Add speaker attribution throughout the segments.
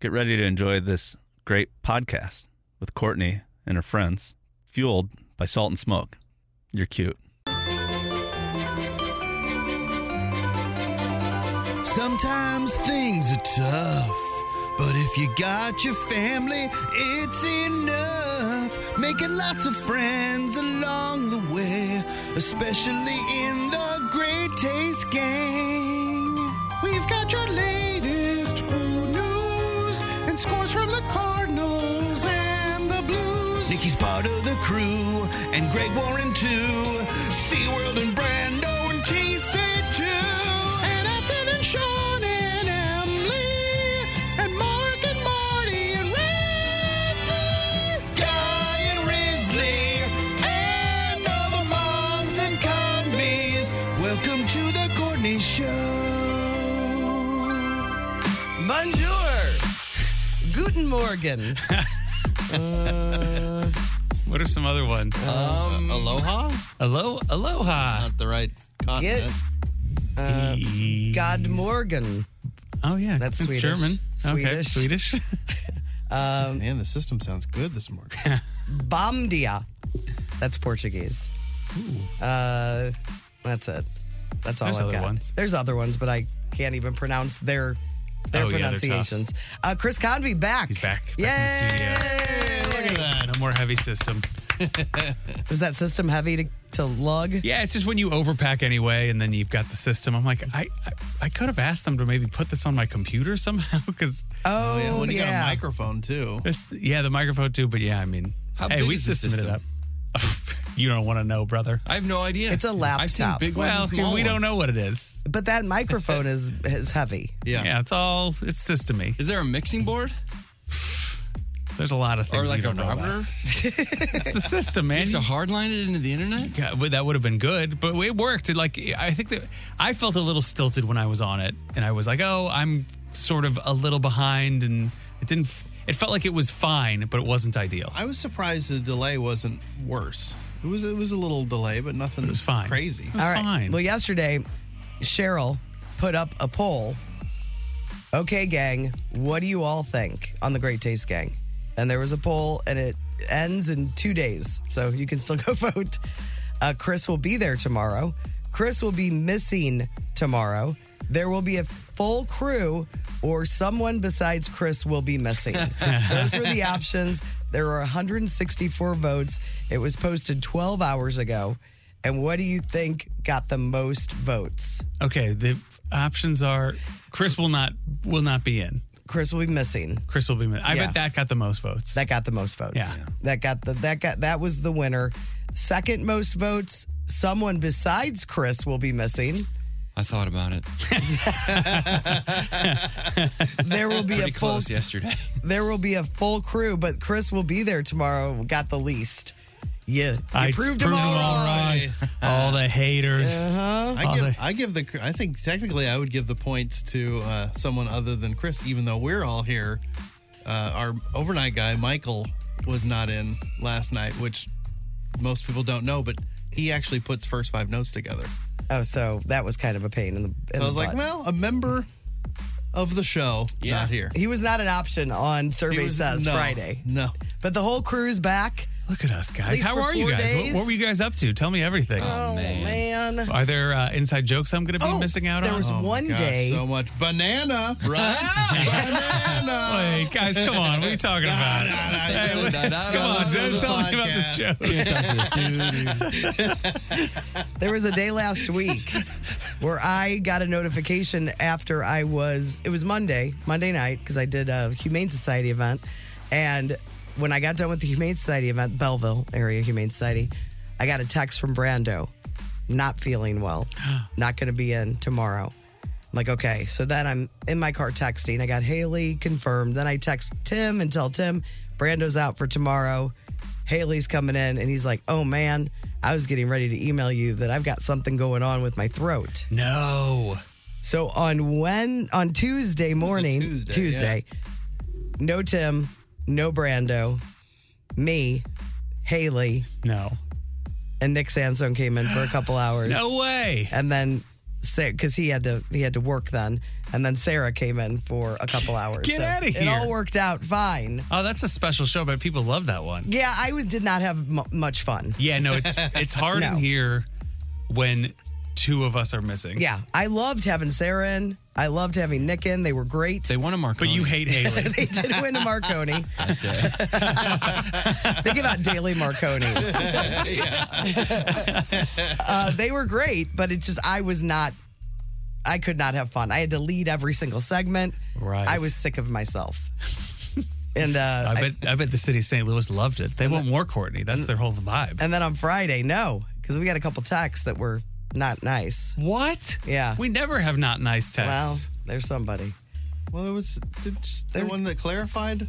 Speaker 1: get ready to enjoy this great podcast with Courtney and her friends, fueled by salt and smoke. You're cute.
Speaker 2: Sometimes things are tough, but if you got your family, it's enough. Making lots of friends along the way, especially in the Great Taste Gang. We've got your latest food news and scores from the Cardinals and the Blues. Nikki's part of the crew, and Greg Warren too. SeaWorld and Brando and TC2. And Ethan and Sean and Emily. And Mark and Marty and Randy. Guy and Risley. And all the moms and convies. Welcome to the Courtney Show.
Speaker 3: Bonjour. Guten Morgen. uh,
Speaker 4: What are some other ones?
Speaker 3: um,
Speaker 5: Uh,
Speaker 2: Aloha?
Speaker 4: Hello, aloha.
Speaker 2: Not the right continent.
Speaker 3: get, uh,
Speaker 4: Ease.
Speaker 3: God Morgan.
Speaker 4: Oh yeah,
Speaker 3: That's
Speaker 4: it's
Speaker 3: Swedish.
Speaker 4: German. Okay,
Speaker 3: Swedish.
Speaker 4: Swedish.
Speaker 3: Um,
Speaker 2: Man, the system sounds good this morning.
Speaker 3: Bom dia. That's Portuguese. Uh, that's it. That's all
Speaker 4: There's
Speaker 3: I've
Speaker 4: other
Speaker 3: got.
Speaker 4: ones.
Speaker 3: There's other ones, but I can't even pronounce their their
Speaker 4: Oh, yeah, they're tough.
Speaker 3: pronunciations. uh, Chris Convey back.
Speaker 4: He's back. Back in
Speaker 3: Yay!
Speaker 4: the studio.
Speaker 3: Look at that.
Speaker 4: no more heavy system.
Speaker 3: Was that system heavy to, to lug?
Speaker 4: Yeah, it's just when you overpack anyway, and then you've got the system. I'm like, I, I, I could have asked them to maybe put this on my computer somehow, because
Speaker 3: Oh, yeah.
Speaker 2: When you got a microphone, too.
Speaker 4: yeah, the microphone too. But yeah, I mean,
Speaker 5: How
Speaker 4: hey,
Speaker 5: big
Speaker 4: we
Speaker 5: is the
Speaker 4: systemed
Speaker 5: system?
Speaker 4: it up. you don't want to know, brother.
Speaker 5: I have no idea.
Speaker 3: It's a
Speaker 5: I've seen
Speaker 3: laptop.
Speaker 5: big ones
Speaker 4: Well,
Speaker 5: and small
Speaker 4: we don't
Speaker 5: ones.
Speaker 4: know what it is.
Speaker 3: but that microphone is is heavy.
Speaker 5: Yeah.
Speaker 4: Yeah, it's all it's systemy.
Speaker 5: Is there a mixing board
Speaker 4: There's a lot of things
Speaker 5: or
Speaker 4: you
Speaker 5: like a
Speaker 4: don't know about.
Speaker 5: router?
Speaker 4: It's the system, man.
Speaker 5: Just
Speaker 4: You-
Speaker 5: to hardline it into the internet?
Speaker 4: Yeah, but that would have been good, but it worked. It, Like I think that I felt a little stilted when I was on it, and I was like, "Oh, I'm sort of a little behind," and it didn't. f- It felt like it was fine, but it wasn't ideal.
Speaker 2: I was surprised the delay wasn't worse. It was it was a little delay, but nothing
Speaker 4: It was fine.
Speaker 2: crazy.
Speaker 4: It was
Speaker 3: All right.
Speaker 4: fine.
Speaker 3: Well, yesterday, Cheryl put up a poll. Okay, gang, what do you all think on the Great Taste Gang? And there was a poll, and it ends in two days, so you can still go vote. Uh, Chris will be there tomorrow. Chris will be missing tomorrow. There will be a full crew, or someone besides Chris will be missing. Those were the options. There were 164 votes. It was posted 12 hours ago. And what do you think got the most votes?
Speaker 4: okay, the options are Chris will not will not be in.
Speaker 3: Chris will be missing.
Speaker 4: Chris will be. I
Speaker 3: Yeah.
Speaker 4: bet that got the most votes.
Speaker 3: That got the most votes.
Speaker 4: Yeah. Yeah.
Speaker 3: That got the that got that was the winner. Second most votes, someone besides Chris will be missing.
Speaker 5: I thought about it.
Speaker 3: There will be a
Speaker 5: Pretty
Speaker 3: full
Speaker 5: close yesterday.
Speaker 3: there will be a full crew, but Chris will be there tomorrow. Got the least. Yeah. You
Speaker 4: I
Speaker 3: proved them all wrong.
Speaker 4: right. all the haters.
Speaker 6: Uh-huh. I give, I give the I think technically I would give the points to uh, someone other than Chris, even though we're all here. Uh, our overnight guy Michael was not in last night, which most people don't know, but he actually puts first five notes together.
Speaker 3: Oh, so that was kind of a pain in the in
Speaker 6: I was
Speaker 3: the
Speaker 6: like,
Speaker 3: butt.
Speaker 6: well, a member of the show,
Speaker 5: Yeah.
Speaker 6: not here.
Speaker 3: He was not an option on Survey
Speaker 6: He was-
Speaker 3: Says
Speaker 6: no,
Speaker 3: Friday.
Speaker 6: No,
Speaker 3: But the whole crew's back.
Speaker 4: Look at us guys.
Speaker 3: least
Speaker 4: How
Speaker 3: for
Speaker 4: are you
Speaker 3: four
Speaker 4: guys?
Speaker 3: days.
Speaker 4: What, what were you guys up to? Tell me everything.
Speaker 3: Oh, man.
Speaker 4: are there uh, inside jokes I'm going to be
Speaker 3: Oh,
Speaker 4: missing out
Speaker 3: there
Speaker 4: on?
Speaker 3: was
Speaker 6: Oh my
Speaker 3: one
Speaker 6: gosh,
Speaker 3: day.
Speaker 6: so much banana, right? banana.
Speaker 4: Hey, guys, come on. What are you talking about? Hey, what- come on, don't tell me about this joke.
Speaker 5: Can't touch this, dude.
Speaker 3: There was a day last week where I got a notification after I was, it was Monday, Monday night, because I did a Humane Society event. And when I got done with the Humane Society event, Belleville Area Humane Society, I got a text from Brando, not feeling well, not going to be in tomorrow. I'm like, okay. So then I'm in my car texting. I got Haley confirmed. Then I text Tim and tell Tim Brando's out for tomorrow. Haley's coming in, and he's like, oh man, I was getting ready to email you that I've got something going on with my throat.
Speaker 4: No.
Speaker 3: So on when on Tuesday morning,
Speaker 6: Tuesday,
Speaker 3: no Tim, no Brando, me, Haley,
Speaker 4: No.
Speaker 3: and Nick Sansone came in for a couple hours
Speaker 4: No way.
Speaker 3: and then because he had to he had to work then, and then Sarah came in for a couple hours.
Speaker 4: Get outta
Speaker 3: It
Speaker 4: here.
Speaker 3: all worked out fine.
Speaker 4: Oh, that's a special show, but people love that one.
Speaker 3: Yeah, I was, did not have m- much fun.
Speaker 4: Yeah, no, it's it's hard
Speaker 3: No.
Speaker 4: in here when two of us are missing.
Speaker 3: Yeah, I loved having Sarah in. I loved having Nick in. They were great.
Speaker 5: They want a
Speaker 4: But
Speaker 5: Marconi.
Speaker 4: you hate Haley.
Speaker 3: they did win to Marconi.
Speaker 5: that day.
Speaker 3: They give out daily Marconis. uh, they were great, but it just I was not. I could not have fun. I had to lead every single segment.
Speaker 4: Right.
Speaker 3: I was sick of myself. and uh,
Speaker 4: I bet I bet the city of St. Louis loved it. They want more Courtney. That's their whole vibe.
Speaker 3: And then on Friday, no, because we got a couple texts that were not nice.
Speaker 4: What?
Speaker 3: Yeah.
Speaker 4: We never have not nice
Speaker 3: Well,
Speaker 4: texts.
Speaker 3: there's somebody.
Speaker 6: Well, it was the, the one that clarified.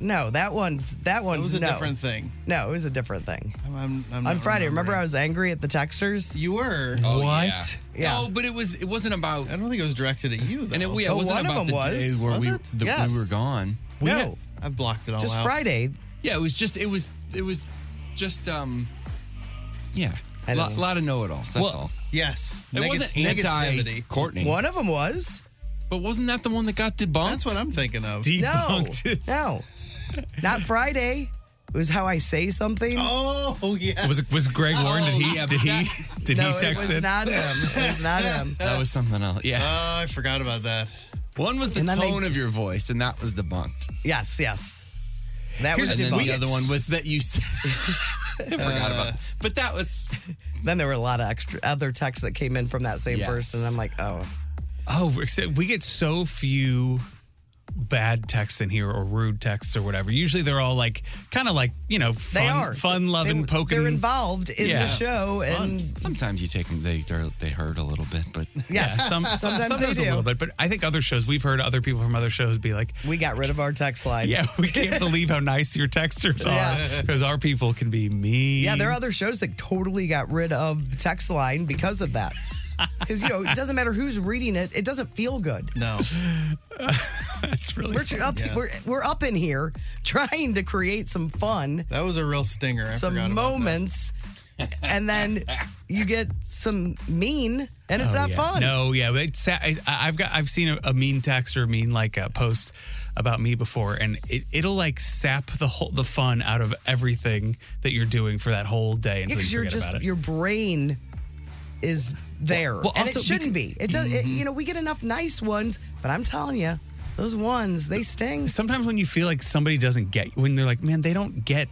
Speaker 3: No, that one's that one's
Speaker 6: It was a
Speaker 3: no.
Speaker 6: different thing.
Speaker 3: No, it was a different thing.
Speaker 6: I'm, I'm, I'm
Speaker 3: On
Speaker 6: not
Speaker 3: Friday, remember I
Speaker 6: remembering.
Speaker 3: was angry at the texters?
Speaker 6: You were.
Speaker 4: what?
Speaker 3: Yeah.
Speaker 5: No, but it was it wasn't about
Speaker 6: I don't think it was directed at you, though.
Speaker 5: and it, yeah,
Speaker 3: Oh,
Speaker 5: it wasn't
Speaker 3: one of
Speaker 5: about
Speaker 3: them
Speaker 5: the
Speaker 3: was.
Speaker 5: day where
Speaker 3: Was
Speaker 5: we
Speaker 3: it?
Speaker 5: the,
Speaker 3: Yes.
Speaker 5: we were gone.
Speaker 3: no,
Speaker 6: I've blocked it all
Speaker 3: just
Speaker 6: out.
Speaker 3: Friday.
Speaker 5: Yeah, it was just it was it was just um yeah.
Speaker 3: I
Speaker 5: A
Speaker 3: don't
Speaker 5: lot,
Speaker 3: know.
Speaker 5: of know-it-alls. That's
Speaker 4: Well,
Speaker 5: all.
Speaker 6: Yes.
Speaker 5: It
Speaker 6: Nega-
Speaker 5: wasn't
Speaker 6: negativity.
Speaker 5: anti-Courtney,
Speaker 3: One of them was.
Speaker 5: but wasn't that the one that got debunked?
Speaker 6: That's what I'm thinking of.
Speaker 3: No,
Speaker 4: Debunked. it.
Speaker 3: no, not Friday. It was how I say something.
Speaker 6: Oh yeah. Oh,
Speaker 4: Was was Greg Warren? Did he?
Speaker 5: yeah,
Speaker 4: did
Speaker 5: but
Speaker 4: he?
Speaker 5: that-
Speaker 4: did
Speaker 3: no,
Speaker 4: he text
Speaker 3: it was not him. It was not him.
Speaker 5: that was something else. Yeah,
Speaker 6: Oh, I forgot about that.
Speaker 5: one was the
Speaker 3: and then they-
Speaker 5: tone of your voice, and that was debunked.
Speaker 3: Yes, yes. That was
Speaker 5: and then
Speaker 3: debunked.
Speaker 5: the other one was that you. s- I forgot about. that. But that was
Speaker 3: Then there were a lot of extra other texts that came in from that same
Speaker 5: Yes.
Speaker 3: person. I'm like, oh,
Speaker 4: Oh, except we get so few bad texts in here or rude texts or whatever. Usually they're all like kind of like, you know, fun,
Speaker 3: they are
Speaker 4: fun loving
Speaker 3: They-
Speaker 4: poking.
Speaker 3: They're involved in the
Speaker 4: Yeah.
Speaker 3: show, and
Speaker 5: sometimes you take them. They they're- they hurt a little bit, but
Speaker 3: yes,
Speaker 4: Yeah, some, some,
Speaker 3: sometimes
Speaker 4: sometimes
Speaker 3: they
Speaker 4: a
Speaker 3: do.
Speaker 4: little bit, but I think other shows we've heard other people from other shows be like,
Speaker 3: We got rid of our text line.
Speaker 4: "Yeah, we can't believe how nice your texters
Speaker 3: Yeah.
Speaker 4: are," because our people can be mean.
Speaker 3: yeah. There are other shows that totally got rid of the text line because of that. Because you know, it doesn't matter who's reading it; it doesn't feel good.
Speaker 6: No.
Speaker 4: That's really.
Speaker 3: We're tr- up, we're, we're up in here trying to create some fun,
Speaker 6: That was a real stinger. I forgot
Speaker 3: some
Speaker 6: about
Speaker 3: moments, and then you get some mean, and it's not
Speaker 4: Oh, Yeah.
Speaker 3: fun.
Speaker 4: No, yeah, but it's, I, I've got I've seen a, a mean text or a mean like a post about me before, and it, it'll like sap the whole the fun out of everything that you're doing for that whole day until
Speaker 3: because
Speaker 4: you
Speaker 3: you're
Speaker 4: forget
Speaker 3: just
Speaker 4: about it.
Speaker 3: your brain is there,
Speaker 4: well,
Speaker 3: and it
Speaker 4: also Mm-hmm.
Speaker 3: shouldn't be. It, does, it you know we get enough nice ones, but I'm telling you, those ones they sting.
Speaker 4: Sometimes when you feel like somebody doesn't get when they're like, man, they don't get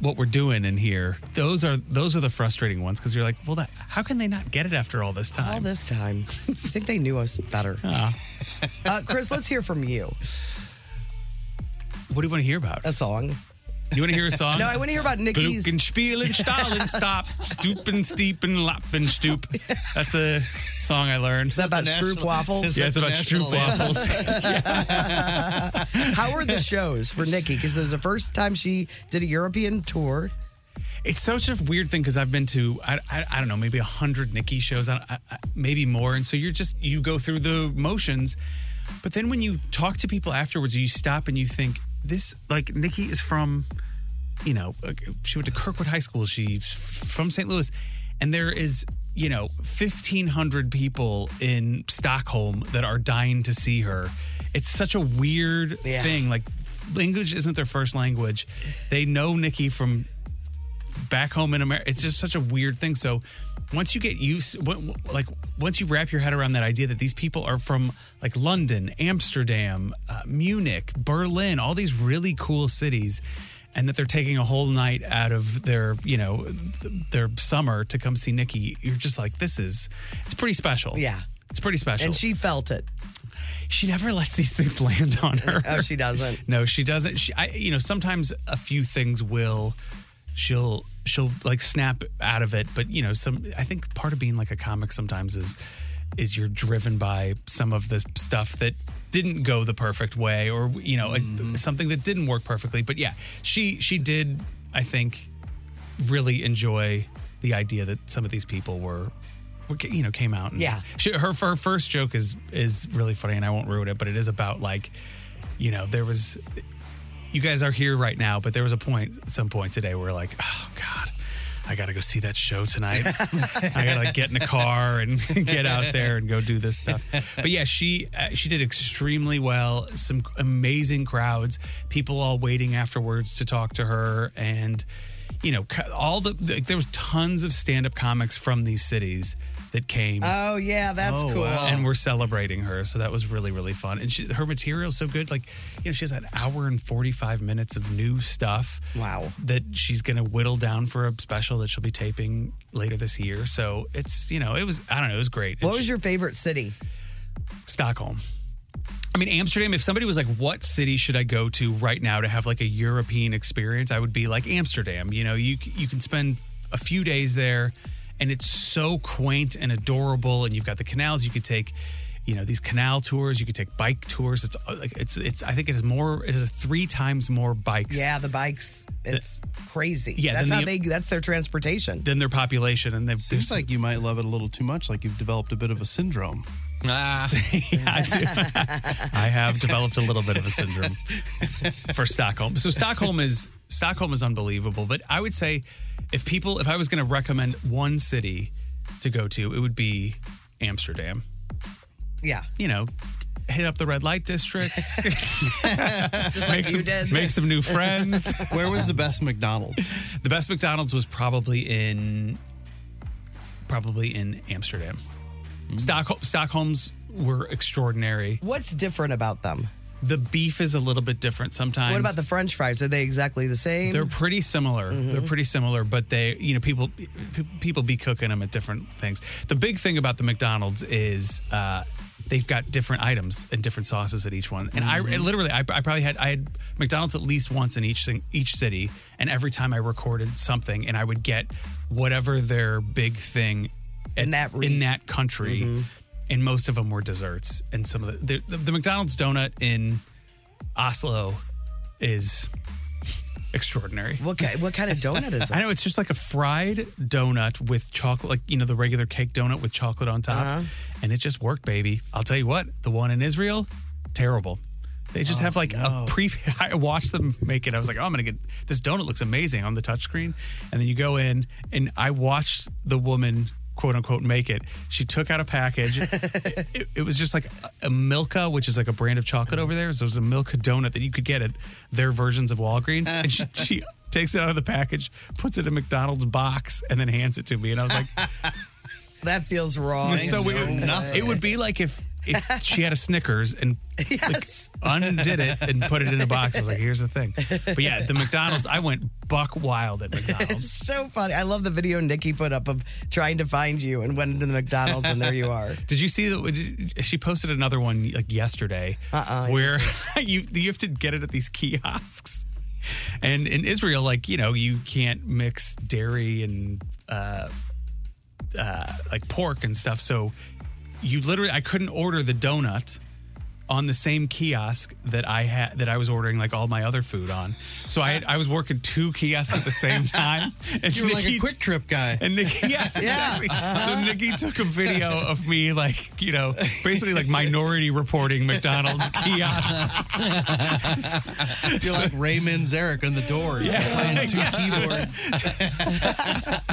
Speaker 4: what we're doing in here. Those are those are the frustrating ones because you're like, well, that, how can they not get it after all this time?
Speaker 3: All this time, I think they knew us better. Uh, Chris, let's hear from you.
Speaker 4: what do you want to hear about?
Speaker 3: A song.
Speaker 4: You want to hear a song?
Speaker 3: No, I want to hear about Nikki's.
Speaker 4: Gluckenspiel and Stalin stop, stoopen, steepen, lappen, stoop. That's a song I learned.
Speaker 3: Is that about
Speaker 6: The
Speaker 3: Stroop
Speaker 6: national-
Speaker 3: waffles?
Speaker 4: yeah, it's
Speaker 6: the
Speaker 4: about
Speaker 6: national
Speaker 4: Stroop waffles.
Speaker 3: How are the shows for Nikki? Because this is the first time she did a European tour.
Speaker 4: it's such a weird thing because I've been to I, I, I don't know maybe a hundred Nikki shows, I, I, I- maybe more, and so you're just you go through the motions, but then when you talk to people afterwards, you stop and you think this like Nikki is from you know, like, she went to Kirkwood High School. She's f- from St. Louis. And there is, you know, 1,500 people in Stockholm that are dying to see her. It's such a weird
Speaker 3: Yeah.
Speaker 4: thing. Like, language isn't their first language. They know Nikki from back home in America. It's just such a weird thing. So once you get used, w- w- like once you wrap your head around that idea that these people are from like London, Amsterdam, uh, Munich, Berlin, all these really cool cities, and that they're taking a whole night out of their you know th- their summer to come see Nikki, you're just like this is it's pretty special.
Speaker 3: Yeah.
Speaker 4: It's pretty special.
Speaker 3: And she felt it.
Speaker 4: She never lets these things land on her.
Speaker 3: Oh, she doesn't.
Speaker 4: No, she doesn't. She, I, you know, sometimes a few things will, she'll, she'll like snap out of it. But you know, some. I think part of being like a comic sometimes is, is you're driven by some of the stuff that didn't go the perfect way, or you know, a-
Speaker 3: Mm-hmm.
Speaker 4: something that didn't work perfectly. But yeah, she she did. I think really enjoy the idea that some of these people were. were ca- You know, came out. And
Speaker 3: Yeah.
Speaker 4: she, her her first joke is is really funny, and I won't ruin it. But it is about like, you know, there was you guys are here right now, but there was a point, some point today where like, oh God, I gotta go see that show tonight. I gotta like, get in a car and get out there and go do this stuff. But yeah, she uh, she did extremely well. Some amazing crowds, people all waiting afterwards to talk to her, and you know, co- all the like, there was tons of stand up comics from these cities that came
Speaker 3: Oh, yeah, that's
Speaker 6: Oh,
Speaker 3: cool.
Speaker 6: wow.
Speaker 4: and we're celebrating her. So that was really, really fun. And she, her material's so good. Like, you know, she has an hour and 45 minutes of new stuff.
Speaker 3: Wow.
Speaker 4: That she's going to whittle down for a special that she'll be taping later this year. So it's, you know, it was, I don't know, it was great.
Speaker 3: What
Speaker 4: And she-
Speaker 3: was your favorite city?
Speaker 4: Stockholm. I mean, Amsterdam, if somebody was like, what city should I go to right now to have like a European experience? I would be like, Amsterdam. You know, you, c- you can spend a few days there and it's so quaint and adorable. And you've got the canals. You could take, you know, these canal tours. You could take bike tours. It's uh, like, it's, it's, I think it is more, it is three times more bikes
Speaker 3: Yeah, the bikes. It's crazy.
Speaker 4: Yeah,
Speaker 3: that's
Speaker 4: then
Speaker 3: how
Speaker 4: the-
Speaker 3: they. That's their transportation.
Speaker 4: than their population. And they've,
Speaker 6: Seems like you might love it a little too much. Like you've developed a bit of a syndrome.
Speaker 5: Ah,
Speaker 4: yeah, I do. I have developed a little bit of a syndrome for Stockholm. So Stockholm is Stockholm is unbelievable. But I would say, if people, if I was going to recommend one city to go to, it would be Amsterdam.
Speaker 3: Yeah,
Speaker 4: You know, hit up the red light district, make some
Speaker 3: did.
Speaker 4: make some new friends.
Speaker 6: Where was the best McDonald's?
Speaker 4: the best McDonald's was probably in probably in Amsterdam.
Speaker 6: Mm-hmm.
Speaker 4: Stockholm, Stockholm's were extraordinary.
Speaker 3: what's different about them?
Speaker 4: The beef is a little bit different sometimes.
Speaker 3: What about the French fries? Are they exactly the same?
Speaker 4: They're pretty similar. They're pretty similar, but they, you know, people pe- people be cooking them at different things. The big thing about the McDonald's is uh, they've got different items and different sauces at each one. And I
Speaker 3: Mm-hmm.
Speaker 4: and literally, I, I probably had I had McDonald's at least once in each thing, each city, and every time I recorded something, and I would get whatever their big thing at-
Speaker 3: In that re- mm-hmm.
Speaker 4: in that country. And most of them were desserts, and some of the the, the McDonald's donut in Oslo is extraordinary.
Speaker 3: what kind? What kind of donut is
Speaker 4: I
Speaker 3: it?
Speaker 4: know it's just like a fried donut with chocolate, like you know the regular cake donut with chocolate on top,
Speaker 3: Uh-huh.
Speaker 4: and it just worked, baby. I'll tell you what, the one in Israel, terrible. They just have like a pre. I watched them make it. I was like, oh, I'm gonna get this donut. Looks amazing on the touchscreen, and then you go in, and I watched the woman. "Quote unquote, make it." She took out a package. it, it- it was just like a, a Milka, which is like a brand of chocolate over there. So it was a Milka donut that you could get at their versions of Walgreens, and she, she takes it out of the package, puts it in McDonald's box, and then hands it to me. And I was like,
Speaker 3: That feels wrong.
Speaker 4: "It's so weird." It would be like if if she had a Snickers and
Speaker 3: Yes.
Speaker 4: undid it and put it in a box. I was like, "Here's the thing." But yeah, the McDonald's, I went buck wild at
Speaker 3: It's
Speaker 4: McDonald's.
Speaker 3: so funny. I love the video Nikki put up of trying to find you and went into the McDonald's and there you are.
Speaker 4: Did you see that? She posted another one like yesterday,
Speaker 3: Uh-uh, I
Speaker 4: where you you have to get it at these kiosks. And in Israel, like you know, you can't mix dairy and uh, uh, like pork and stuff. So you literally, I couldn't order the donut on the same kiosk that I had that I was ordering like all my other food on. So I I was working two kiosks at the same time. And
Speaker 6: You were like a
Speaker 4: Nikki-
Speaker 6: quick trip guy. Uh-huh.
Speaker 4: and Nikki, yes, exactly. So Nikki took a video of me, like, you know, basically like minority reporting McDonald's kiosks.
Speaker 6: You're like Ray Manzarek on the doors. playing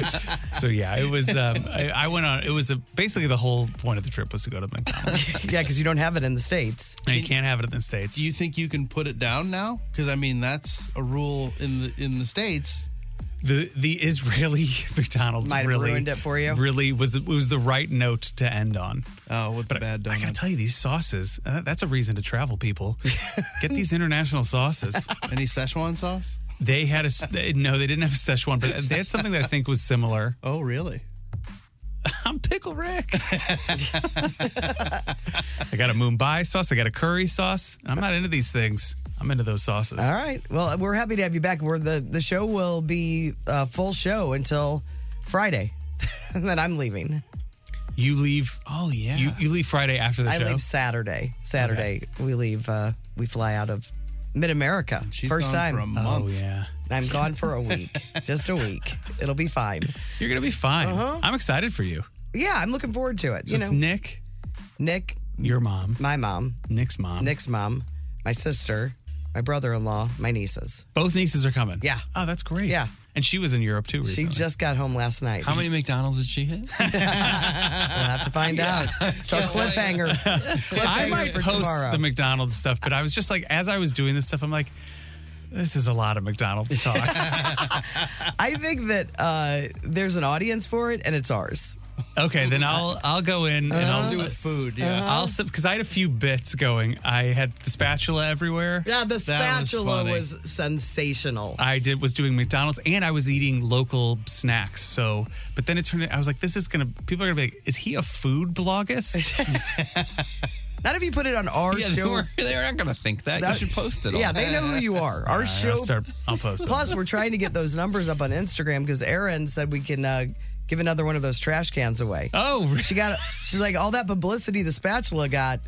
Speaker 6: two keyboards.
Speaker 4: So yeah, it was, um, I, I went on, it was a, basically the whole point of the trip was to go to McDonald's.
Speaker 3: Yeah, because you don't have it in the States.
Speaker 4: and you can't have it in the States.
Speaker 6: Do you think you can put it down now? Because I mean, that's a rule in the in the states.
Speaker 4: the the Israeli McDonald's
Speaker 3: Might have
Speaker 4: really
Speaker 3: ruined it for you.
Speaker 4: Really was it was the right note to end on.
Speaker 6: Oh, with the bad
Speaker 4: I gotta
Speaker 6: donut.
Speaker 4: tell you, these sauces uh, that's a reason to travel, people. Get these international sauces.
Speaker 6: Any Szechuan sauce?
Speaker 4: They had a s- they- no, they didn't have a Szechuan, but they had something that I think was similar.
Speaker 6: Oh, really?
Speaker 4: I'm Pickle Rick. I got a Mumbai sauce. I got a curry sauce. And I'm not into these things. I'm into those sauces.
Speaker 3: All right. Well, we're happy to have you back. We're the the show will be a full show until Friday, and then I'm leaving.
Speaker 4: You leave.
Speaker 5: Oh yeah.
Speaker 4: You, you leave Friday after the
Speaker 3: I
Speaker 4: show.
Speaker 3: leave Saturday. Saturday we leave. Uh, we fly out of Mid America.
Speaker 6: She's
Speaker 3: First
Speaker 6: gone
Speaker 3: time.
Speaker 6: for a month.
Speaker 4: oh yeah.
Speaker 3: I'm gone for a week. Just a week. It'll be fine.
Speaker 4: You're gonna be fine.
Speaker 3: Uh-huh.
Speaker 4: I'm excited for you.
Speaker 3: Yeah, I'm looking forward to it. You
Speaker 4: Just
Speaker 3: know,
Speaker 4: Nick,
Speaker 3: Nick,
Speaker 4: your mom,
Speaker 3: my mom,
Speaker 4: Nick's mom.
Speaker 3: Nick's mom, my sister, my brother-in-law, my nieces.
Speaker 4: Both nieces are coming.
Speaker 3: Yeah.
Speaker 4: Oh, that's great.
Speaker 3: Yeah.
Speaker 4: And she was in Europe too
Speaker 3: She
Speaker 4: recently.
Speaker 3: just got home last night.
Speaker 5: How many McDonald's did she hit?
Speaker 3: We'll have to find out. It's a cliffhanger. cliffhanger
Speaker 4: I might
Speaker 3: for
Speaker 4: post
Speaker 3: tomorrow.
Speaker 4: the McDonald's stuff, but I was just like, as I was doing this stuff, I'm like, this is a lot of McDonald's talk.
Speaker 3: I think that uh, there's an audience for it, and it's ours.
Speaker 4: okay, then I'll I'll go in and
Speaker 3: Uh-huh.
Speaker 4: I'll Uh-huh.
Speaker 6: Do with food, yeah.
Speaker 4: I'll because I had a few bits going. I had the spatula everywhere.
Speaker 3: Yeah, the
Speaker 6: That was
Speaker 3: spatula
Speaker 6: funny.
Speaker 3: was, sensational.
Speaker 4: I did was doing McDonald's and I was eating local snacks. So, but then it turned. out I was like, this is gonna. People are gonna be like, is he a food bloggist?
Speaker 3: Not if you put it on our
Speaker 5: yeah, they
Speaker 3: show.
Speaker 5: were, they were not gonna think that.
Speaker 3: That-
Speaker 5: you should post it.
Speaker 3: Yeah,
Speaker 5: all.
Speaker 3: they know who you are. Our show.
Speaker 4: I'll start. I'll post. it.
Speaker 3: Plus, we're trying to get those numbers up on Instagram because Erin said we can uh, give another one of those trash cans away.
Speaker 4: Oh,
Speaker 3: She
Speaker 4: really?
Speaker 3: got. She's like all that publicity the spatula got.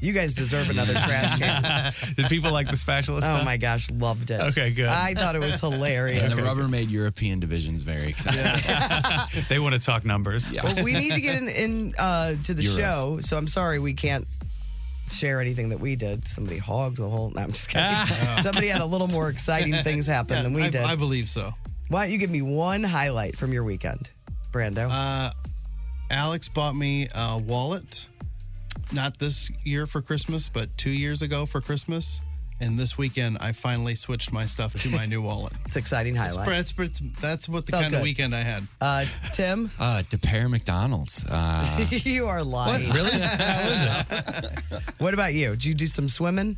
Speaker 3: You guys deserve another trash can.
Speaker 4: did people like the spatula stuff?
Speaker 3: Oh my gosh, loved it.
Speaker 4: Okay, good.
Speaker 3: I thought it was
Speaker 5: And
Speaker 3: hilarious.
Speaker 5: the Rubbermaid European division's very exciting.
Speaker 4: They want to talk numbers. Yeah.
Speaker 3: Well, we need to get in, in uh, to the
Speaker 5: Euros.
Speaker 3: show, so I'm sorry we can't share anything that we did. Somebody hogged the whole. No, I'm just kidding.
Speaker 4: Ah.
Speaker 3: Somebody had a little more exciting things happen than we
Speaker 6: I,
Speaker 3: did.
Speaker 6: I believe so.
Speaker 3: Why don't you give me one highlight from your weekend, Brando?
Speaker 6: Uh, Alex bought me a wallet, not this year for Christmas, but two years ago for Christmas. And this weekend, I finally switched my stuff to my new wallet.
Speaker 3: it's exciting highlight.
Speaker 6: That's, that's, that's what the
Speaker 3: Felt
Speaker 6: kind
Speaker 3: good.
Speaker 6: of weekend I had.
Speaker 3: Uh, Tim,
Speaker 5: Uh, to pair McDonald's. Uh,
Speaker 3: you are lying. What?
Speaker 4: Really? How was it?
Speaker 3: about you? Did you do some swimming?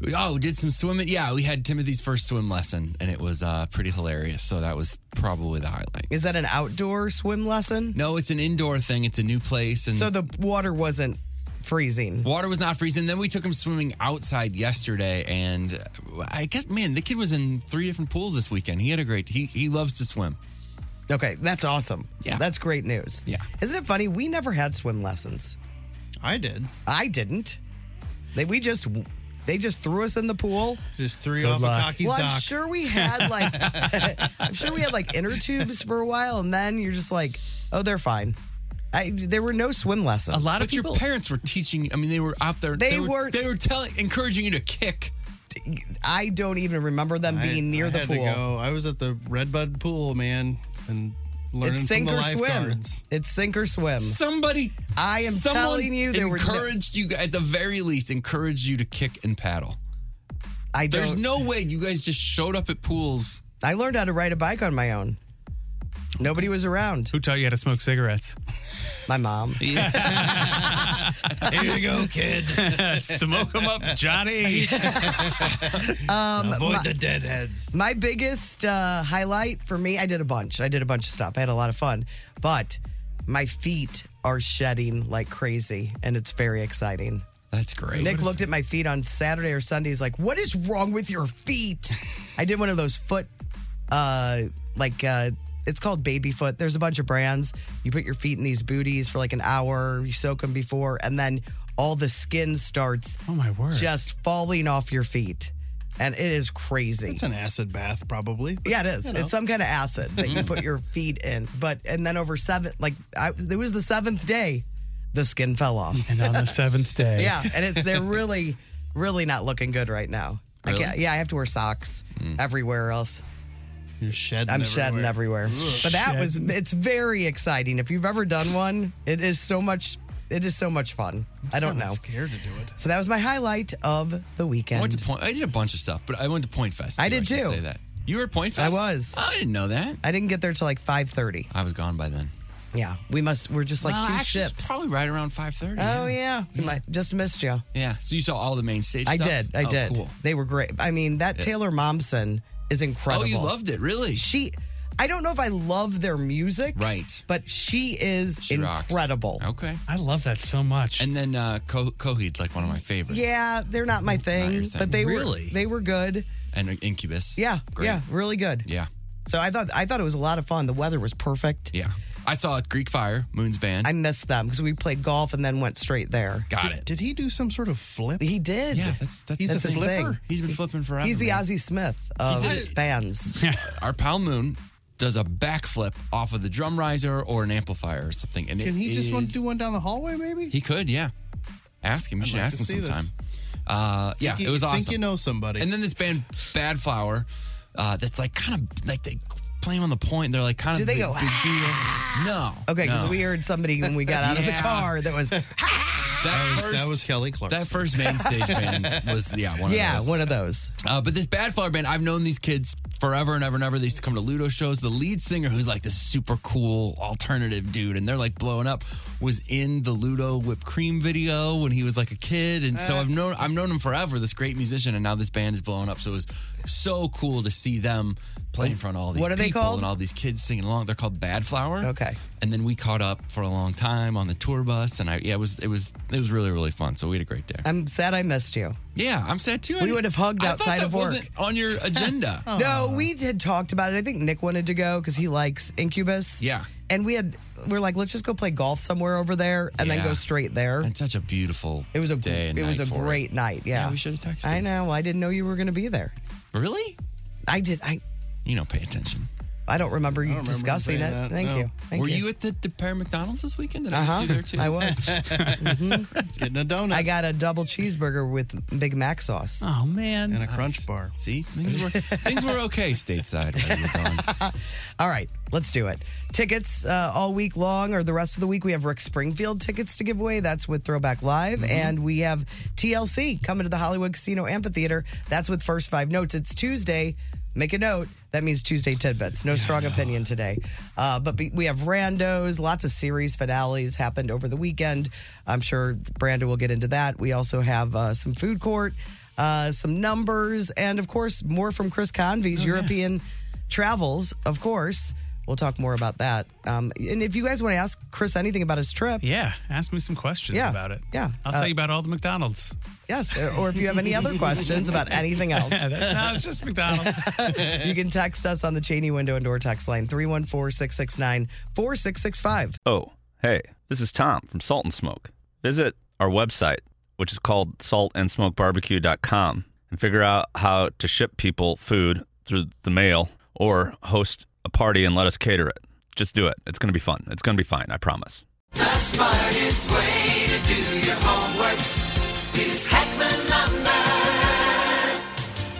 Speaker 5: we- oh, did some swimming. Yeah, we had Timothy's first swim lesson, and it was uh, pretty hilarious. So that was probably the highlight.
Speaker 3: Is that an outdoor swim lesson?
Speaker 5: No, it's an indoor thing. It's a new place, and
Speaker 3: So the water wasn't freezing.
Speaker 5: water was not freezing. Then we took him swimming outside yesterday, and uh, I guess man, the kid was in three different pools this weekend. He had a great. He he loves to swim.
Speaker 3: Okay, that's awesome.
Speaker 5: Yeah.
Speaker 3: That's great news.
Speaker 5: Yeah.
Speaker 3: Isn't it funny? We never had swim lessons.
Speaker 6: I did.
Speaker 3: I didn't. They we just they just threw us in the pool.
Speaker 6: Just three
Speaker 4: Good
Speaker 6: off
Speaker 4: luck.
Speaker 6: a cocky's
Speaker 3: well, I'm
Speaker 6: dock.
Speaker 3: sure we had like I'm sure we had like inner tubes for a while, and then you're just like, oh, they're fine. I, there were no swim lessons.
Speaker 4: A lot of
Speaker 5: But
Speaker 4: people.
Speaker 5: your parents were teaching. I mean, they were out there.
Speaker 3: They were-
Speaker 5: They were telling, encouraging you to kick.
Speaker 3: I don't even remember them
Speaker 6: I-
Speaker 3: being near
Speaker 6: I
Speaker 3: the
Speaker 6: had
Speaker 3: pool.
Speaker 6: To go. I was at the Redbud pool, man, and learning
Speaker 3: It's sink
Speaker 6: from the
Speaker 3: or swim.
Speaker 6: lifeguards.
Speaker 3: It's sink or swim.
Speaker 5: Somebody.
Speaker 3: I am
Speaker 5: someone
Speaker 3: telling you, there were no-
Speaker 5: encouraged you at the very least encouraged you to kick and paddle.
Speaker 3: I
Speaker 5: There's
Speaker 3: don't.
Speaker 5: no way you guys just showed up at pools.
Speaker 3: I learned how to ride a bike on my own. Nobody was around.
Speaker 4: Who taught you how to smoke cigarettes?
Speaker 3: My mom.
Speaker 6: Here you go, kid.
Speaker 4: Smoke them up, Johnny.
Speaker 6: Avoid the deadheads.
Speaker 3: Um, My biggest uh, highlight for me, I did a bunch. I did a bunch of stuff. I had a lot of fun, but my feet are shedding like crazy, and it's very exciting.
Speaker 5: That's great.
Speaker 3: Nick looked at my feet on Saturday or Sunday. He's like, "What is wrong with your feet?" I did one of those foot, uh, like uh, it's called baby foot. There's a bunch of brands. You put your feet in these booties for like an hour. You soak them before, and then all the skin starts
Speaker 4: Oh my word.
Speaker 3: just falling off your feet, and it is crazy.
Speaker 6: It's an acid bath, probably.
Speaker 3: Yeah, it is. It's some kind of acid that you put your feet in. But and then over seven, like I, it was the seventh day, the skin fell off.
Speaker 4: and on the seventh day.
Speaker 3: yeah, and it's they're really, really not looking good right now. I
Speaker 5: Really? Mm.
Speaker 3: can't, yeah, I have to wear socks everywhere else.
Speaker 6: You're shedding.
Speaker 3: I'm
Speaker 6: everywhere.
Speaker 3: shedding everywhere. But that was it's very exciting. If you've ever done one, it is so much. It is so much fun. I don't
Speaker 6: I'm
Speaker 3: know.
Speaker 6: scared to do it.
Speaker 3: So that was my highlight of the
Speaker 5: I went
Speaker 3: weekend.
Speaker 5: to point. I did a bunch of stuff, but I went to Point Fest.
Speaker 3: I
Speaker 5: too,
Speaker 3: did
Speaker 5: should
Speaker 3: too.
Speaker 5: Say that. You were at Point
Speaker 3: I
Speaker 5: Fest? Oh,
Speaker 3: was.
Speaker 5: I didn't know that.
Speaker 3: I didn't get there till like five thirty.
Speaker 5: I was gone by then.
Speaker 3: Yeah, we must. We're just like
Speaker 5: Well,
Speaker 3: two
Speaker 5: actually, it's
Speaker 3: ships.
Speaker 5: Probably right around 5.30.
Speaker 3: oh yeah, we might just missed you.
Speaker 5: Yeah. So you saw all the main stage
Speaker 3: I
Speaker 5: stuff?
Speaker 3: did. I
Speaker 5: Oh,
Speaker 3: did.
Speaker 5: cool.
Speaker 3: They were great. I mean, that Taylor Momsen is
Speaker 5: Oh,
Speaker 3: incredible.
Speaker 5: you loved it, really?
Speaker 3: She. I don't know if I love their music,
Speaker 5: Right.
Speaker 3: But she is
Speaker 5: She rocks.
Speaker 3: incredible.
Speaker 5: Okay.
Speaker 4: I love that so much.
Speaker 5: And then uh, Co- Coheed's like one of my favorites.
Speaker 3: Yeah, they're not my thing,
Speaker 5: your thing.
Speaker 3: but they
Speaker 4: Really?
Speaker 3: were they were good.
Speaker 5: And Incubus.
Speaker 3: Yeah,
Speaker 5: Great.
Speaker 3: yeah, really good.
Speaker 5: Yeah.
Speaker 3: So I thought I thought it was a lot of fun. The weather was perfect.
Speaker 5: Yeah. I saw Greek Fire, Moon's band.
Speaker 3: I missed them because we played golf and then went straight there.
Speaker 5: Got it.
Speaker 6: Did he do some sort of flip?
Speaker 3: He did.
Speaker 5: Yeah, that's that's
Speaker 6: He's
Speaker 5: the
Speaker 6: a
Speaker 5: thing.
Speaker 6: flipper?
Speaker 5: He's been flipping forever.
Speaker 3: He's the
Speaker 5: man.
Speaker 3: Ozzy Smith of
Speaker 5: did it.
Speaker 3: Oh, bands.
Speaker 5: Our pal Moon does a backflip off of the drum riser or an amplifier or something. And it
Speaker 6: Can he just want
Speaker 5: is-
Speaker 6: to do one down the hallway? Maybe.
Speaker 5: He could, yeah. Ask him. You should
Speaker 6: like
Speaker 5: ask
Speaker 6: to
Speaker 5: him
Speaker 6: see this.
Speaker 5: sometime. Uh, yeah,
Speaker 6: You
Speaker 5: it was awesome.
Speaker 6: Think you know somebody?
Speaker 5: And then this band Bad Flower, uh, that's like kind of like they play 'em on the point. They're like kind
Speaker 3: Do
Speaker 5: of
Speaker 3: they
Speaker 5: big,
Speaker 3: go, "Ah!"
Speaker 5: big deal. No.
Speaker 3: Okay, because
Speaker 5: no.
Speaker 3: we heard somebody when we got out of the
Speaker 5: Yeah.
Speaker 3: car that was
Speaker 5: that,
Speaker 6: that, was,
Speaker 5: first,
Speaker 6: that was Kelly Clark.
Speaker 5: that first main stage band was yeah one
Speaker 3: yeah
Speaker 5: of those.
Speaker 3: one of those.
Speaker 5: Uh, but this Bad Flower band, I've known these kids forever and ever and ever. They used to come to Ludo shows. The lead singer, who's like this super cool alternative dude, and they're like blowing up, was in the Ludo whipped cream video when he was like a kid. And so I've known I've known him forever, this great musician, and now this band is blowing up. So it was so cool to see them play in front of all these
Speaker 3: What are they
Speaker 5: people
Speaker 3: called?
Speaker 5: and all these kids singing along. They're called Bad Flower.
Speaker 3: Okay.
Speaker 5: And then we caught up for a long time on the tour bus, and I yeah, it was it was it was really really fun. So we had a great day.
Speaker 3: I'm sad I missed you.
Speaker 5: Yeah, I'm sad too. I didn't-
Speaker 3: would have hugged
Speaker 5: I thought
Speaker 3: outside
Speaker 5: that
Speaker 3: of work.
Speaker 5: Wasn't on your agenda.
Speaker 6: Oh.
Speaker 3: No, we had talked about it. I think Nick wanted to go because he likes Incubus.
Speaker 5: Yeah.
Speaker 3: and we had we are like let's just go play golf somewhere over there and
Speaker 5: Yeah.
Speaker 3: then go straight there.
Speaker 5: And such a beautiful.
Speaker 3: It was a
Speaker 5: day. And
Speaker 3: it
Speaker 5: night
Speaker 3: was a
Speaker 5: for
Speaker 3: great night. Yeah.
Speaker 5: we should've texted.
Speaker 3: I know. I didn't know you were going to be there.
Speaker 5: Really?
Speaker 3: I did. I
Speaker 5: You don't pay attention.
Speaker 3: I don't remember you
Speaker 6: don't remember
Speaker 3: discussing it.
Speaker 6: saying that,
Speaker 3: Thank
Speaker 6: no.
Speaker 3: you. Thank
Speaker 5: Were you. at the DePere McDonald's this weekend? Did I
Speaker 3: uh-huh.
Speaker 5: see you there too?
Speaker 3: I was.
Speaker 6: Getting a donut
Speaker 3: Mm-hmm. I got a double cheeseburger with Big Mac sauce.
Speaker 4: oh man,
Speaker 6: and a crunch bar.
Speaker 5: See, things were things were okay stateside while you were gone.
Speaker 3: All right, let's do it. Tickets uh, all week long or the rest of the week. We have Rick Springfield tickets to give away. That's with Throwback Live. And we have TLC coming to the Hollywood Casino Amphitheater. That's with First Five Notes. It's Tuesday. Make a note. That means Tuesday tidbits. No strong opinion today. Uh, but be, we have randos. Lots of series finales happened over the weekend. I'm sure Brando will get into that. We also have uh, some food court, uh, some numbers, and of course, more from Chris Convey's European travels, of course. We'll talk more about that. Um, and if you guys want to ask Chris anything about his trip,
Speaker 4: yeah. Ask me some questions
Speaker 3: Yeah,
Speaker 4: about it.
Speaker 3: yeah.
Speaker 4: I'll
Speaker 3: Uh,
Speaker 4: tell you about all the McDonald's.
Speaker 3: yes. uh, Or if you have any other questions about anything else,
Speaker 4: no, it's just McDonald's.
Speaker 3: you can text us on the Cheney window and door text line 314 669 4665.
Speaker 1: Oh, hey, this is Tom from Salt and Smoke. Visit our website, which is called saltandsmokebarbecue.com, and figure out how to ship people food through the mail or host a party and let us cater it. Just do it. It's going to be fun. It's going to be fine. I promise.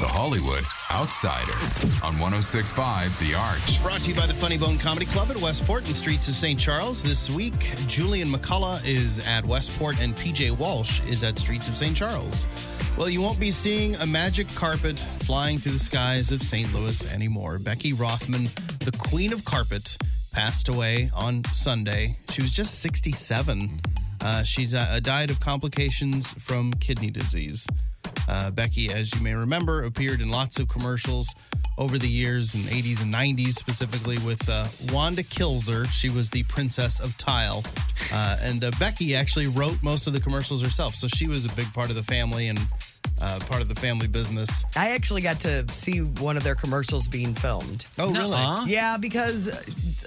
Speaker 7: The Hollywood Outsider on 1065 The Arch.
Speaker 6: Brought to you by the Funny Bone Comedy Club at Westport and Streets of St. Charles. This week, Julian McCullough is at Westport and PJ Walsh is at Streets of St. Charles. Well, you won't be seeing a magic carpet flying through the skies of St. Louis anymore. Becky Rothman, the queen of carpet, passed away on Sunday. She was just 67. Uh, she di- died of complications from kidney disease. Uh, Becky, as you may remember, appeared in lots of commercials over the years in 80s and 90s, specifically with uh, Wanda Kilzer. She was the princess of tile. Uh, and uh, Becky actually wrote most of the commercials herself. So she was a big part of the family and uh, part of the family business.
Speaker 3: I actually got to see one of their commercials being filmed.
Speaker 6: Oh, really?
Speaker 3: Yeah, because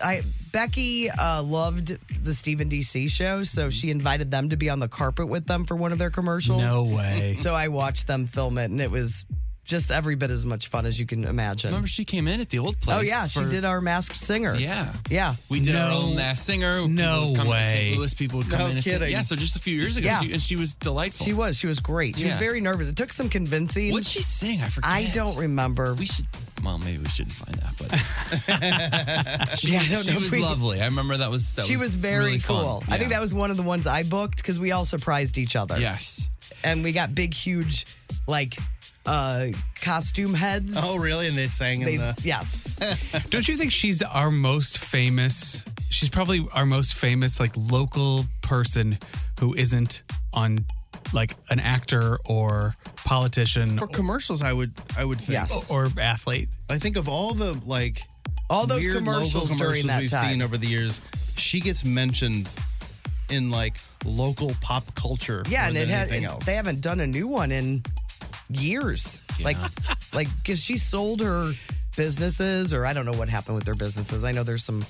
Speaker 3: I Becky uh, loved the Stephen DC show, so she invited them to be on the carpet with them for one of their commercials.
Speaker 4: No way.
Speaker 3: So I watched them film it, and it was just every bit as much fun as you can imagine.
Speaker 5: Remember, she came in at the old place.
Speaker 3: oh yeah, she
Speaker 5: for-
Speaker 3: did our Masked Singer.
Speaker 5: Yeah.
Speaker 3: yeah.
Speaker 5: We did our
Speaker 4: No-
Speaker 5: own last singer.
Speaker 4: no
Speaker 5: People would come To
Speaker 4: way.
Speaker 5: St. Louis people would come
Speaker 6: No
Speaker 5: in and
Speaker 6: kidding.
Speaker 5: sing. Yeah, so just a few years ago,
Speaker 3: Yeah.
Speaker 5: she, and she was delightful.
Speaker 3: She was. She was great. She was
Speaker 5: Yeah.
Speaker 3: very nervous. It took some convincing.
Speaker 5: What'd she sing? I forget.
Speaker 3: I don't remember.
Speaker 5: We should. Well, maybe we shouldn't find that, but she,
Speaker 3: Yeah, I don't
Speaker 5: she
Speaker 3: know.
Speaker 5: was
Speaker 3: We-
Speaker 5: lovely. I remember that was. That
Speaker 3: she was very
Speaker 5: really fun.
Speaker 3: cool. I think
Speaker 5: Yeah.
Speaker 3: that was one of the ones I booked because we all surprised each other.
Speaker 5: Yes.
Speaker 3: and we got big, huge, like uh costume heads.
Speaker 6: Oh, really? And they sang in
Speaker 3: They-
Speaker 6: the.
Speaker 3: yes.
Speaker 4: Don't you think she's our most famous? She's probably our most famous, like local person who isn't on like an actor or politician
Speaker 6: For commercials, I would I would think.
Speaker 3: Yes.
Speaker 4: or athlete.
Speaker 6: I think of all the like
Speaker 3: All those
Speaker 6: weird local
Speaker 3: commercials during that
Speaker 6: we've
Speaker 3: time.
Speaker 6: seen over the years, she gets mentioned in like local pop culture.
Speaker 3: yeah,
Speaker 6: more
Speaker 3: and
Speaker 6: than
Speaker 3: it has.
Speaker 6: anything
Speaker 3: it-
Speaker 6: else.
Speaker 3: They haven't done a new one in years. Like, like because she sold her businesses, or I don't know what happened with their businesses. I know there's some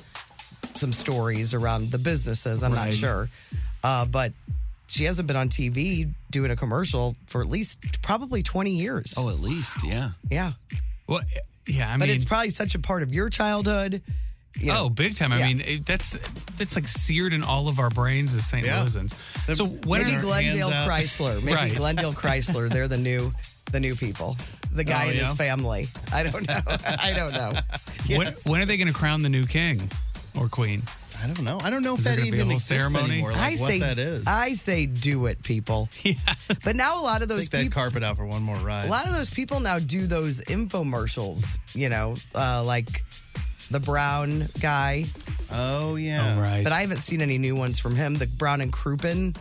Speaker 3: some stories around the businesses. I'm not sure, uh, but she hasn't been on TV doing a commercial for at least probably 20 years.
Speaker 5: Oh, at least yeah.
Speaker 3: yeah,
Speaker 4: Well, yeah, I
Speaker 3: but
Speaker 4: mean,
Speaker 3: it's probably such a part of your childhood. You know.
Speaker 4: oh, big time.
Speaker 3: Yeah.
Speaker 4: I mean, it, that's that's like seared in all of our brains as St.
Speaker 6: Yeah.
Speaker 4: Louisans. So when
Speaker 3: Maybe
Speaker 4: are,
Speaker 3: Glendale
Speaker 6: hands out.
Speaker 3: Chrysler. Maybe
Speaker 4: Right.
Speaker 3: Glendale Chrysler. They're the new the new people.
Speaker 4: Oh,
Speaker 3: The guy and his
Speaker 6: yeah?
Speaker 3: family. I don't know. I don't know.
Speaker 4: when, when are they going to crown the new king or queen?
Speaker 6: I don't know. I don't know if
Speaker 4: Is there
Speaker 6: that
Speaker 4: gonna be
Speaker 6: even
Speaker 4: a whole
Speaker 6: exists
Speaker 4: ceremony?
Speaker 6: anymore. Like
Speaker 3: I
Speaker 6: what
Speaker 3: say
Speaker 6: that is.
Speaker 3: I say do it, people. But now a lot of those
Speaker 6: Take that
Speaker 3: people
Speaker 6: carpet out for one more ride.
Speaker 3: a lot of those people now do those infomercials, you know, uh, like the brown guy.
Speaker 6: oh yeah.
Speaker 4: Right.
Speaker 3: But I haven't seen any new ones from him. The brown and Crouppen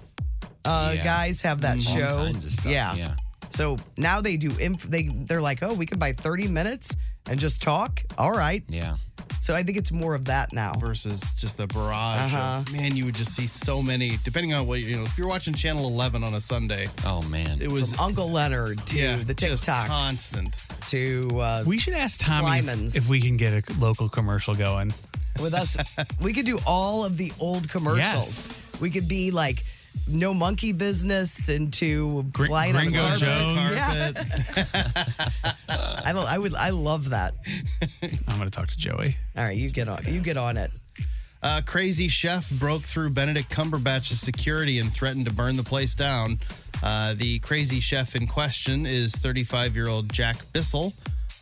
Speaker 3: uh,
Speaker 5: Yeah. Mm-hmm.
Speaker 3: guys have that
Speaker 5: All
Speaker 3: show.
Speaker 5: kinds of stuff. Yeah.
Speaker 3: So now they do. Inf- they they're like, oh, we can buy thirty minutes and just talk. All right.
Speaker 5: Yeah.
Speaker 3: So I think it's more of that now.
Speaker 6: Versus just a barrage. of-
Speaker 3: Uh-huh.
Speaker 6: man, you would just see so many. Depending on what you know, if you're watching Channel 11 on a Sunday,
Speaker 5: Oh man.
Speaker 6: it was
Speaker 3: From Uncle Leonard to
Speaker 6: yeah,
Speaker 3: the
Speaker 6: just
Speaker 3: TikToks
Speaker 6: constant.
Speaker 3: to uh,
Speaker 4: we should ask Tommy
Speaker 3: Slimans.
Speaker 4: if, if we can get a local commercial going.
Speaker 3: with us. We could do all of the old commercials.
Speaker 4: Yes.
Speaker 3: We could be like no monkey business into
Speaker 4: Gr-
Speaker 3: Lion on the
Speaker 4: Gringo
Speaker 3: Carpet.
Speaker 4: Jones.
Speaker 3: Yeah. I don't. I would. I love that.
Speaker 4: I'm going to talk to Joey.
Speaker 3: All right, you get on. You get on it.
Speaker 6: A Uh, crazy chef broke through Benedict Cumberbatch's security and threatened to burn the place down. Uh, the crazy chef in question is 35 year old Jack Bissell.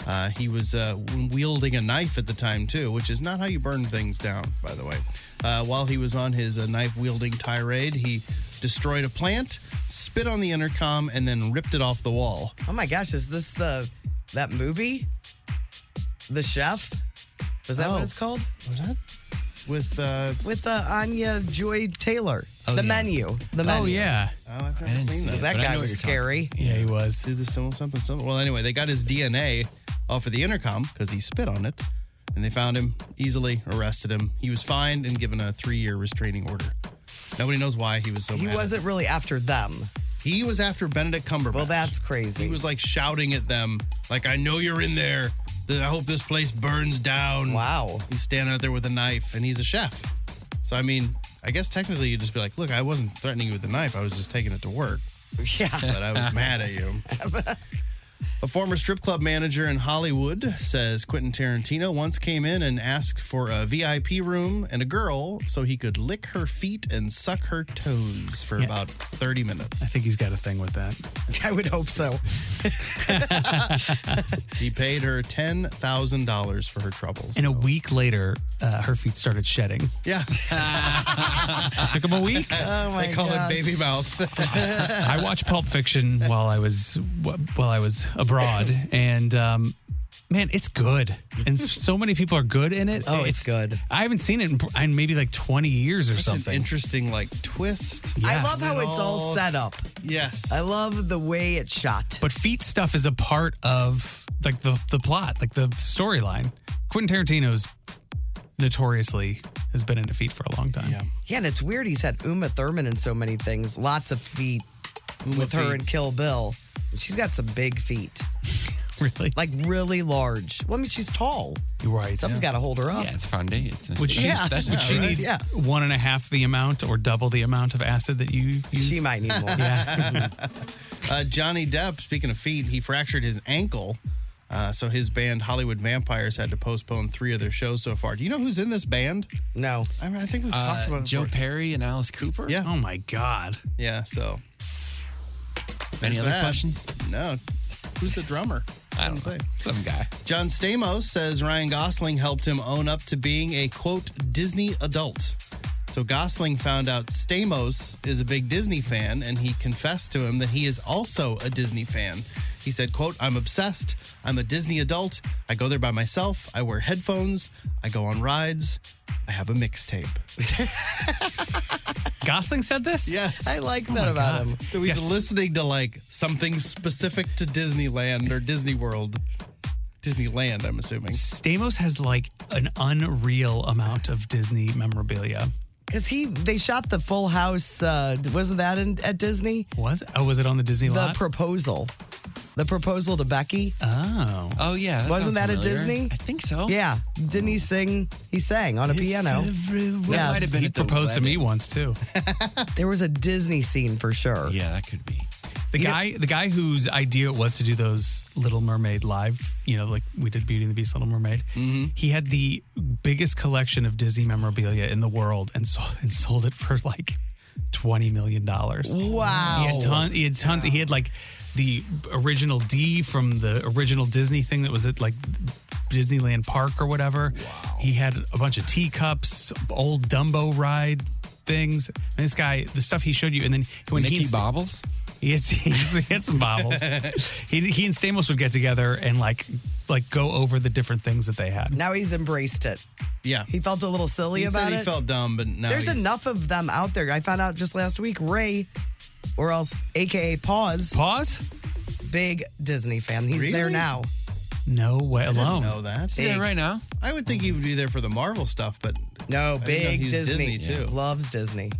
Speaker 6: Uh, he was uh, wielding a knife at the time, too, which is not how you burn things down, by the way. Uh, while he was on his uh, knife wielding tirade, he destroyed a plant, spit on the intercom, and then ripped it off the wall.
Speaker 3: Oh my gosh, is this the that movie? The Chef? Was that what
Speaker 6: Oh.
Speaker 3: it's called?
Speaker 6: Was that? With, uh,
Speaker 3: With uh, Anya Joy Taylor.
Speaker 5: Oh,
Speaker 3: the
Speaker 5: yeah.
Speaker 3: menu. The menu.
Speaker 4: Oh yeah,
Speaker 6: oh, I've
Speaker 5: I
Speaker 6: never
Speaker 5: didn't
Speaker 6: seen
Speaker 5: see
Speaker 6: that.
Speaker 5: it,
Speaker 3: That
Speaker 5: but I know
Speaker 3: guy
Speaker 5: what
Speaker 3: was
Speaker 5: you're talking-
Speaker 3: scary.
Speaker 4: yeah, he was.
Speaker 6: do this something, something, something. Well, anyway, they got his DNA off of the intercom because he spit on it, and they found him easily, arrested him. He was fined and given a three-year restraining order. Nobody knows why he was so.
Speaker 3: He
Speaker 6: mad.
Speaker 3: wasn't really after them.
Speaker 6: He was after Benedict Cumberbatch.
Speaker 3: Well, that's crazy.
Speaker 6: He was like shouting at them, like, "I know you're in there. I hope this place burns down."
Speaker 3: wow.
Speaker 6: He's standing out there with a knife, and he's a chef. So I mean, I guess technically you'd just be like, "Look, I wasn't threatening you with a knife. I was just taking it to work."
Speaker 3: Yeah.
Speaker 6: Ah, but I was mad at you. A former strip club manager in Hollywood says Quentin Tarantino once came in and asked for a VIP room and a girl so he could lick her feet and suck her toes for about 30
Speaker 4: I
Speaker 6: minutes.
Speaker 4: think he's got a thing with that.
Speaker 3: I would hope so.
Speaker 6: He paid her $10,000 for her troubles.
Speaker 4: And a week later, uh, her feet started shedding.
Speaker 6: yeah.
Speaker 4: It took him a week.
Speaker 3: Oh my
Speaker 6: they call
Speaker 3: gosh.
Speaker 6: it baby mouth.
Speaker 4: I watched Pulp Fiction while I was while I was abroad, and um, man, it's good. And so many people are good in it.
Speaker 3: Oh, it's good.
Speaker 4: I haven't seen it in, in maybe like twenty years or
Speaker 6: Such an
Speaker 4: something.
Speaker 6: interesting, like, twist.
Speaker 3: I
Speaker 4: Yes.
Speaker 3: love how it's all set up.
Speaker 6: Yes.
Speaker 3: I love the way it's shot.
Speaker 4: but feet stuff is a part of like the the plot, like the storyline. Quentin Tarantino's notoriously has been in defeat for a long time. Yeah.
Speaker 3: Yeah, and it's weird. He's had Uma Thurman in so many things. Lots of feet
Speaker 6: Uma
Speaker 3: with her
Speaker 6: feet.
Speaker 3: and Kill Bill. She's got some big feet,
Speaker 4: Really?
Speaker 3: like really large. Well, I mean, she's tall.
Speaker 4: You're right.
Speaker 3: Something's got to hold her up.
Speaker 5: Yeah, it's foundation. It's
Speaker 4: Would she,
Speaker 3: Yeah.
Speaker 4: that's
Speaker 3: that's
Speaker 4: what
Speaker 3: yeah,
Speaker 4: she
Speaker 3: right.
Speaker 4: needs
Speaker 3: Yeah.
Speaker 4: one and a half the amount or double the amount of acid that you use.
Speaker 3: She might need more.
Speaker 4: Yeah.
Speaker 6: Uh, Johnny Depp, speaking of feet, he fractured his ankle. Uh, so his band Hollywood Vampires had to postpone three of their shows so far. Do you know who's in this band?
Speaker 3: No.
Speaker 6: I mean, I think we've talked about
Speaker 5: uh,
Speaker 6: it
Speaker 5: Joe
Speaker 6: before.
Speaker 5: Perry and Alice Cooper.
Speaker 6: Yeah.
Speaker 4: oh my God.
Speaker 6: Yeah. So
Speaker 5: Any
Speaker 6: there's
Speaker 5: other
Speaker 6: that.
Speaker 5: questions?
Speaker 6: No. Who's the drummer?
Speaker 5: I don't know.
Speaker 6: Didn't say.
Speaker 5: Some guy.
Speaker 6: John Stamos says Ryan Gosling helped him own up to being a quote Disney adult. So Gosling found out Stamos is a big Disney fan and he confessed to him that he is also a Disney fan. He said, quote, I'm obsessed. I'm a Disney adult. I go there by myself. I wear headphones. I go on rides. I have a mixtape.
Speaker 4: Gosling said this? Oh
Speaker 6: Yes.
Speaker 3: I like that about him.
Speaker 6: so he's
Speaker 4: Yes.
Speaker 6: listening to like something specific to Disneyland or Disney World. Disneyland, I'm assuming.
Speaker 4: Stamos has like an unreal amount of Disney memorabilia.
Speaker 3: Because he, they shot the Full House. Uh, wasn't that in, at Disney?
Speaker 4: Was it? Oh, was it on the Disney
Speaker 3: The
Speaker 4: lot?
Speaker 3: proposal, the proposal to Becky.
Speaker 4: oh.
Speaker 5: Oh yeah. that
Speaker 3: Wasn't
Speaker 5: sounds
Speaker 3: that a
Speaker 5: familiar.
Speaker 3: Disney?
Speaker 5: I think so.
Speaker 3: yeah, didn't he sing? He sang on a piano.
Speaker 5: That
Speaker 3: Yes.
Speaker 5: might have been
Speaker 4: He
Speaker 5: at the
Speaker 4: proposed to me
Speaker 5: wedding.
Speaker 4: once too.
Speaker 3: There was a Disney scene for sure.
Speaker 5: Yeah, that could be.
Speaker 4: The guy, the guy whose idea it was to do those Little Mermaid live, you know, like we did Beauty and the Beast, Little Mermaid. He had the biggest collection of Disney memorabilia in the world, and sold, and sold it for like twenty million dollars.
Speaker 3: Wow.
Speaker 4: He had, ton, he had tons. He had like the original D from the original Disney thing that was at like Disneyland Park or whatever. He had a bunch of teacups, old Dumbo ride things. And this guy, the stuff he showed you, and then when
Speaker 5: Mickey
Speaker 4: he and Sta-
Speaker 5: Bobbles.
Speaker 4: he had, he had- he had some bobbles. he, he and Stamos would get together and like like go over the different things that they had.
Speaker 3: Now he's embraced it.
Speaker 6: Yeah.
Speaker 3: He felt a little silly
Speaker 6: He
Speaker 3: about
Speaker 6: said he
Speaker 3: it.
Speaker 6: felt dumb, but now
Speaker 3: There's
Speaker 6: he's-
Speaker 3: enough of them out there. I found out just last week. Ray, or else AKA Paws,
Speaker 4: Pause.
Speaker 3: big Disney fan. He's there
Speaker 6: Really?
Speaker 3: now.
Speaker 4: No way alone.
Speaker 6: know that.
Speaker 5: Is he there right now?
Speaker 6: I would think he would be there for the Marvel stuff, but
Speaker 3: No,
Speaker 6: I didn't know
Speaker 3: big
Speaker 6: he was
Speaker 3: Disney.
Speaker 6: Disney, too.
Speaker 3: Loves Disney.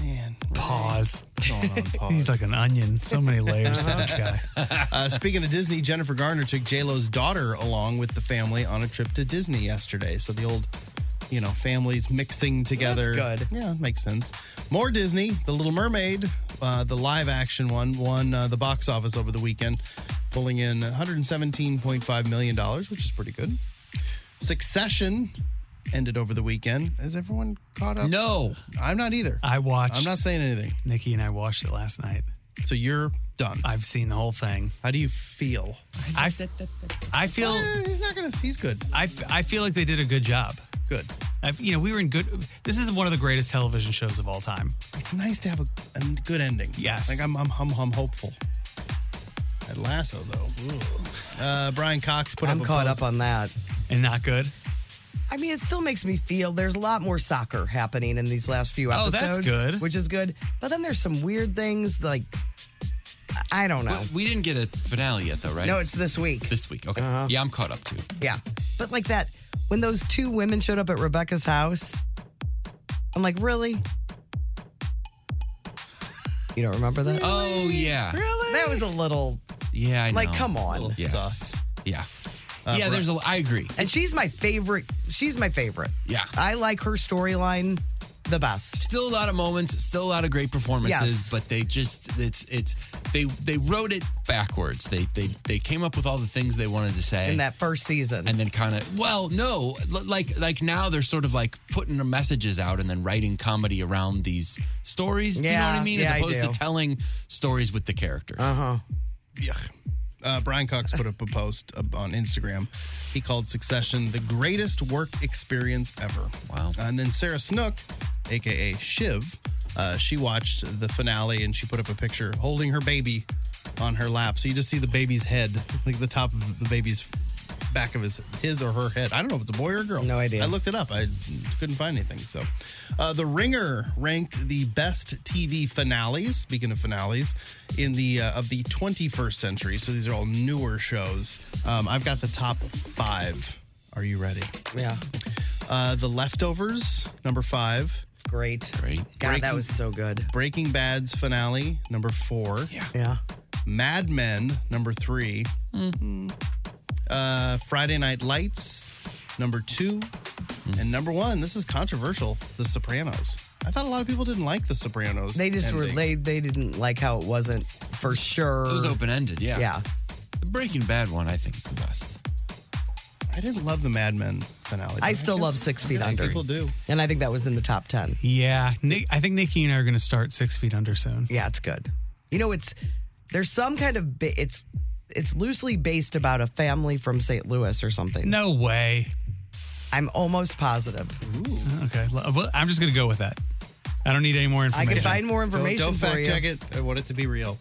Speaker 6: man,
Speaker 4: Pause.
Speaker 6: what's going on? Pause.
Speaker 4: He's like an onion. So many layers to this guy.
Speaker 6: uh, speaking of Disney, Jennifer Garner took J Lo's daughter along with the family on a trip to Disney yesterday. So the old, you know, families mixing together.
Speaker 3: good.
Speaker 6: Yeah, makes sense. More Disney, The Little Mermaid, uh, the live action one, won uh, the box office over the weekend, pulling in 117.5 million dollars, which is pretty good. Succession ended over the weekend. Is everyone caught up?
Speaker 5: No.
Speaker 6: I'm not either.
Speaker 4: I watched.
Speaker 6: I'm not saying anything.
Speaker 4: Nikki and I watched it last night.
Speaker 6: So you're done.
Speaker 4: I've seen the whole thing.
Speaker 6: How do you feel?
Speaker 4: I, I feel
Speaker 6: Eh, he's not gonna. He's good.
Speaker 4: I, f- I feel like they did a good job.
Speaker 6: Good.
Speaker 4: I've, you know, we were in good. This is one of the greatest television shows of all time.
Speaker 6: It's nice to have a, a good ending.
Speaker 4: Yes.
Speaker 6: Like I'm, I'm, I'm, I'm hopeful. That lasso though. Ooh. Uh, Brian Cox put
Speaker 3: I'm
Speaker 6: up. a
Speaker 3: caught
Speaker 6: post.
Speaker 3: up on that.
Speaker 4: And not good.
Speaker 3: I mean, it still makes me feel there's a lot more soccer happening in these last few
Speaker 4: Oh,
Speaker 3: episodes.
Speaker 4: that's good.
Speaker 3: Which is good. But then there's some weird things like, I don't know.
Speaker 5: We didn't get a finale yet, though, right?
Speaker 3: no, it's this week. Uh-huh.
Speaker 5: this week. Okay. Yeah, I'm caught up too.
Speaker 3: Yeah. But like that, when those two women showed up at Rebecca's house, I'm like, really? You don't remember that?
Speaker 5: Oh yeah.
Speaker 4: Really?
Speaker 3: That was a little,
Speaker 5: Yeah, I know.
Speaker 3: like, come on.
Speaker 6: Little
Speaker 5: Yes.
Speaker 6: sus.
Speaker 5: Yeah. yeah,
Speaker 6: Bri-
Speaker 5: there's a. I agree.
Speaker 3: uh, And she's my favorite. She's my favorite.
Speaker 5: Yeah.
Speaker 3: I like her storyline the best.
Speaker 5: Still a lot of moments, still a lot of great performances,
Speaker 3: Yes.
Speaker 5: but they just it's it's they they wrote it backwards. They they they came up with all the things they wanted to say.
Speaker 3: In that first season.
Speaker 5: and then kind of well no l- like like now they're sort of like putting their messages out and then writing comedy around these stories do you know
Speaker 3: Yeah,
Speaker 5: what i mean
Speaker 3: yeah, I
Speaker 5: as opposed to
Speaker 3: do. Uh-huh.
Speaker 5: telling stories with the characters
Speaker 6: Uh, Brian Cox put up a post up on Instagram. He called Succession the greatest work experience ever.
Speaker 5: Wow.
Speaker 6: And then Sarah Snook, aka Shiv, uh, she watched the finale and she put up a picture holding her baby on her lap. So you just see the baby's head, like the top of the baby's back of his his or her head. I don't know if it's a boy or a girl.
Speaker 3: No idea.
Speaker 6: I looked it up. I couldn't find anything. So, uh, The Ringer ranked the best TV finales. Speaking of finales, in the uh, of the 21st century. So these are all newer shows. Um, I've got the top five. Are you ready?
Speaker 3: Yeah.
Speaker 6: Uh, the Leftovers, number five.
Speaker 3: Great.
Speaker 5: Great.
Speaker 3: God, that was so good.
Speaker 6: Breaking Bad's finale, number four.
Speaker 3: Yeah.
Speaker 6: Mad Men, number three. Mm. Uh, Friday Night Lights, number two. And number one, this is controversial The Sopranos. I thought a lot of people didn't like The Sopranos.
Speaker 3: They just were
Speaker 6: ending.
Speaker 3: they they didn't like how it wasn't for sure.
Speaker 5: It was open ended, yeah.
Speaker 3: Yeah.
Speaker 5: The Breaking Bad one, I think, is the best.
Speaker 6: I didn't love the Mad Men finale. but
Speaker 3: I still
Speaker 6: guess-
Speaker 3: love Six
Speaker 6: I
Speaker 3: Feet
Speaker 6: guess
Speaker 3: Under.
Speaker 6: People do.
Speaker 3: And I think that was in the top 10.
Speaker 4: Yeah, Nick, I think Nikki and I are going to start Six Feet Under soon.
Speaker 3: Yeah, it's good. You know, it's there's some kind of ba- it's it's loosely based about a family from St. Louis or something.
Speaker 4: No way.
Speaker 3: I'm almost positive.
Speaker 4: Okay, l- well, I'm just going to go with that. I don't need any more
Speaker 3: I
Speaker 4: information.
Speaker 3: can find more
Speaker 6: Don't-
Speaker 3: information
Speaker 6: Don't,
Speaker 3: for
Speaker 6: fact
Speaker 3: you.
Speaker 6: check it. I want it to be real.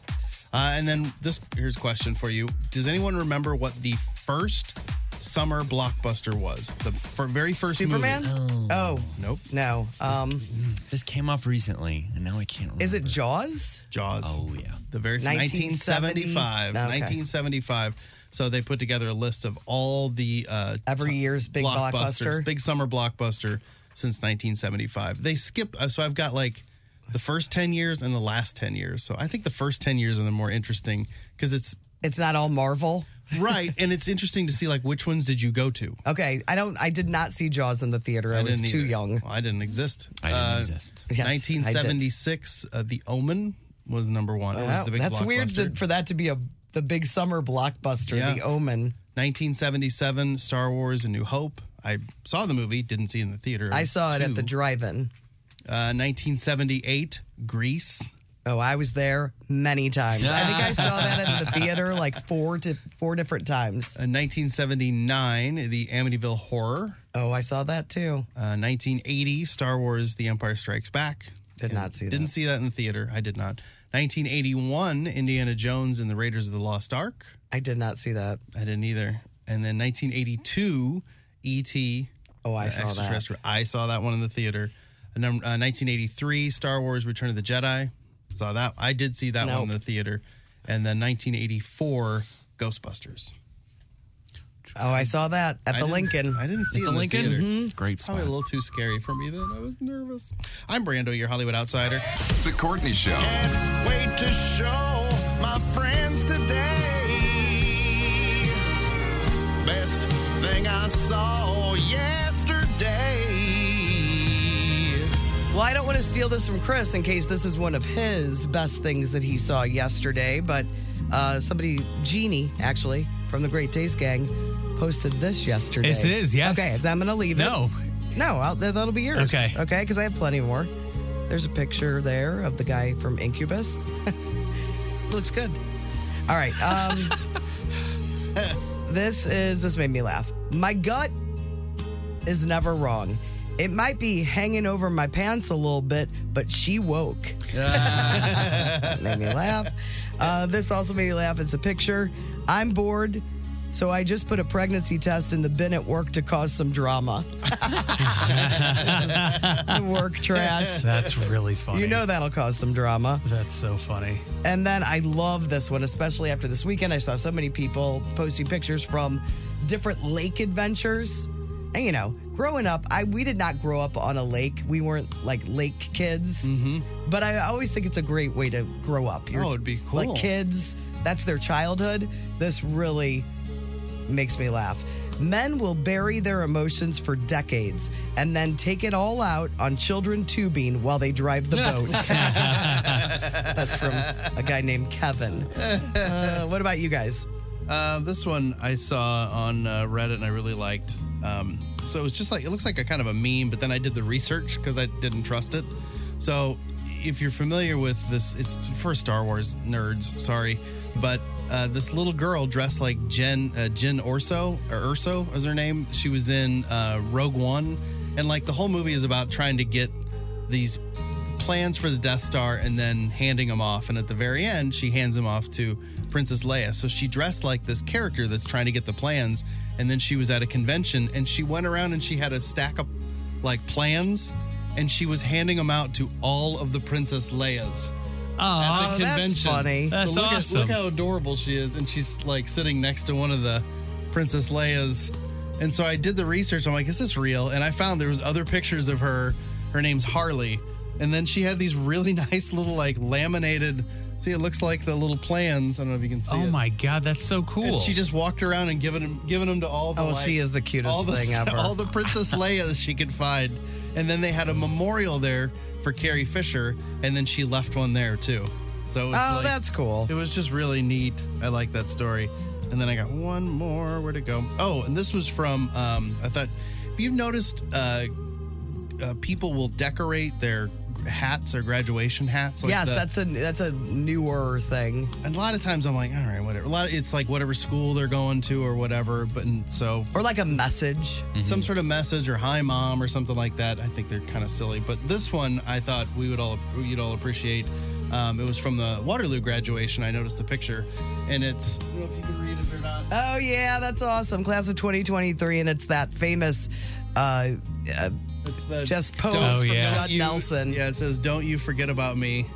Speaker 6: Uh, and then this here's a question for you. Does anyone remember what the first summer blockbuster was? The fir- very first
Speaker 3: Superman?
Speaker 6: movie.
Speaker 3: Oh,
Speaker 6: Nope.
Speaker 3: no. Um
Speaker 5: This came up recently, and now I can't remember.
Speaker 3: is it Jaws?
Speaker 6: Jaws.
Speaker 5: Oh, yeah.
Speaker 6: The very
Speaker 3: 1970s?
Speaker 6: 1975.
Speaker 3: Okay.
Speaker 6: 1975. So they put together a list of all the uh,
Speaker 3: Every
Speaker 6: t-
Speaker 3: year's big blockbuster?
Speaker 6: big summer blockbuster since 1975. They skip. Uh, so I've got like the first 10 years and the last 10 years. So I think the first 10 years are the more interesting because it's
Speaker 3: It's not all Marvel.
Speaker 6: right, and it's interesting to see like which ones did you go to.
Speaker 3: Okay, I don't I did not see Jaws in the theater. I, was
Speaker 6: didn't
Speaker 3: too
Speaker 6: either.
Speaker 3: young.
Speaker 6: Well, I didn't exist.
Speaker 5: I didn't
Speaker 6: Uh,
Speaker 5: exist.
Speaker 3: Yes, I did.
Speaker 6: 1976, uh, The Omen was number one. It was
Speaker 3: Wow,
Speaker 6: the big
Speaker 3: that's weird
Speaker 6: blockbuster.
Speaker 3: that, for that to be a the big summer blockbuster,
Speaker 6: Yeah.
Speaker 3: The Omen.
Speaker 6: 1977, Star Wars: A New Hope. I saw the movie, didn't see it in the theater.
Speaker 3: I saw it at the
Speaker 6: Two.
Speaker 3: drive-in.
Speaker 6: Uh, 1978, Grease.
Speaker 3: Oh, I was there many times. I think I saw that at the theater like four to four different times.
Speaker 6: Uh, 1979, The Amityville Horror.
Speaker 3: Oh, I saw that too.
Speaker 6: Uh, 1980, Star Wars: The Empire Strikes Back.
Speaker 3: Did not see that.
Speaker 6: Didn't see that in the theater. I did not. 1981, Indiana Jones and the Raiders of the Lost Ark.
Speaker 3: I did not see that.
Speaker 6: I didn't either. And then 1982, E.T.
Speaker 3: Oh, I
Speaker 6: uh,
Speaker 3: saw that.
Speaker 6: Extraterrestrial. I saw that one in the theater. And then, uh, 1983, Star Wars: Return of the Jedi. Saw that. I did see that one in
Speaker 3: Nope.
Speaker 6: the theater. And then 1984, Ghostbusters.
Speaker 3: Oh, I saw that at
Speaker 6: I
Speaker 3: the
Speaker 6: didn't-
Speaker 3: Lincoln. Mm-hmm.
Speaker 6: I didn't see it
Speaker 5: The
Speaker 6: in
Speaker 5: Lincoln?
Speaker 6: The theater.
Speaker 5: It's a great spot.
Speaker 6: Probably a little too scary for me then. I was nervous. I'm Brando, your Hollywood outsider.
Speaker 7: The Courtney Show.
Speaker 2: Can't wait to show my friends today. Best thing I saw yesterday.
Speaker 3: Well, I don't want to steal this from Chris in case this is one of his best things that he saw yesterday, but uh, somebody, Jeannie, actually, from the Great Taste Gang, posted this yesterday.
Speaker 4: Yes, it is, yes.
Speaker 3: Okay, then I'm going to leave
Speaker 4: No.
Speaker 3: it. No. No, I'll, that- that'll be yours.
Speaker 4: Okay.
Speaker 3: Okay, because I have plenty more. There's a picture there of the guy from Incubus. Looks good. All right. Um, this is, this made me laugh. My gut is never wrong. It might be hanging over my pants a little bit, but she woke. That made me laugh. Uh, this also made me laugh. It's a picture. I'm bored, so I just put a pregnancy test in the bin at work to cause some drama. Just work trash.
Speaker 4: That's really funny.
Speaker 3: You know that'll cause some drama.
Speaker 4: That's so funny.
Speaker 3: And then I love this one, especially after this weekend. I saw so many people posting pictures from different lake adventures. And you know, growing up, I we did not grow up on a lake. We weren't like lake kids. But I always think it's a great way to grow up.
Speaker 6: Oh, it'd be cool.
Speaker 3: Like kids, that's their childhood. This really makes me laugh. Men will bury their emotions for decades and then take it all out on children tubing while they drive the boat. That's from a guy named Kevin. Uh, what about you guys?
Speaker 6: Uh, this one I saw on uh, Reddit and I really liked. Um, so it's just like it looks like a kind of a meme, but then I did the research because I didn't trust it. So if you're familiar with this, it's for Star Wars nerds. Sorry, but uh, this little girl dressed like Jen uh, Jen Orso or Urso is her name. She was in uh, Rogue One, and like the whole movie is about trying to get these plans for the Death Star and then handing them off. And at the very end, she hands them off to Princess Leia. So she dressed like this character that's trying to get the plans. And then she was at a convention and she went around and she had a stack of like plans and she was handing them out to all of the Princess Leias.
Speaker 4: Oh,
Speaker 6: at the
Speaker 3: that's
Speaker 6: convention.
Speaker 3: funny.
Speaker 6: But
Speaker 4: That's
Speaker 6: look at-
Speaker 4: awesome.
Speaker 6: look how adorable she is, and she's like sitting next to one of the Princess Leia's. And so I did the research. I'm like, is this real? And I found there was other pictures of her. Her name's Harley, and then she had these really nice little like laminated. See, it looks like the little plans. I don't know if you can see.
Speaker 4: oh
Speaker 6: it.
Speaker 4: my god, that's so
Speaker 6: And
Speaker 4: cool.
Speaker 6: she just walked around and giving them, giving them to all the.
Speaker 3: Oh,
Speaker 6: like,
Speaker 3: she is the cutest
Speaker 6: all the
Speaker 3: thing ever.
Speaker 6: all the Princess Leia's she could find, and then they had a memorial there for Carrie Fisher, and then she left one there too. So it was
Speaker 3: oh,
Speaker 6: like-
Speaker 3: that's cool.
Speaker 6: it was just really neat. I like that story. And then I got one more. Where to go? Oh, and this was from. Um, I thought if you've noticed, uh, uh, people will decorate their hats or graduation hats. Like
Speaker 3: yes,
Speaker 6: the-
Speaker 3: that's a that's a newer thing.
Speaker 6: And a lot of times I'm like, all right, whatever. A lot. Of, it's like whatever school they're going to or whatever. But and so
Speaker 3: Or like a message.
Speaker 5: Mm-hmm.
Speaker 6: some sort of message or hi mom or something like that. I think they're kind of silly, but this one I thought we would all you'd all appreciate. Um, it was from the Waterloo graduation. I noticed the picture, and it's I don't know if you can read it or not.
Speaker 3: Oh yeah, that's awesome. Class of 2023, and it's that famous uh, uh
Speaker 6: It's the
Speaker 3: just pose
Speaker 4: Oh,
Speaker 3: from
Speaker 4: yeah.
Speaker 3: Judd
Speaker 6: you-
Speaker 3: Nelson.
Speaker 6: Yeah, it says "Don't you forget about me."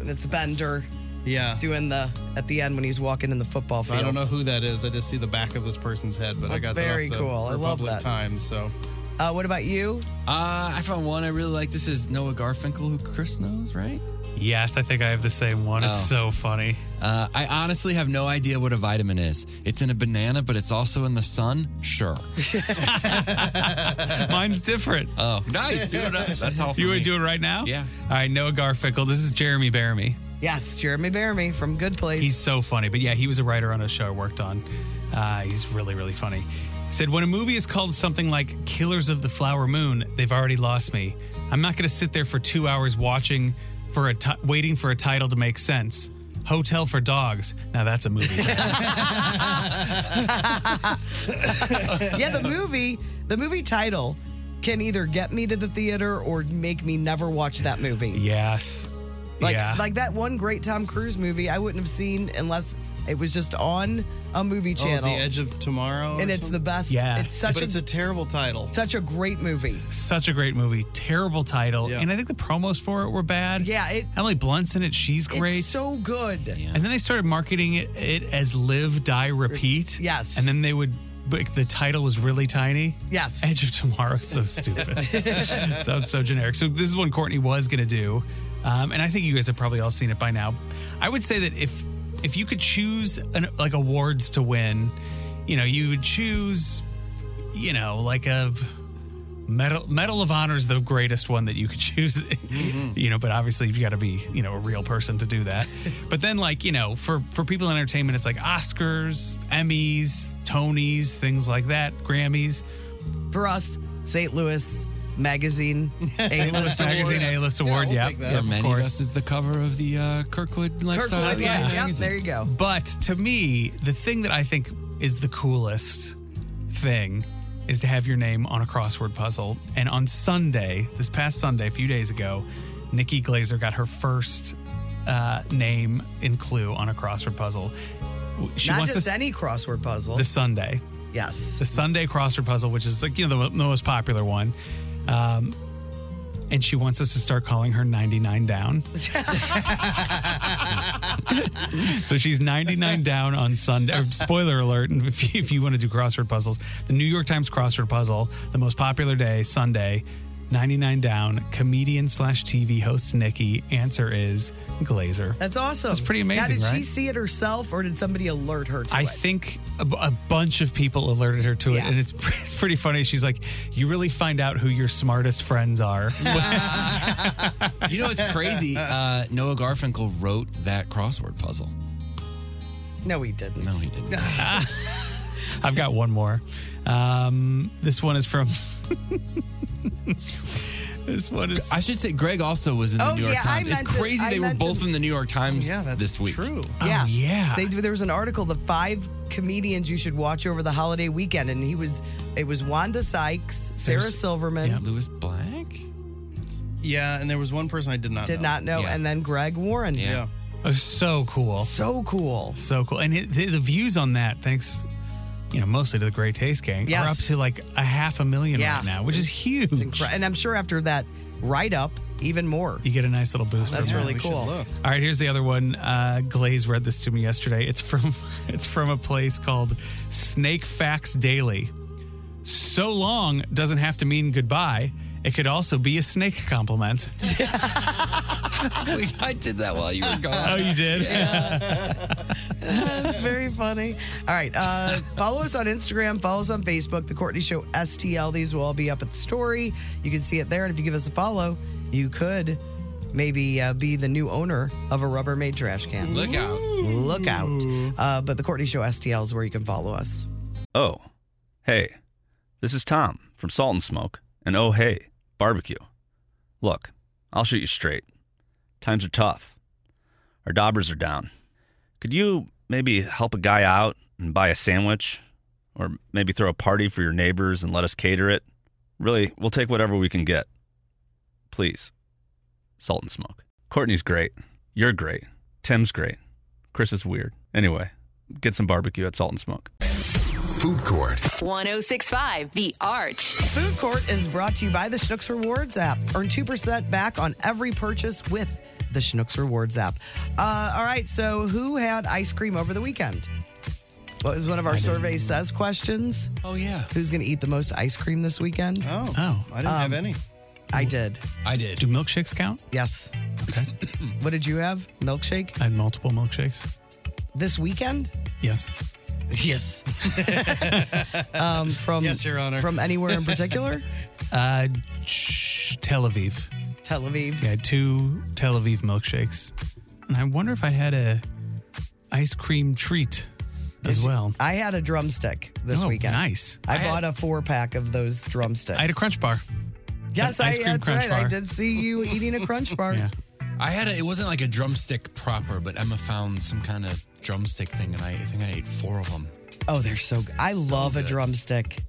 Speaker 3: And it's Bender
Speaker 6: Yeah,
Speaker 3: doing the at the end when he's walking in the football
Speaker 6: so
Speaker 3: field.
Speaker 6: I don't know who that is. I just see the back of this person's head, but I
Speaker 3: That's
Speaker 6: got
Speaker 3: very
Speaker 6: that off the
Speaker 3: cool. I love
Speaker 6: Republic
Speaker 3: that.
Speaker 6: Times. So Oh,
Speaker 3: Uh, what about you?
Speaker 5: Uh, I found one I really like. This is Noah Garfinkel, who Chris knows, right?
Speaker 4: yes, I think I have the same one. It's Oh,
Speaker 5: Oh.
Speaker 4: so funny.
Speaker 5: Uh, I honestly have no idea what a vitamin is. It's in a banana, but it's also in the sun. Sure.
Speaker 4: Mine's different.
Speaker 5: Oh, nice, dude. That's all. For
Speaker 4: you
Speaker 5: me.
Speaker 4: want to do it right now?
Speaker 5: Yeah.
Speaker 4: All right, Noah Garfinkel. This is Jeremy Bearme.
Speaker 3: Yes, Jeremy Bearme from Good Place.
Speaker 4: He's so funny. But yeah, he was a writer on a show I worked on. Uh, he's really, really funny. He said, When a movie is called something like Killers of the Flower Moon, they've already lost me. I'm not going to sit there for two hours watching for a ti waiting for a title to make sense. Hotel for Dogs. Now that's a movie.
Speaker 3: yeah, the movie, the movie title can either get me to the theater or make me never watch that movie.
Speaker 4: yes.
Speaker 3: Like
Speaker 4: yeah.
Speaker 3: like that one great Tom Cruise movie I wouldn't have seen unless it was just on a movie
Speaker 6: oh, the
Speaker 3: channel.
Speaker 6: edge of tomorrow,
Speaker 3: and it's the best.
Speaker 4: Yeah.
Speaker 3: It's such
Speaker 6: but
Speaker 3: a
Speaker 6: it's a terrible title.
Speaker 3: such a great movie.
Speaker 4: Such a great movie. Terrible title.
Speaker 6: Yeah.
Speaker 4: And I think the promos for it were bad.
Speaker 3: Yeah, it-
Speaker 4: Emily Blunt's in it. She's great.
Speaker 3: It's so good.
Speaker 4: And then they started marketing it, it as live, die, repeat.
Speaker 3: Yes.
Speaker 4: And then they would, but the title was really tiny.
Speaker 3: Yes.
Speaker 4: Edge of Tomorrow is so stupid. Sounds so generic. So this is one Courtney was going to do. Um, and I think you guys have probably all seen it by now. I would say that if if you could choose an, like awards to win, you know, you would choose, you know, like a medal Medal of Honor is the greatest one that you could choose. you know, but obviously you've got to be you know a real person to do that. but then like you know for for people in entertainment, it's like Oscars, Emmys, Tonys, things like that, Grammys.
Speaker 3: For us, St. Louis Magazine, A
Speaker 4: List
Speaker 3: List Awards.
Speaker 4: magazine A list
Speaker 6: Yeah,
Speaker 4: award.
Speaker 6: we'll
Speaker 4: Yeah,
Speaker 6: take that.
Speaker 5: For
Speaker 6: Of
Speaker 5: many of us, is the cover of the uh, Kirkwood
Speaker 3: Kirk
Speaker 5: Lifestyle.
Speaker 3: Lewis,
Speaker 4: Yeah.
Speaker 3: yeah. Yep,
Speaker 5: magazine.
Speaker 3: there you go.
Speaker 4: But to me, the thing that I think is the coolest thing is to have your name on a crossword puzzle. And on Sunday, this past Sunday, a few days ago, Nikki Glazer got her first uh, name in Clue on a crossword puzzle. She
Speaker 3: Not
Speaker 4: wants
Speaker 3: just
Speaker 4: this,
Speaker 3: any crossword puzzle.
Speaker 4: the Sunday
Speaker 3: yes.
Speaker 4: the Sunday crossword puzzle, which is like you know the, the most popular one. Um, and she wants us to start calling her 99 down. so she's 99 down on Sunday. or Spoiler alert, and if you, if you want to do crossword puzzles, the New York Times crossword puzzle, the most popular day, Sunday, 99 down, comedian slash TV host Nikki. Answer is Glazer.
Speaker 3: That's awesome.
Speaker 4: That's pretty
Speaker 3: Now,
Speaker 4: amazing,
Speaker 3: did she
Speaker 4: right?
Speaker 3: see it herself or did somebody alert her to
Speaker 4: I
Speaker 3: it?
Speaker 4: think a, b- a bunch of people alerted her to it,
Speaker 3: Yeah.
Speaker 4: and it's pre- it's pretty funny. She's like, "You really find out who your smartest friends are."
Speaker 5: You know, it's crazy. Uh, Noah Garfinkel wrote that crossword puzzle.
Speaker 3: no, he didn't.
Speaker 5: No, he didn't.
Speaker 4: Ah. I've got one more. Um, this one is from. this one is.
Speaker 5: I should say Greg also was in the
Speaker 3: Oh,
Speaker 5: New York
Speaker 3: yeah, I
Speaker 5: Times. It's
Speaker 3: mentioned-
Speaker 5: crazy
Speaker 3: I
Speaker 5: they were both
Speaker 3: mentioned-
Speaker 5: in the New York Times
Speaker 6: yeah, that's
Speaker 5: this week.
Speaker 6: True.
Speaker 3: Yeah.
Speaker 4: Oh, yeah.
Speaker 3: They, there was an article, the five comedians you should watch over the holiday weekend. And he was, it was Wanda Sykes, Sarah
Speaker 4: There's-
Speaker 3: Silverman,
Speaker 4: yeah.
Speaker 5: Lewis Black?
Speaker 6: Yeah, and there was one person I did not
Speaker 3: did
Speaker 6: know.
Speaker 3: not know,
Speaker 5: Yeah.
Speaker 3: and then Greg Warren.
Speaker 5: Yeah.
Speaker 6: Yeah.
Speaker 4: was Oh, so cool.
Speaker 3: So cool.
Speaker 4: So cool. And it, the, the views on that, thanks, you know, mostly to the Great Taste Gang,
Speaker 3: Yes.
Speaker 4: are up to like a half a million
Speaker 3: Yeah.
Speaker 4: right now, which is huge.
Speaker 3: It's incre- and I'm sure after that write up, even more.
Speaker 4: you get a nice little boost
Speaker 3: That's
Speaker 4: from that.
Speaker 3: really
Speaker 6: we should
Speaker 3: cool.
Speaker 6: look.
Speaker 4: All right, here's the other one. Uh, Glaze read this to me yesterday. It's from it's from a place called Snake Facts Daily. So long doesn't have to mean goodbye. It could also be a snake compliment.
Speaker 5: Wait, I did that while you were gone.
Speaker 4: Oh, you did?
Speaker 3: That's very funny. All right. Uh, follow us on Instagram. Follow us on Facebook. The Courtney Show STL. These will all be up at the story. You can see it there. And if you give us a follow, you could maybe uh, be the new owner of a Rubbermaid trash can.
Speaker 5: Look out.
Speaker 3: Look out. Uh, but the Courtney Show STL is where you can follow us.
Speaker 1: Oh, hey, this is Tom from Salt and Smoke, and oh, hey, barbecue. Look, I'll shoot you straight. Times are tough. Our daubers are down. Could you maybe help a guy out and buy a sandwich? Or maybe throw a party for your neighbors and let us cater it? Really, we'll take whatever we can get. Please. Salt and Smoke. Courtney's great. You're great. Tim's great. Chris is weird. Anyway, get some barbecue at Salt and Smoke.
Speaker 7: Food Court.
Speaker 8: 1065 The Arch.
Speaker 3: Food Court is brought to you by the Schnucks Rewards app. Earn 2% back on every purchase with the Schnucks Rewards app. Uh, all right, so who had ice cream over the weekend? What was one of our survey says questions?
Speaker 5: Oh, yeah.
Speaker 3: Who's going to eat the most ice cream this weekend?
Speaker 6: Oh,
Speaker 4: Oh.
Speaker 6: I didn't have any.
Speaker 3: I did.
Speaker 5: I did.
Speaker 4: Do milkshakes count?
Speaker 3: Yes. Okay. what did you have? Milkshake?
Speaker 4: I had multiple milkshakes.
Speaker 3: This weekend?
Speaker 4: Yes.
Speaker 3: Yes. um, from
Speaker 6: Yes, Your Honor.
Speaker 3: From anywhere in particular?
Speaker 4: Uh, sh- Tel Aviv.
Speaker 3: Tel Aviv.
Speaker 4: Yeah, I had two Tel Aviv milkshakes. And I wonder if I had a ice cream treat as well.
Speaker 3: I had a drumstick this
Speaker 4: oh,
Speaker 3: weekend.
Speaker 4: nice.
Speaker 3: I, bought a four pack of those drumsticks.
Speaker 4: I had a crunch bar.
Speaker 3: Yes,
Speaker 4: an
Speaker 3: I,
Speaker 4: ice cream
Speaker 3: that's
Speaker 4: crunch
Speaker 3: right. I
Speaker 4: bar.
Speaker 3: did see you eating a crunch bar.
Speaker 4: Yeah.
Speaker 5: I had a, it wasn't like a drumstick proper, but Emma found some kind of drumstick thing, and I, I think I ate four of them.
Speaker 3: Oh, they're so good. I love a drumstick.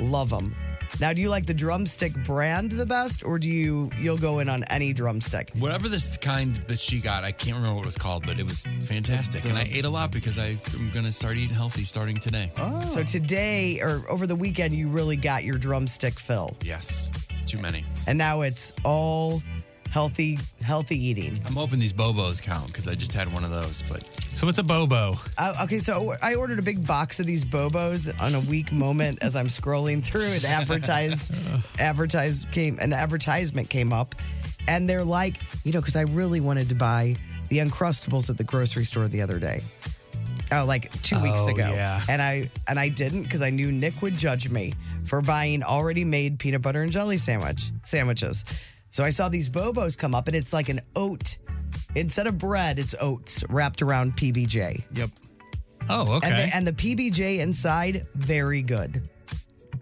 Speaker 3: Love them. Now, do you like the drumstick brand the best, or do you you'll go in on any drumstick?
Speaker 5: Whatever this kind that she got, I can't remember what it was called, but it was fantastic. And I ate a lot because I am going to start eating healthy starting today.
Speaker 4: Oh.
Speaker 3: So today or over the weekend, you really got your drumstick fill,
Speaker 5: Yes, too many.
Speaker 3: and now it's all healthy healthy eating.
Speaker 5: I'm hoping these Bobos count because I just had one of those, but
Speaker 4: So what's a bobo?
Speaker 3: Uh, okay, so I ordered a big box of these Bobos on a weak moment as I'm scrolling through it. Advertised, advertised came an advertisement came up, and they're like, you know, because I really wanted to buy the Uncrustables at the grocery store the other day, oh, like two weeks
Speaker 4: Oh,
Speaker 3: ago,
Speaker 4: yeah.
Speaker 3: and I and I didn't because I knew Nick would judge me for buying already made peanut butter and jelly sandwich sandwiches. So I saw these Bobos come up, and it's like an oat. Instead of bread, it's oats wrapped around PBJ.
Speaker 6: Yep.
Speaker 4: Oh, okay.
Speaker 3: And, the, and the PBJ inside, very good.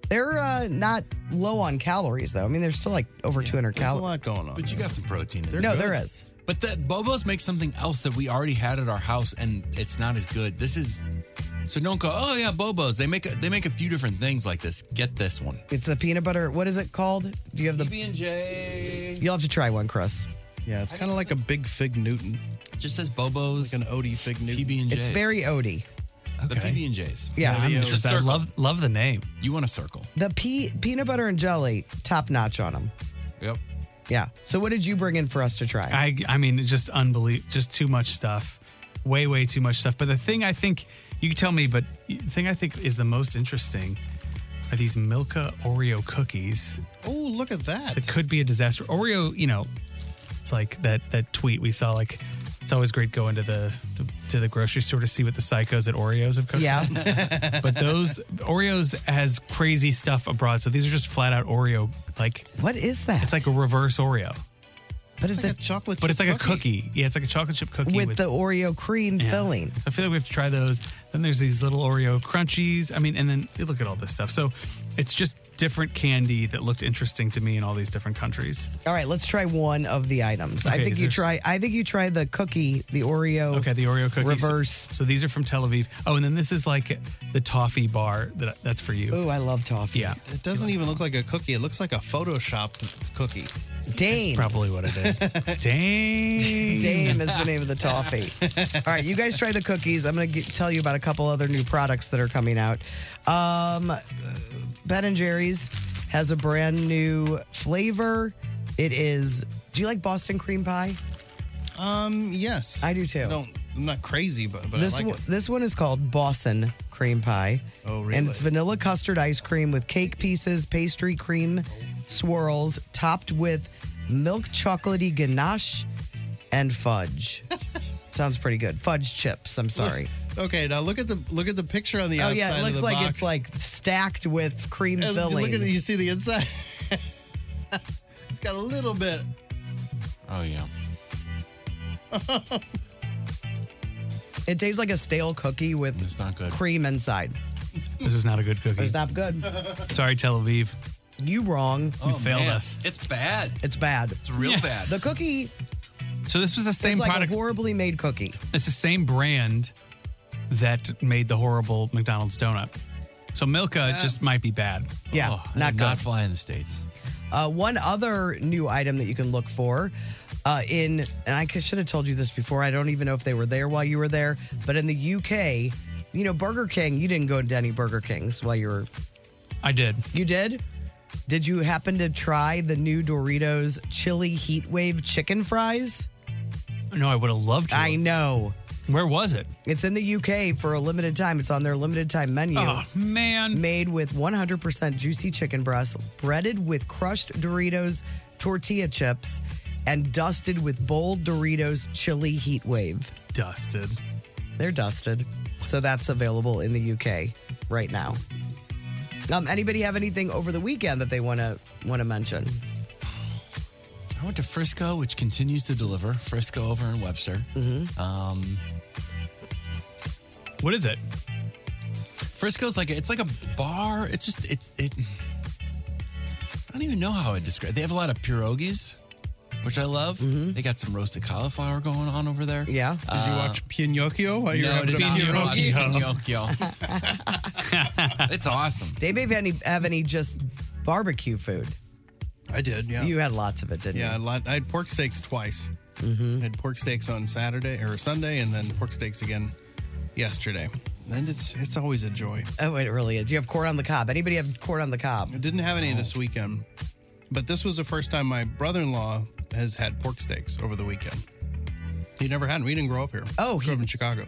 Speaker 3: They're uh, not low on calories, though. I mean, they're still like over 200
Speaker 6: There's a
Speaker 3: calories.
Speaker 6: lot going on.
Speaker 5: but you got some protein in there.
Speaker 3: No, there is.
Speaker 5: But the Bobos make something else that we already had at our house, and it's not as good. This is so don't go. Oh yeah, Bobos. They make a, they make a few different things like this. Get this one.
Speaker 3: It's the peanut butter. What is it called? Do you have the.
Speaker 5: B and J
Speaker 3: You'll have to try one, Chris.
Speaker 6: Yeah, it's kind of like a big fig Newton,
Speaker 5: just says Bobos.
Speaker 6: like an Odie fig Newton.
Speaker 5: PB and J's.
Speaker 3: It's very Odie.
Speaker 5: the PB and J's.
Speaker 3: Yeah.
Speaker 4: I'm interested. I
Speaker 5: circle.
Speaker 4: love love the name.
Speaker 5: You want a circle?
Speaker 3: The pea, peanut butter and jelly, top notch on them.
Speaker 5: Yep.
Speaker 3: Yeah. So, what did you bring in for us to try?
Speaker 4: I I mean, it's just unbelievable. Just too much stuff. Way way too much stuff. But the thing I think you can tell me, but the thing I think is the most interesting are these Milka Oreo cookies.
Speaker 6: Oh, look at that.
Speaker 4: That could be a disaster. Oreo, you know, it's like that that tweet we saw. Like, it's always great going to the to the grocery store to see what the psychos at Oreos have cooked.
Speaker 3: yeah.
Speaker 4: But those Oreos has crazy stuff abroad. So these are just flat out Oreo. Like
Speaker 3: what is that?
Speaker 4: it's like a reverse Oreo.
Speaker 3: What is
Speaker 6: it's like a
Speaker 3: that?
Speaker 6: chocolate
Speaker 4: But
Speaker 6: chip
Speaker 4: it's like a cookie. Yeah, it's like a chocolate chip cookie
Speaker 3: With the Oreo cream
Speaker 4: yeah.
Speaker 3: filling.
Speaker 4: So I feel like we have to try those. Then there's these little Oreo crunchies. I mean, and then you look at all this stuff. So it's just different candy that looked interesting to me in all these different countries.
Speaker 3: All right, let's try one of the items. I
Speaker 4: Okay,
Speaker 3: think
Speaker 4: is
Speaker 3: you
Speaker 4: there
Speaker 3: try.
Speaker 4: s-
Speaker 3: I think you try the cookie, the Oreo.
Speaker 4: Okay, the Oreo cookies.
Speaker 3: Reverse.
Speaker 4: So, these are from Tel Aviv. Oh, and then this is like the toffee bar. That that's for you.
Speaker 3: Oh, I love toffee.
Speaker 4: Yeah.
Speaker 6: It doesn't even look like a cookie. It looks like a Photoshop cookie.
Speaker 3: Dane.
Speaker 4: probably what it is. Dane.
Speaker 3: Dame is the name of the toffee. All right, you guys try the cookies. I'm going to tell you about a couple other new products that are coming out. Um, uh, ben and Jerry's has a brand new flavor. It is. Do you like Boston cream pie?
Speaker 6: Um, yes,
Speaker 3: I do too.
Speaker 6: Don't, I'm not crazy, but, but
Speaker 3: this
Speaker 6: I like
Speaker 3: one, this one is called Boston cream pie.
Speaker 6: Oh,
Speaker 3: And
Speaker 6: really?
Speaker 3: it's vanilla custard ice cream with cake pieces, pastry cream swirls, topped with milk chocolatey ganache and fudge. Sounds pretty good. Fudge chips. I'm sorry.
Speaker 6: it. Okay, now look at the look at the picture on the
Speaker 3: oh
Speaker 6: outside.
Speaker 3: yeah, it
Speaker 6: of
Speaker 3: looks
Speaker 6: the
Speaker 3: like
Speaker 6: box.
Speaker 3: it's like stacked with cream
Speaker 6: And
Speaker 3: filling.
Speaker 6: Look at it, you see the inside. it's got a little bit.
Speaker 5: Oh yeah.
Speaker 3: It tastes like a stale cookie with
Speaker 5: It's not good.
Speaker 3: cream inside.
Speaker 4: This is not a good cookie.
Speaker 3: It's not good.
Speaker 4: Sorry, Tel Aviv.
Speaker 3: You wrong.
Speaker 5: Oh,
Speaker 4: You failed us.
Speaker 5: It's bad.
Speaker 3: It's bad.
Speaker 5: It's real bad.
Speaker 3: The cookie
Speaker 4: So this was the
Speaker 3: is
Speaker 4: same
Speaker 3: like
Speaker 4: product.
Speaker 3: a horribly made cookie.
Speaker 4: It's the same brand that made the horrible McDonald's donut. So Milka just might be bad.
Speaker 3: Yeah,
Speaker 5: Oh, I
Speaker 3: not
Speaker 5: did
Speaker 3: good.
Speaker 5: Not fly in the states.
Speaker 3: Uh, one other new item that you can look for uh, in, and I should have told you this before. I don't even know if they were there while you were there, but in the UK, you know, Burger King, you didn't go to any Burger Kings while you were.
Speaker 4: I did.
Speaker 3: You did? Did you happen to try the new Doritos chili heat wave chicken fries?
Speaker 4: No, I would have loved to.
Speaker 3: I know.
Speaker 4: Where was it?
Speaker 3: It's in the UK for a limited time. It's on their limited time menu.
Speaker 4: Oh man.
Speaker 3: made with 100% juicy chicken breast, breaded with crushed Doritos tortilla chips, and dusted with bold Doritos chili heat wave.
Speaker 4: dusted.
Speaker 3: They're dusted. So that's available in the UK right now. Um, anybody have anything over the weekend that they want to want to mention?
Speaker 5: I went to Frisco, which continues to deliver. Frisco over in Webster.
Speaker 3: Mm-hmm.
Speaker 5: Um,
Speaker 4: What is it?
Speaker 5: Frisco's like a, it's like a bar. It's just it it. I don't even know how I describe. They have a lot of pierogies, which I love. They got some roasted cauliflower going on over there.
Speaker 3: Mm-hmm.
Speaker 5: Uh,
Speaker 3: Yeah.
Speaker 6: Did you watch Pinocchio while you were
Speaker 5: No, I
Speaker 6: having
Speaker 5: did
Speaker 6: a
Speaker 5: not watch
Speaker 6: pierogi?
Speaker 5: Pinocchio. it's awesome.
Speaker 3: They may have any have any just barbecue food.
Speaker 6: I did. Yeah.
Speaker 3: You had lots of it, Mm-hmm. didn't
Speaker 6: yeah. a
Speaker 3: you?
Speaker 6: lot- I had pork steaks twice. I had pork steaks on Saturday or Sunday, and then pork steaks again yesterday. And it's it's always a joy.
Speaker 3: Oh, it really is. You have corn on the cob. Anybody have corn on the cob?
Speaker 6: I didn't have any this weekend, but this was the first time my brother-in-law has had pork steaks over the weekend. He never had. 'em. We didn't grow up here.
Speaker 3: Oh,
Speaker 6: he
Speaker 3: he-
Speaker 6: grew up in Chicago.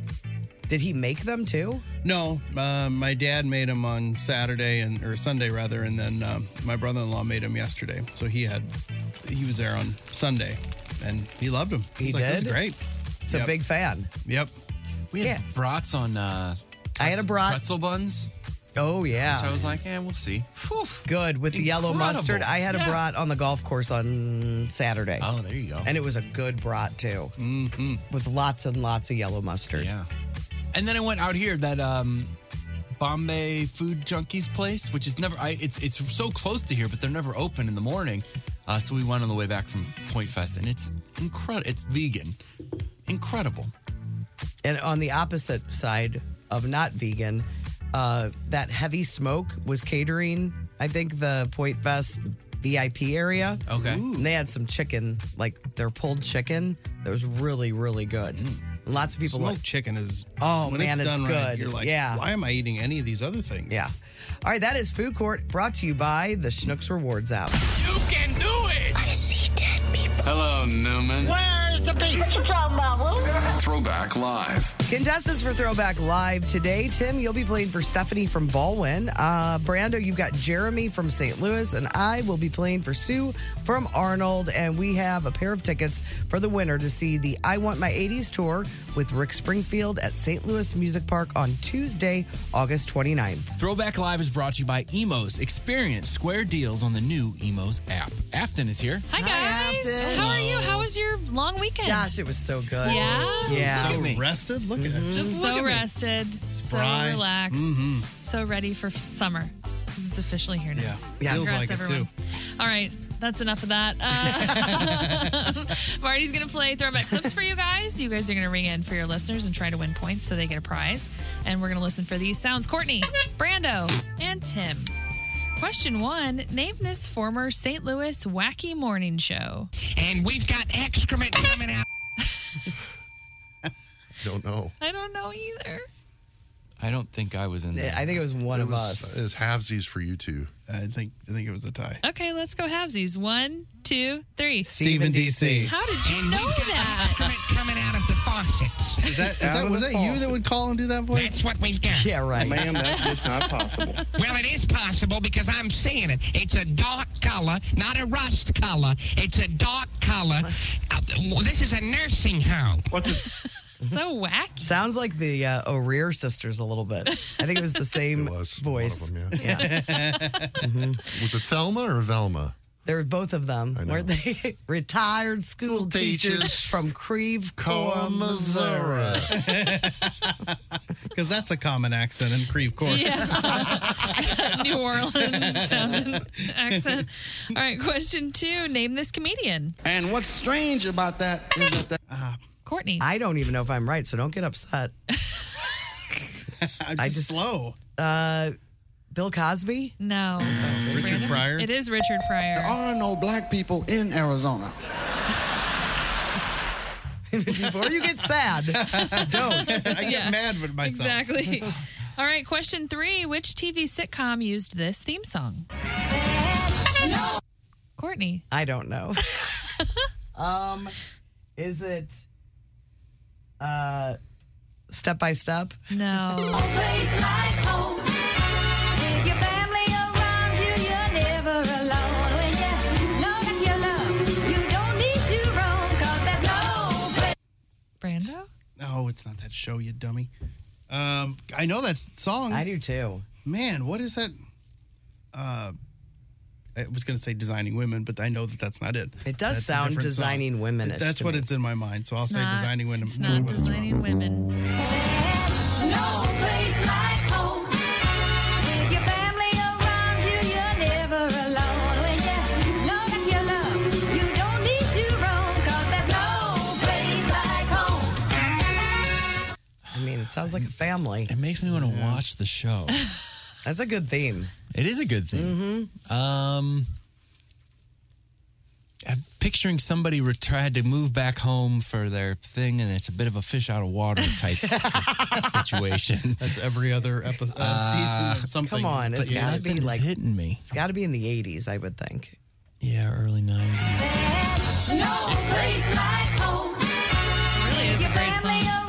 Speaker 3: Did he make them too?
Speaker 6: No, uh, my dad made them on Saturday and or Sunday rather, and then um, my brother-in-law made them yesterday. So he had, he was there on Sunday, and he loved them.
Speaker 3: He
Speaker 6: like, This is
Speaker 3: did?
Speaker 6: great.
Speaker 3: So
Speaker 6: Yep.
Speaker 3: big fan.
Speaker 6: Yep.
Speaker 5: We had
Speaker 3: Yeah.
Speaker 5: brats on. Uh,
Speaker 3: I had a brat.
Speaker 5: pretzel buns.
Speaker 3: Oh yeah.
Speaker 5: Which I was like, yeah, we'll see. Whew.
Speaker 3: good with the yellow
Speaker 5: Incredible.
Speaker 3: mustard. I had a
Speaker 5: Yeah.
Speaker 3: brat on the golf course on Saturday.
Speaker 5: Oh, there you go.
Speaker 3: And it was a good brat too, mm-hmm. with lots and lots of yellow mustard.
Speaker 5: Yeah. And then I went out here that um Bombay Food Junkies place, which is never I it's it's so close to here, but they're never open in the morning. Uh, so we went on the way back from Point Fest, and it's incredible. It's vegan, incredible.
Speaker 3: And on the opposite side of not vegan, uh, that heavy smoke was catering. I think the Point Fest VIP area.
Speaker 5: Okay.
Speaker 3: And they had some chicken, like their pulled chicken. That was really, really good.
Speaker 5: Mm.
Speaker 3: And lots of people
Speaker 6: Smoked
Speaker 3: like
Speaker 6: chicken is
Speaker 3: Oh,
Speaker 6: when
Speaker 3: man,
Speaker 6: it's,
Speaker 3: it's
Speaker 6: done
Speaker 3: good.
Speaker 6: Right, you're like,
Speaker 3: Yeah.
Speaker 6: why am I eating any of these other things?
Speaker 3: Yeah. All right, that is Food Court brought to you by the Schnooks Rewards app.
Speaker 7: Throwback Live.
Speaker 3: Contestants for Throwback Live today. Tim, you'll be playing for Stephanie from Baldwin. Uh, Brando, you've got Jeremy from St. Louis, and I will be playing for Sue from Arnold. And we have a pair of tickets for the winner to see the I Want My 80s tour with Rick Springfield at St. Louis Music Park on Tuesday, August 29th.
Speaker 5: Throwback Live is brought to you by Emos. Experience square deals on the new Emos app. Afton is here.
Speaker 9: Hi guys.
Speaker 3: Afton.
Speaker 9: How are you? How was your long weekend?
Speaker 3: Gosh, it was so good.
Speaker 9: Yeah.
Speaker 3: Yeah.
Speaker 6: So rested. Look at
Speaker 3: Mm-hmm.
Speaker 6: it. Just
Speaker 9: So rested, so
Speaker 6: Spry.
Speaker 9: relaxed,
Speaker 6: Mm-hmm.
Speaker 10: Mm-hmm.
Speaker 9: so ready for f- summer 'cause it's officially here now.
Speaker 6: yeah.
Speaker 3: Yes.
Speaker 6: Feels
Speaker 9: Congrats,
Speaker 6: like it
Speaker 9: everyone.
Speaker 6: too.
Speaker 9: All right, that's enough of that. Uh, Marty's going to play throwback clips for you guys. You guys are going to ring in for your listeners and try to win points so they get a prize. And we're going to listen for these sounds Courtney, Brando, and Tim. Question one Name this former St. Louis wacky morning show.
Speaker 11: And we've got excrement coming out.
Speaker 5: Don't know.
Speaker 9: I don't know either.
Speaker 5: I don't think I was in there.
Speaker 3: I think it was one of us.
Speaker 10: It was halvesies for you two.
Speaker 6: I think I think it was a tie.
Speaker 9: Okay, let's go halvesies. One, two, three.
Speaker 6: Steven DC.
Speaker 9: How did you know that?
Speaker 11: coming out of the faucets.
Speaker 6: Is that, is that was that you that would call and do that voice?
Speaker 11: That's what we've got.
Speaker 3: Yeah, right.
Speaker 6: Ma'am, that's
Speaker 11: just
Speaker 6: not possible.
Speaker 11: Well, it is possible because I'm seeing it. It's a dark color, not a rust color. It's a dark color. Uh, well, this is a nursing home. What's
Speaker 9: so wacky.
Speaker 3: Sounds like the uh, O'Rear sisters a little bit. I think it was the same voice. yeah.
Speaker 10: Mhm. Was it Thelma or Velma?
Speaker 3: There were both of them. Weren't they retired school teachers,
Speaker 10: teachers.
Speaker 3: from Creve
Speaker 10: Coeur,
Speaker 3: Coeur, Missouri?
Speaker 6: Because that's a common accent in Creve Court.
Speaker 9: Yeah. New Orleans um, accent. All right, question two. Name this comedian.
Speaker 3: And what's strange about that is that
Speaker 9: Courtney.
Speaker 3: I don't even know if I'm right, so don't get upset.
Speaker 6: I'm
Speaker 3: I
Speaker 6: just
Speaker 3: just-
Speaker 6: slow.
Speaker 3: Uh, Bill Cosby?
Speaker 9: No.
Speaker 3: Richard Pryor?
Speaker 9: It is Richard Pryor.
Speaker 12: There
Speaker 3: Oh,
Speaker 12: are no black people in Arizona.
Speaker 3: Before you get sad, don't.
Speaker 6: I get
Speaker 9: Yeah.
Speaker 6: mad with myself.
Speaker 9: Exactly. All right, question three. Which TV sitcom used this theme song? Courtney.
Speaker 3: I don't know. um, is it uh, step by step?
Speaker 9: No. Brando?
Speaker 6: No, it's not that show, you dummy. Um, I know that song. I
Speaker 3: do too.
Speaker 6: Man, what is that? Uh, I was going to say designing women, but I know that that's not it.
Speaker 3: It does
Speaker 6: That's a
Speaker 3: sound
Speaker 6: different
Speaker 3: Designing Women-ish
Speaker 6: That's
Speaker 3: to
Speaker 6: what
Speaker 3: me.
Speaker 6: it's in my mind. So I'll
Speaker 9: It's
Speaker 6: say
Speaker 9: not-
Speaker 6: designing women.
Speaker 9: It's not designing women.
Speaker 3: I mean, it sounds like a family. It
Speaker 5: makes me want to watch the show.
Speaker 3: That's a good theme. Mm-hmm.
Speaker 5: It is a good thing. Um, I'm picturing somebody re- tried to move back home for their thing, and it's a bit of a fish out of water type si- situation. Uh,
Speaker 6: That's every other uh, episode, season of something.
Speaker 3: Come on, it's
Speaker 5: but
Speaker 3: got to be
Speaker 5: nothing's
Speaker 3: like
Speaker 5: hitting me.
Speaker 3: It's got to be in the '80s, I would think.
Speaker 5: Yeah, early '90s.
Speaker 9: Really is a great song.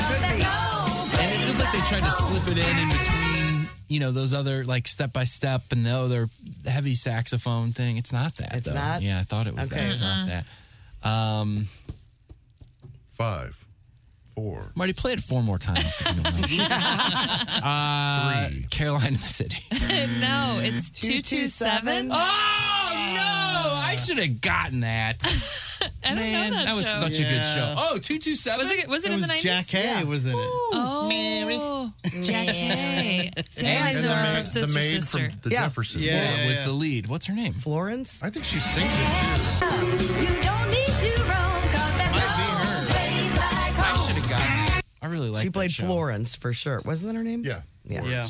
Speaker 5: And it feels like they tried to slip it in in between, you know, those other like step by step and the other heavy saxophone thing. It's not that. It's
Speaker 3: not?
Speaker 5: Yeah, I thought it was
Speaker 3: Okay.
Speaker 5: that. It's
Speaker 3: Uh-uh.
Speaker 5: not that. Um,
Speaker 10: Five, four.
Speaker 5: Marty, play it four more times. if you don't mind. uh, Caroline in the City.
Speaker 9: no, it's 227.
Speaker 5: Oh, no! I should have gotten that.
Speaker 9: I don't
Speaker 5: Man,
Speaker 9: know that,
Speaker 5: that was
Speaker 9: show.
Speaker 5: such a good show. Oh, 227?
Speaker 9: Was it, was it, in the 90s?
Speaker 6: was in it.
Speaker 9: Oh, Jack Hay. See, I
Speaker 10: And
Speaker 9: adore from Sister Sister.
Speaker 10: from the Jeffersons.
Speaker 5: Yeah, was the lead. What's her name?
Speaker 3: Florence.
Speaker 10: I think she sings it too.
Speaker 5: I should have gotten it. I really like
Speaker 3: she played Florence for sure. Wasn't that her name?
Speaker 10: Yeah.
Speaker 3: Yeah.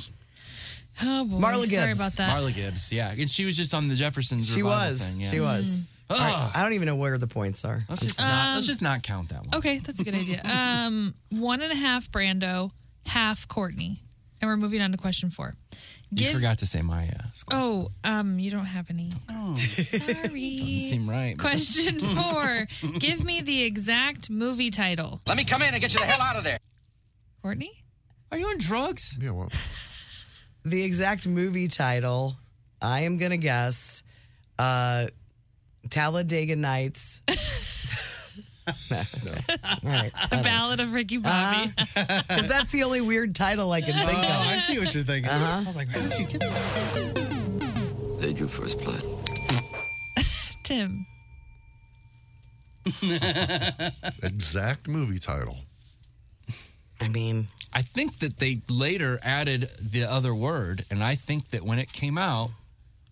Speaker 9: Oh, boy.
Speaker 3: Marla
Speaker 9: Sorry
Speaker 3: Gibbs.
Speaker 9: about that.
Speaker 5: Marla Gibbs, yeah. And she was just on the Jeffersons
Speaker 3: She
Speaker 5: revival
Speaker 3: was.
Speaker 5: thing. Yeah.
Speaker 3: She was. All right, I don't even know where the points are.
Speaker 5: Let's just, not,
Speaker 9: Um,
Speaker 5: Ah, let's just not count that one.
Speaker 9: Okay, that's a good idea. Um, one and a half Brando, half Courtney. And we're moving on to question four.
Speaker 5: you
Speaker 9: Give-
Speaker 5: forgot to say my uh, score.
Speaker 9: Oh, um, you don't have any.
Speaker 5: Oh.
Speaker 9: Sorry.
Speaker 5: Doesn't seem right. but-
Speaker 9: Question four. Give me the exact movie title.
Speaker 11: Let me come in and get you the hell out of there.
Speaker 9: Courtney?
Speaker 5: Are you on drugs?
Speaker 10: Yeah, well.
Speaker 3: The exact movie title, I am gonna guess, uh, Talladega Nights. no. All right. Uh-huh.
Speaker 9: The Ballad of Ricky Bobby.
Speaker 3: If that's the only weird title I can
Speaker 6: Oh,
Speaker 3: think of.
Speaker 6: I see what you're thinking.
Speaker 3: Uh-huh.
Speaker 6: I was like, how did you get that?
Speaker 11: They drew first blood.
Speaker 9: Tim.
Speaker 10: Exact movie title.
Speaker 3: I mean,
Speaker 5: I think that they later added the other word, and I think that when it came out,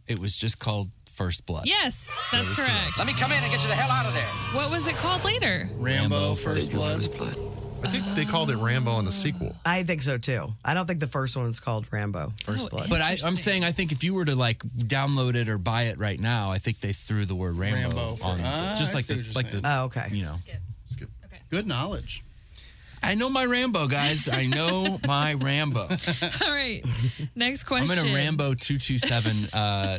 Speaker 5: it was just called First Blood.
Speaker 9: Yes, that's correct.
Speaker 11: Let me come in and get you the hell out of there.
Speaker 9: What was it called later?
Speaker 6: Rambo, First Blood.
Speaker 10: I I think they called it Rambo in the sequel.
Speaker 3: I think so too. I don't think the first one's called Rambo.
Speaker 6: Oh,
Speaker 9: Oh,
Speaker 3: First Blood.
Speaker 5: But I, I'm saying I think if you were to like download it or buy it right now, I think they threw the word Rambo,
Speaker 6: Rambo for-
Speaker 5: on
Speaker 6: Ah,
Speaker 5: just
Speaker 6: I
Speaker 5: like
Speaker 6: see
Speaker 5: the
Speaker 6: what you're
Speaker 5: like the
Speaker 6: saying. Oh,
Speaker 3: okay.
Speaker 5: You know,
Speaker 6: Good knowledge.
Speaker 5: I know my Rambo guys. I know my Rambo.
Speaker 9: All right. Next
Speaker 5: I'm
Speaker 9: question.
Speaker 5: in a Rambo two two seven uh,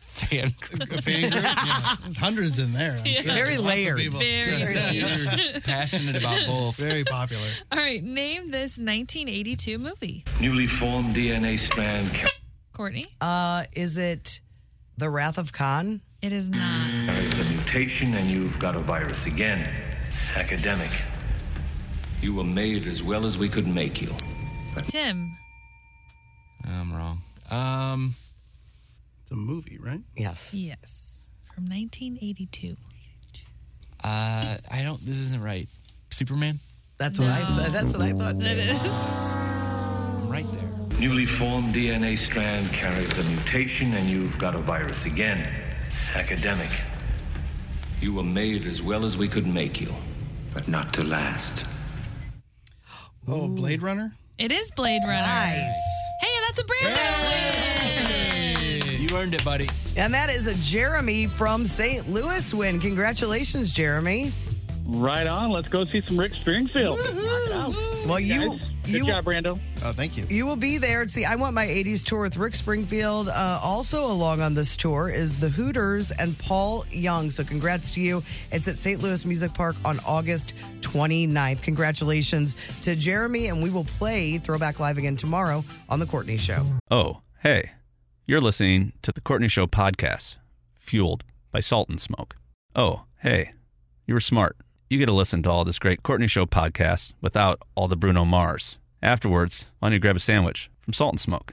Speaker 5: fan group.
Speaker 6: Fan group? Yeah. There's hundreds in there. I'm
Speaker 9: Yeah.
Speaker 6: sure.
Speaker 9: Very
Speaker 6: Lots of
Speaker 9: layered.
Speaker 6: people.
Speaker 9: Very
Speaker 6: Just that
Speaker 9: layered.
Speaker 6: you're
Speaker 5: passionate about both.
Speaker 6: Very popular.
Speaker 9: All right. Name this 1982 movie.
Speaker 13: Newly formed DNA strand. ca-
Speaker 9: Courtney?
Speaker 3: Uh, is it The Wrath of Khan?
Speaker 9: It is not.
Speaker 13: There is a mutation, and you've got a virus again. Academic. You were made as well as we could make you.
Speaker 9: Tim.
Speaker 5: I'm wrong. Um,
Speaker 6: it's a movie, right?
Speaker 3: Yes.
Speaker 9: Yes. From 1982.
Speaker 5: Uh, I don't. This isn't right. Superman.
Speaker 3: That's
Speaker 9: what I said.
Speaker 3: That's what I thought.
Speaker 9: It is.
Speaker 5: I'm right there.
Speaker 13: Newly formed DNA strand carries a mutation, and you've got a virus again. Academic. You were made as well as we could make you. But not to last.
Speaker 6: Oh, Blade Runner?
Speaker 9: It is Blade Runner.
Speaker 3: Nice.
Speaker 9: Hey, that's a brand new win.
Speaker 5: You earned it, buddy.
Speaker 3: And that is a Jeremy from St. Louis win. Congratulations, Jeremy.
Speaker 14: Right on. Let's go see some Rick Springfield.
Speaker 6: Mm-hmm.
Speaker 3: Well, you
Speaker 14: Guys, good
Speaker 3: you
Speaker 14: job, Brando.
Speaker 6: Oh, thank you.
Speaker 3: you will be there. It's the I Want My 80s tour with Rick Springfield. Uh, also along on this tour is the Hooters and Paul Young. So congrats to you. It's at St. Louis Music Park on August 29th. Congratulations to Jeremy, and we will play Throwback Live again tomorrow on The Courtney Show.
Speaker 1: Oh, hey, you're listening to the Courtney Show podcast, fueled by salt and smoke. Oh, hey, you were smart. You get to listen to all this great Courtney Show podcast without all the Bruno Mars. Afterwards, why don't you grab a sandwich from Salt and Smoke?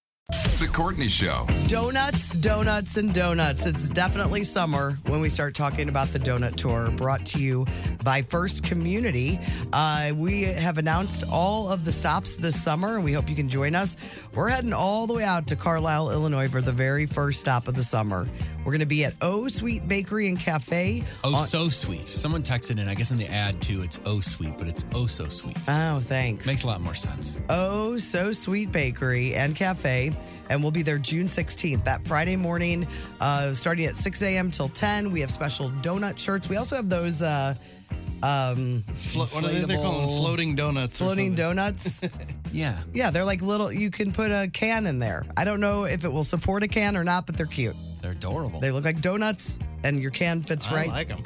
Speaker 7: The Courtney Show.
Speaker 3: Donuts, donuts, and donuts. It's definitely summer when we start talking about the donut tour brought to you by First Community. Uh, we have announced all of the stops this summer, and we hope you can join us. We're heading all the way out to Carlisle, Illinois for the very first stop of the summer. We're going to be at O Sweet Bakery and Cafe.
Speaker 5: Oh,
Speaker 3: on-
Speaker 5: so sweet. Someone texted in. I guess in the ad too. It's oh sweet, but it's oh so sweet.
Speaker 3: Oh, thanks.
Speaker 5: Makes a lot more sense.
Speaker 3: Oh So Sweet Bakery and Cafe. And we'll be there June 16th, that Friday morning, uh, starting at 6 a.m. till 10. We have special donut shirts. We also have those. Uh, um,
Speaker 6: Flo- what are they- they're calling them? Floating donuts or
Speaker 3: Floating
Speaker 6: something.
Speaker 3: donuts.
Speaker 5: yeah.
Speaker 3: Yeah, they're like little, you can put a can in there. I don't know if it will support a can or not, but they're cute.
Speaker 5: They're adorable.
Speaker 3: They look like donuts, and your can fits
Speaker 6: I
Speaker 3: right
Speaker 6: like them.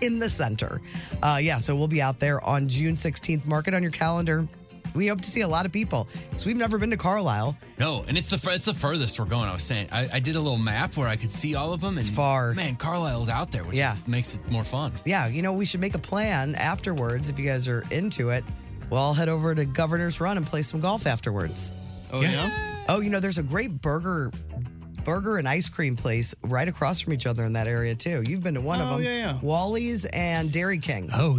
Speaker 3: in the center. Uh, yeah, so we'll be out there on June 16th. Mark it on your calendar. We hope to see a lot of people because we've never been to Carlisle.
Speaker 5: No, and it's the fur- it's the furthest we're going. I was saying I, I did a little map where I could see all of them. And it's
Speaker 3: far.
Speaker 5: Man, Carlisle's out there, which
Speaker 3: Yeah.
Speaker 5: just makes it more fun.
Speaker 3: Yeah, you know, we should make a plan afterwards if you guys are into it. We'll all head over to Governor's Run and play some golf afterwards.
Speaker 6: Oh, yeah? yeah?
Speaker 3: Oh, you know, there's a great burger burger and ice cream place right across from each other in that area too. You've been to one of
Speaker 6: Oh,
Speaker 3: them.
Speaker 6: yeah, yeah.
Speaker 3: Wally's and Dairy King.
Speaker 4: Oh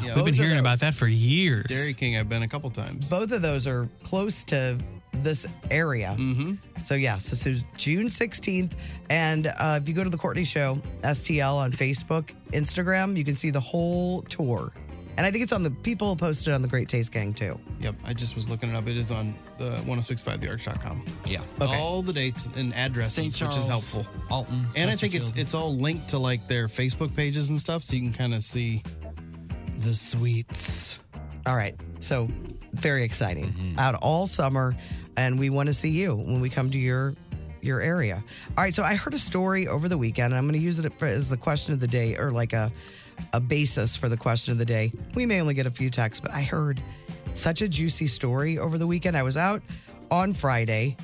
Speaker 3: Yeah.
Speaker 4: we've
Speaker 3: Both
Speaker 4: been
Speaker 3: of
Speaker 4: hearing about
Speaker 3: those.
Speaker 4: that for years.
Speaker 6: Dairy King, I've been a couple times.
Speaker 3: Both of those are close to this area. Mm-hmm. So, yeah, so, so June 16th. And uh, if you go to the Courtney Show, STL on Facebook, Instagram, you can see the whole tour. And I think it's on the people posted on the Great Taste Gang too.
Speaker 6: Yep, I just was looking it up. It is on the 1065thearch.com.
Speaker 5: Yeah.
Speaker 3: Okay.
Speaker 6: All the dates and addresses,
Speaker 5: St. Charles,
Speaker 6: which is helpful.
Speaker 5: Alton,
Speaker 2: Mm-hmm.
Speaker 6: And I think it's
Speaker 5: Chesterfield.
Speaker 6: it's all linked to like their Facebook pages and stuff, so you can kind of see the sweets.
Speaker 3: All right. So, very exciting. Out all summer, and we want to see you when we come to your your area. All right. So, I heard a story over the weekend. And I'm going to use it for- as the question of the day, or like a a basis for the question of the day. We may only get a few texts, but I heard such a juicy story over the weekend. I was out on Friday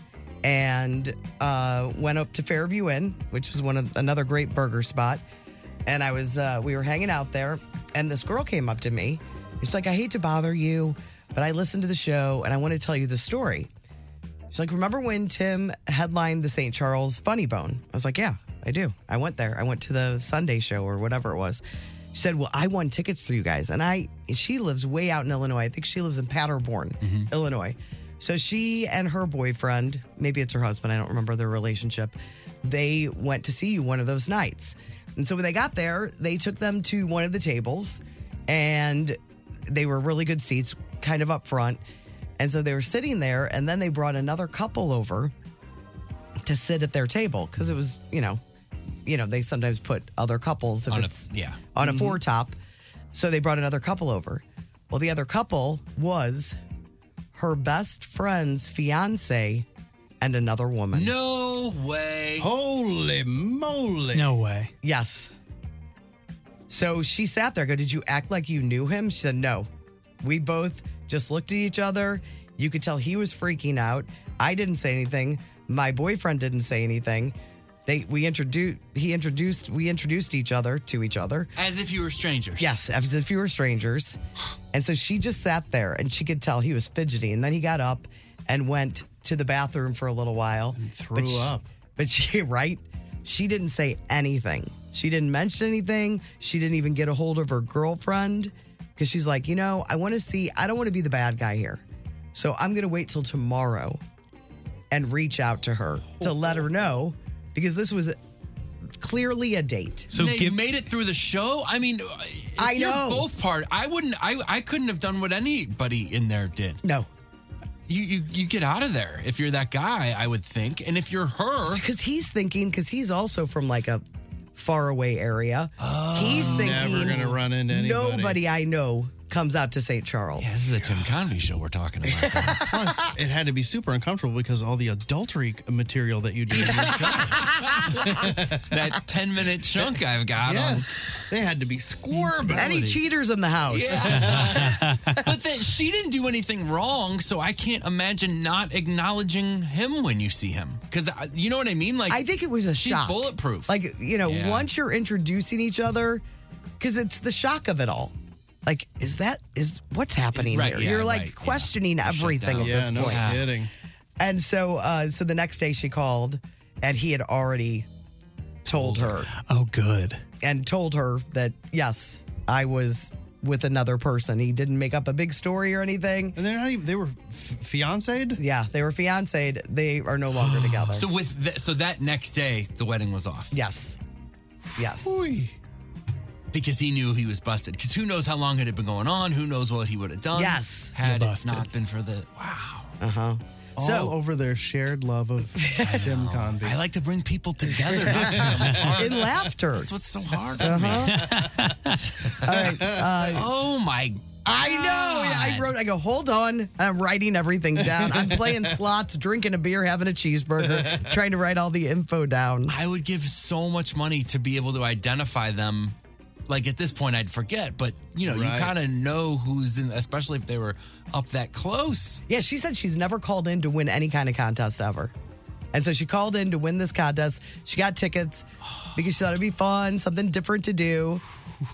Speaker 3: and uh, went up to Fairview Inn, which was one of another great burger spot. And I was uh, we were hanging out there, and this girl came up to me. She's like, I hate to bother you, but I listened to the show and I want to tell you the story. She's like, Remember when Tim headlined the St. Charles Funny Bone? I was like, Yeah, I do. I went there. I went to the Sunday show or whatever it was. She said, Well, I won tickets through you guys. And I, she lives way out in Illinois. I think she lives in Paderborn, Illinois. So she and her boyfriend, maybe it's her husband, I don't remember their relationship, they went to see you one of those nights. And so when they got there, they took them to one of the tables and they were really good seats, kind of up front. And so they were sitting there, and then they brought another couple over to sit at their table because it was, you know, you know, they sometimes put other couples if
Speaker 5: On a-
Speaker 3: it's
Speaker 5: yeah.
Speaker 3: on a
Speaker 5: Mhm.
Speaker 3: four top. So they brought another couple over. Well, the other couple was her best friend's fiance and another woman.
Speaker 5: No way.
Speaker 3: Holy moly.
Speaker 4: No way.
Speaker 3: Yes. So she sat there, I go, Did you act like you knew him? She said, No. We both just looked at each other. You could tell he was freaking out. I didn't say anything. My boyfriend didn't say anything. They we introduced he introduced we introduced each other to each other.
Speaker 5: As if you were strangers.
Speaker 3: Yes, as if you were strangers. And so she just sat there and she could tell he was fidgety. And then he got up and went to the bathroom for a little while. And
Speaker 6: threw up.
Speaker 3: But she, right? She didn't say anything. She didn't mention anything. She didn't even get a hold of her girlfriend because she's like, you know, I want to see, I don't want to be the bad guy here. So I'm going to wait till tomorrow and reach out to her to let her know because this was clearly a date.
Speaker 5: So they made it through the show. I mean, if
Speaker 3: I
Speaker 5: you're
Speaker 3: know.
Speaker 5: both part. I wouldn't. I I couldn't have done what anybody in there did.
Speaker 3: No.
Speaker 5: You you you get out of there if you're that guy. I would think, and if you're her,
Speaker 3: Because he's thinking, because he's also from like a faraway area. he's thinking,
Speaker 6: Never gonna run into Oh, anybody.
Speaker 3: Nobody I know comes out to St. Charles. Yeah,
Speaker 5: this is a Tim Convey show we're talking about.
Speaker 6: Plus, it had to be super uncomfortable because all the adultery material that you did.
Speaker 5: that ten minute chunk I've got.
Speaker 6: Yes. They had to be squirming.
Speaker 3: Any cheaters in the house?
Speaker 5: On, but that she didn't do anything wrong, so I can't imagine not acknowledging him when you see him. Because you know what I mean. Like
Speaker 3: I think it was a
Speaker 5: she's
Speaker 3: shock.
Speaker 5: bulletproof.
Speaker 3: Like, you know,
Speaker 5: Yeah.
Speaker 3: once you're introducing each other, because it's the shock of it all. Like, is that, is what's happening
Speaker 6: right,
Speaker 3: here?
Speaker 6: yeah,
Speaker 3: you're like
Speaker 6: right, yeah.
Speaker 3: questioning everything at
Speaker 6: yeah,
Speaker 3: this
Speaker 6: no
Speaker 3: point.
Speaker 6: kidding.
Speaker 3: And so, uh, so the next day she called and he had already told her.
Speaker 4: Oh, good.
Speaker 3: And told her that, yes, I was with another person. He didn't make up a big story or anything.
Speaker 6: And they're not even, they were fiancéed?
Speaker 3: Yeah, they were fiancéed. They are no longer together.
Speaker 5: So with th- so that next day, the wedding was off.
Speaker 3: Yes. Yes.
Speaker 5: Because he knew he was busted. Because who knows how long it had been going on? Who knows what he would have done?
Speaker 3: Yes.
Speaker 5: had
Speaker 3: You're
Speaker 5: it
Speaker 3: busted.
Speaker 5: not been for the wow.
Speaker 3: Uh huh.
Speaker 6: All
Speaker 5: So-
Speaker 6: over their shared love of Tim Convey.
Speaker 5: I like to bring people together, not to
Speaker 3: In laughter. That's
Speaker 5: what's so hard.
Speaker 3: All right. Uh,
Speaker 5: oh my.
Speaker 3: I know. Yeah, I wrote. I go. Hold on. I'm writing everything down. I'm playing slots, drinking a beer, having a cheeseburger, trying to write all the info down.
Speaker 5: I would give so much money to be able to identify them. Like at this point, I'd forget, but you know,
Speaker 3: Right.
Speaker 5: you kind of know who's in, especially if they were up that close.
Speaker 3: Yeah, she said she's never called in to win any kind of contest ever. And so she called in to win this contest. She got tickets because she thought it'd be fun, something different to do.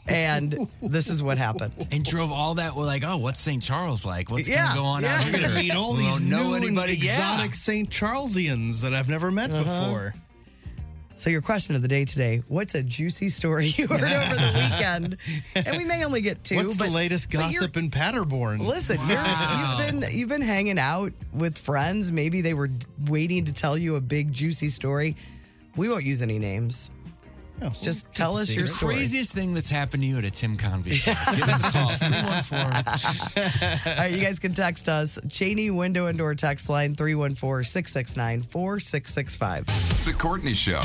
Speaker 3: And this is what happened.
Speaker 5: And drove all that. We're like, oh, what's St. Charles like? What's
Speaker 3: Yeah,
Speaker 5: going to go on out
Speaker 3: yeah.
Speaker 5: here?
Speaker 3: You're gonna meet all
Speaker 5: We
Speaker 6: these
Speaker 5: don't know
Speaker 6: new and
Speaker 5: anybody. Yeah. Uh-huh.
Speaker 6: exotic St. Charlesians that I've never met before.
Speaker 3: So your question of the day today: What's a juicy story you heard over the weekend? And we may only get two.
Speaker 6: What's
Speaker 3: but,
Speaker 6: the latest
Speaker 3: but you're-
Speaker 6: gossip in Paderborn?
Speaker 3: Listen, you're, you've been you've been hanging out with friends. Maybe they were d- waiting to tell you a big juicy story. We won't use any names. Just tell us your
Speaker 5: the
Speaker 3: story.
Speaker 5: craziest thing that's happened to you at a Tim Convey show. Give us a call. 314.
Speaker 3: All right, you guys can text us. Cheney Window and Door text line 314-669-4665.
Speaker 7: The Courtney Show.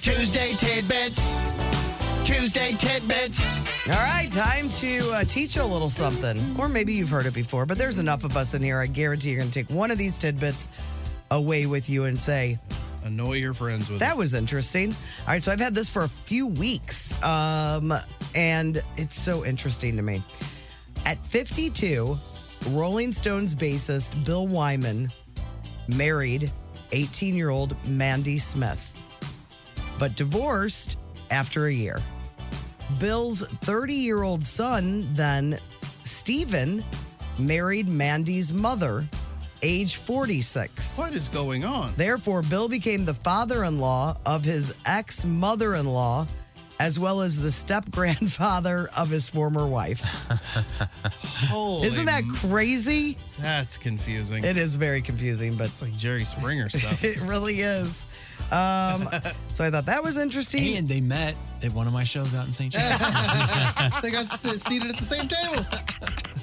Speaker 3: Tuesday tidbits. Tuesday tidbits. All right, time to uh, teach you a little something. Or maybe you've heard it before, but there's enough of us in here. I guarantee you're going to take one of these tidbits away with you and say,
Speaker 6: Annoy your friends with
Speaker 3: That was interesting. All right, so I've had this for a few weeks, um, and it's so interesting to me. At 52, Rolling Stones bassist Bill Wyman married 18 year old Mandy Smith, but divorced after a year. Bill's 30 year old son then Stephen married Mandy's mother, age 46. What is going on? Therefore, Bill became the father in law of his ex mother in law, as well as the step grandfather of his former wife. Isn't that crazy?
Speaker 6: That's confusing.
Speaker 3: It is very confusing, but
Speaker 6: it's like Jerry Springer stuff.
Speaker 3: it really is. Um, so I thought that was interesting.
Speaker 5: And they met at one of my shows out in St. Charles.
Speaker 6: they got s- seated at the same table.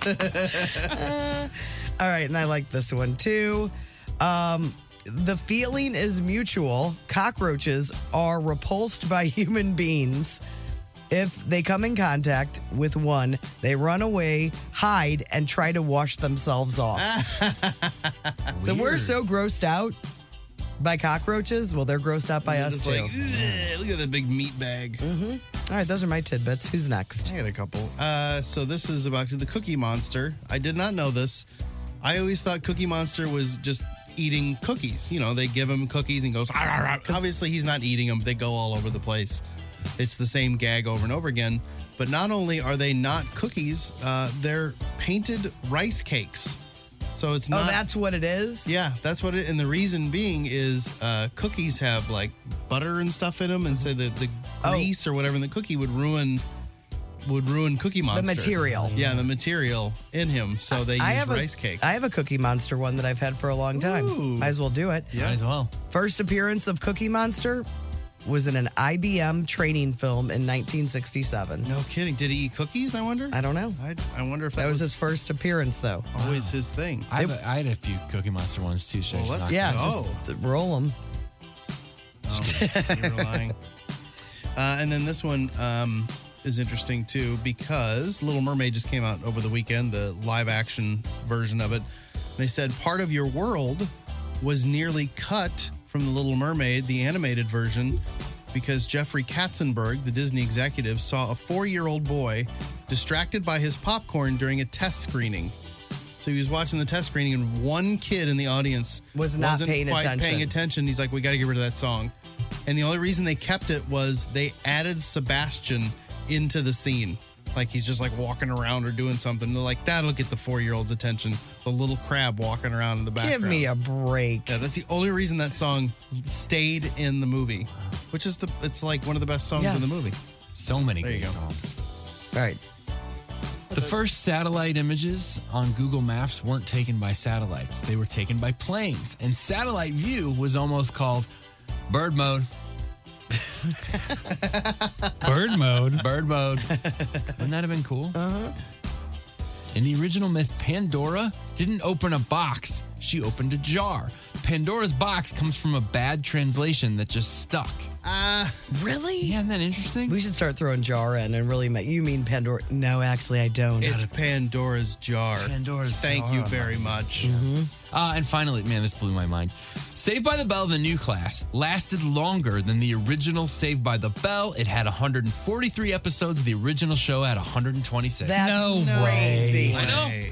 Speaker 3: Uh, all right, and I like this one too. Um, the feeling is mutual. Cockroaches are repulsed by human beings. If they come in contact with one, they run away, hide, and try to wash themselves off. so we're so grossed out by cockroaches. Well, they're grossed out by
Speaker 6: You're
Speaker 3: us
Speaker 6: just
Speaker 3: too.
Speaker 6: like, "Ugh, look at that big meat bag.
Speaker 3: Mm-hmm. All right, those are my tidbits. Who's next?
Speaker 6: I had a couple. Uh, so this is about the Cookie Monster. I did not know this. I always thought Cookie Monster was just eating cookies. You know, they give him cookies and he goes. "Arr, arr, arr." Obviously, he's not eating them. They go all over the place. It's the same gag over and over again. But not only are they not cookies, uh, they're painted rice cakes. So it's
Speaker 3: Oh,
Speaker 6: not.
Speaker 3: that's what it is.
Speaker 6: Yeah, that's what it. And the reason being is uh, cookies have like butter and stuff in them, and
Speaker 3: Uh-huh.
Speaker 6: so the the
Speaker 3: Oh.
Speaker 6: grease or whatever in the cookie would ruin would ruin Cookie Monster.
Speaker 3: material.
Speaker 6: Yeah, the material in him. So they use rice
Speaker 3: a,
Speaker 6: cake.
Speaker 3: I have a Cookie Monster one that I've had for a long time. Might as well do it.
Speaker 6: Yeah. Might as
Speaker 5: well.
Speaker 3: First appearance of Cookie Monster was in an IBM training film in 1967.
Speaker 6: No kidding. Did he eat cookies? I wonder.
Speaker 3: I don't know.
Speaker 6: I, I wonder if
Speaker 3: that,
Speaker 6: that
Speaker 3: was,
Speaker 6: was-
Speaker 3: his first appearance, though.
Speaker 6: Always his thing.
Speaker 5: I, have a, I had a few Cookie Monster ones too. Should I
Speaker 3: Well, let's
Speaker 5: just knock
Speaker 3: yeah,
Speaker 5: them out?
Speaker 3: just th- roll them.
Speaker 6: Oh, You're lying. Uh, and then this one um, is interesting too because Little Mermaid just came out over the weekend, the live action version of it. They said part of your world was nearly cut from the Little Mermaid, the animated version, because Jeffrey Katzenberg, the Disney executive, saw a four-year-old boy distracted by his popcorn during a test screening. So he was watching the test screening, and one kid in the audience
Speaker 3: Was not
Speaker 6: wasn't
Speaker 3: paying
Speaker 6: quite
Speaker 3: attention.
Speaker 6: Paying attention. He's like, "We got to get rid of that song." And the only reason they kept it was they added Sebastian into the scene. Like he's just like walking around or doing something. They're like, "That'll get the four-year-old's attention." The little crab walking around in the background.
Speaker 3: Give me a break.
Speaker 6: Yeah, that's the only reason that song stayed in the movie, which is the it's like one of the best songs in the
Speaker 5: Yes.
Speaker 6: movie.
Speaker 5: So many
Speaker 6: There you
Speaker 5: great
Speaker 6: go.
Speaker 5: songs.
Speaker 3: All right.
Speaker 5: The first satellite images on Google Maps weren't taken by satellites. They were taken by planes. And satellite view was almost called bird mode. bird mode? Bird mode. Wouldn't that have been cool? Uh-huh. In the original myth, Pandora didn't open a box, she opened a jar. Pandora's box comes from a bad translation that just stuck.
Speaker 3: Uh, really?
Speaker 5: Yeah, isn't that interesting?
Speaker 3: We should start throwing jar in and really. Ma- you mean Pandora? No, actually, I don't.
Speaker 6: It's Pandora's jar. Pandora's Thank you very much.
Speaker 5: Uh, and finally, man, this blew my mind. Saved by the Bell, the new class, lasted longer than the original Saved by the Bell. It had 143 episodes. The original show had 126.
Speaker 3: That's No crazy. way.
Speaker 5: I know.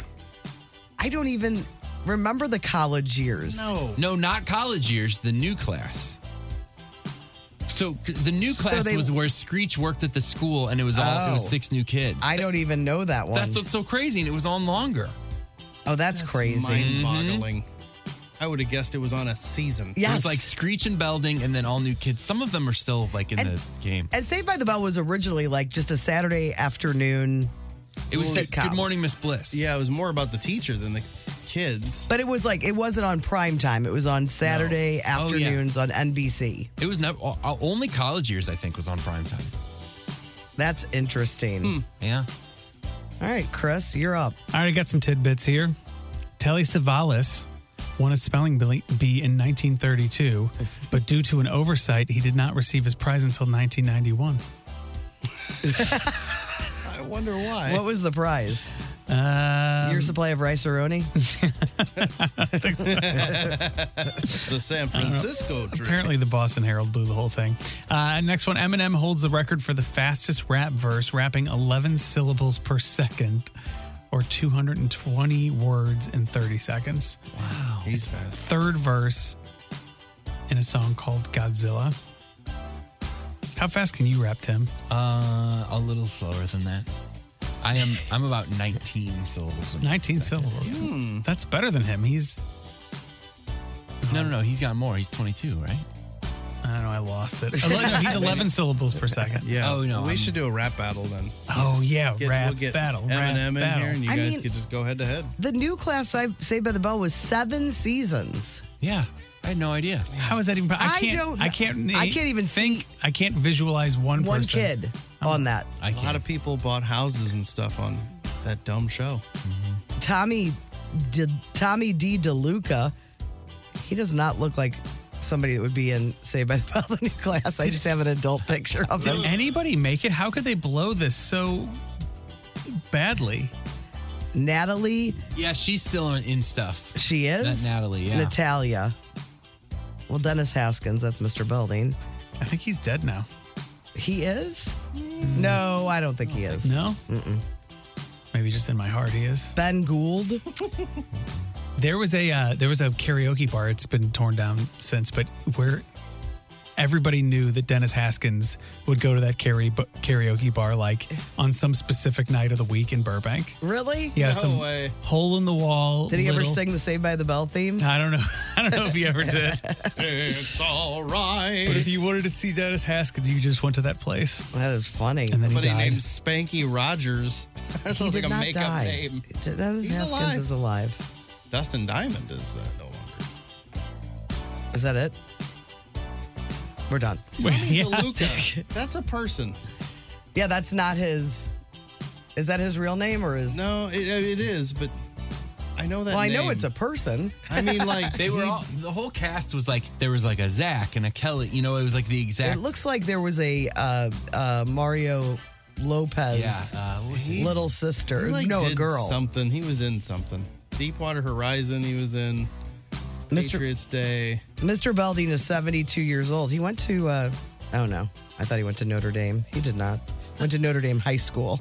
Speaker 3: I don't even remember the college years.
Speaker 5: No, not college years, the new class. So c- the new
Speaker 3: So
Speaker 5: class
Speaker 3: they-
Speaker 5: was where Screech worked at the school and it was all it was
Speaker 3: Oh.
Speaker 5: six new kids.
Speaker 3: I don't even know that one.
Speaker 5: That's what's so crazy and it was on longer. Mm-hmm.
Speaker 3: oh, that's, crazy.
Speaker 6: Mind-boggling. I would have guessed it was on a season.
Speaker 5: It was like Screech and Belding and then all new kids. Some of them are still like in the game.
Speaker 3: And Saved by the Bell was originally like just a Saturday afternoon.
Speaker 5: It was just
Speaker 3: sitcom.
Speaker 5: Good Morning Miss Bliss.
Speaker 6: Yeah, it was more about the teacher than the kids.
Speaker 3: But it was like it wasn't on prime time. It was on Saturday
Speaker 5: Oh, yeah.
Speaker 3: afternoons on NBC.
Speaker 5: It was never o- o- only college years. I think was on prime time. Hmm.
Speaker 3: That's interesting.
Speaker 5: Yeah.
Speaker 3: All right, Chris, you're up.
Speaker 4: All right, I got some tidbits here. Telly Savalas won a spelling bee bee in 1932, but due to an oversight, he did not receive his prize until 1991.
Speaker 6: I wonder why.
Speaker 3: What was the prize?
Speaker 5: Uh,
Speaker 4: Um,
Speaker 3: Your supply of rice aroni?
Speaker 6: the San
Speaker 4: I don't know.
Speaker 6: Francisco trip.
Speaker 4: Uh, Apparently, the Boston Herald blew the whole thing. Uh, next one Eminem holds the record for the fastest rap verse, rapping 11 syllables per second or 220 words in 30 seconds. Wow.
Speaker 6: He's
Speaker 4: Third verse in a song called Godzilla. How fast can you rap, Tim?
Speaker 5: Uh, a little slower than that. I am. I'm about 19 syllables.
Speaker 4: 19 syllables.
Speaker 6: Hmm.
Speaker 4: That's better than him. He's
Speaker 5: No, no, no. He's got more. He's 22, right?
Speaker 4: I don't know. I lost it. Ele- no, he's 11 syllables per second.
Speaker 6: Yeah.
Speaker 5: Oh no.
Speaker 6: We
Speaker 5: I'm-
Speaker 6: should do a rap battle then.
Speaker 4: Oh yeah,
Speaker 6: Get-
Speaker 4: rap
Speaker 6: we'll get
Speaker 4: battle. rap
Speaker 6: Eminem in
Speaker 4: battle.
Speaker 6: here, and you
Speaker 3: I
Speaker 6: guys
Speaker 3: mean-
Speaker 6: could just go head to head.
Speaker 3: The new class I Saved by the Bell was seven seasons.
Speaker 5: Yeah. I had no idea.
Speaker 4: How is that even? I
Speaker 3: I
Speaker 4: can't. I,
Speaker 3: don't-
Speaker 4: can't.
Speaker 3: I can't even
Speaker 4: think. I can't visualize one.
Speaker 3: One
Speaker 4: person.
Speaker 3: kid on that.
Speaker 6: A lot of people bought houses and stuff on that dumb show.
Speaker 3: Tommy, D, Tommy D. DeLuca, he does not look like somebody that would be in Saved by the Bell the new class. I just have an adult picture of
Speaker 4: Did
Speaker 3: him.
Speaker 4: anybody make it? How could they blow this so badly?
Speaker 3: Natalie,
Speaker 5: Yeah, she's still in, in stuff.
Speaker 3: she is
Speaker 5: That Natalie, yeah.
Speaker 3: Natalia. Well, Dennis Haskins, that's Mr. Belding.
Speaker 4: I think he's dead now.
Speaker 3: He is? No, I don't think he is.
Speaker 4: No.
Speaker 3: Mm-mm.
Speaker 4: Maybe just in my heart he is.
Speaker 3: Ben Gould.
Speaker 4: There was a uh, there was a karaoke bar. It's been torn down since, but where everybody knew that Dennis Haskins would go to that karaoke karaoke bar like on some specific night of the week in Burbank.
Speaker 3: Really?
Speaker 4: Yeah, some hole in the wall.
Speaker 3: Did he ever
Speaker 4: little-
Speaker 3: sing the Saved by the Bell theme?
Speaker 4: I don't know. I don't know if he ever did.
Speaker 6: it's all right.
Speaker 4: But if you wanted to see Dennis Haskins, you just went to that place.
Speaker 3: That is funny.
Speaker 4: And then
Speaker 6: Somebody
Speaker 4: he died.
Speaker 6: named Spanky Rogers. That sounds like
Speaker 3: did
Speaker 6: a
Speaker 3: not
Speaker 6: makeup
Speaker 3: die.
Speaker 6: name.
Speaker 3: D- Dennis
Speaker 6: He's
Speaker 3: Haskins
Speaker 6: alive.
Speaker 3: is alive.
Speaker 6: Dustin Diamond is uh, no longer.
Speaker 3: Is that it? We're done.
Speaker 6: Tommy
Speaker 4: Yeah.
Speaker 6: DeLuca. That's a person.
Speaker 3: Yeah, that's not his. Is that his real name or is?
Speaker 6: No, it, uh, it is, but I know that.
Speaker 3: well, I know
Speaker 6: name.
Speaker 3: it's a person.
Speaker 6: I mean, like
Speaker 5: They were
Speaker 6: he-
Speaker 5: all. The whole cast was like there was like a Zach and a Kelly. You know, it was like the exact.
Speaker 3: It looks like there was a uh, uh, Mario Lopez
Speaker 5: Yeah. Uh, what was his-
Speaker 6: He-
Speaker 3: little sister.
Speaker 6: He, like,
Speaker 3: no, a
Speaker 6: did
Speaker 3: girl.
Speaker 6: Something. He was in something. Deepwater Horizon. He was in
Speaker 3: Mr.
Speaker 6: Patriots Day.
Speaker 3: Mr. Belding is 72 years old. He went to. Uh, oh no, I thought he went to Notre Dame. He did not. Went to Notre Dame High School.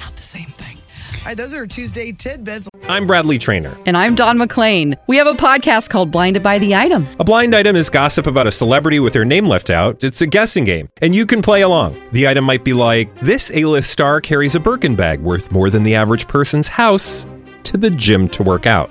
Speaker 3: Not the same thing. All right, those are Tuesday tidbits.
Speaker 15: I'm Bradley Trainer.
Speaker 16: And I'm Don McClain. We have a podcast called Blinded by the Item.
Speaker 15: A blind item is gossip about a celebrity with their name left out. It's a guessing game, and you can play along. The item might be like this: A-list star carries a Birkin bag worth more than the average person's house to the gym to work out.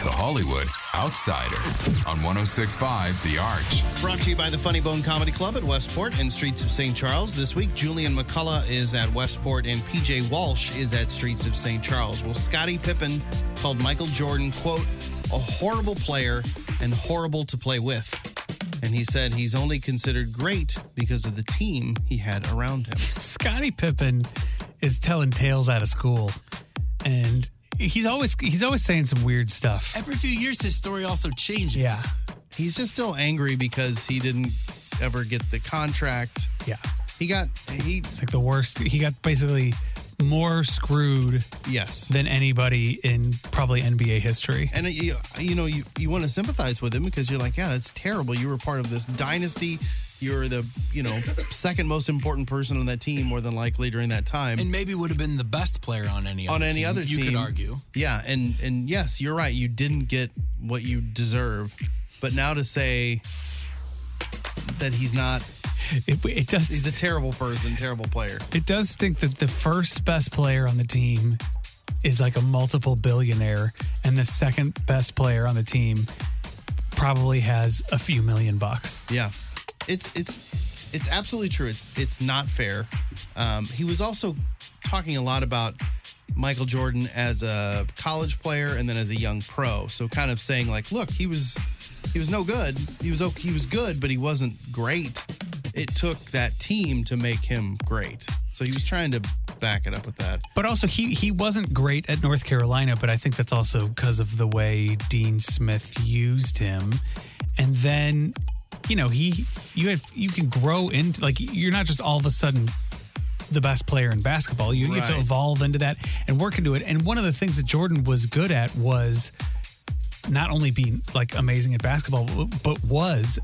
Speaker 7: The Hollywood Outsider on 1065 The Arch.
Speaker 6: Brought to you by the Funny Bone Comedy Club at Westport and Streets of St. Charles. This week, Julian McCullough is at Westport and PJ Walsh is at Streets of St. Charles. Well, Scottie Pippen called Michael Jordan, quote, a horrible player and horrible to play with. And he said he's only considered great because of the team he had around him.
Speaker 4: Scottie Pippen is telling tales out of school, and he's always he's always saying some weird stuff.
Speaker 5: Every few years, his story also changes.
Speaker 4: Yeah,
Speaker 6: He's just still angry because he didn't ever get the contract.
Speaker 4: yeah.
Speaker 6: He got, he,
Speaker 4: It's like the worst. He got basically more screwed
Speaker 6: yes.
Speaker 4: than anybody in probably NBA history.
Speaker 6: And uh, you, you know, you, you want to sympathize with him because you're like, yeah, that's terrible. You were part of this dynasty. You're the, you know, second most important person on that team, more than likely during that time.
Speaker 5: And maybe would have been the best player on any
Speaker 6: on
Speaker 5: other
Speaker 6: any
Speaker 5: team,
Speaker 6: other team,
Speaker 5: You could argue.
Speaker 6: Yeah, and and yes, you're right. You didn't get what you deserve, but now to say that he's not,
Speaker 4: It, it
Speaker 6: he's
Speaker 4: does
Speaker 6: a terrible person, terrible player.
Speaker 4: it does stink that the first best player on the team is like a multiple billionaire, and the second best player on the team probably has a few million bucks.
Speaker 6: Yeah, it's it's it's absolutely true. It's it's not fair. Um, he was also talking a lot about Michael Jordan as a college player and then as a young pro. So kind of saying like, look, he was he was no good. He was o- he was good, but he wasn't great. It took that team to make him great. So he was trying to back it up with that.
Speaker 4: But also, he he wasn't great at North Carolina, but I think that's also because of the way Dean Smith used him. And then, you know, he you had you can grow into like you're not just all of a sudden the best player in basketball. You, you have to
Speaker 6: Right.
Speaker 4: evolve into that and work into it. And one of the things that Jordan was good at was not only being like amazing at basketball, but was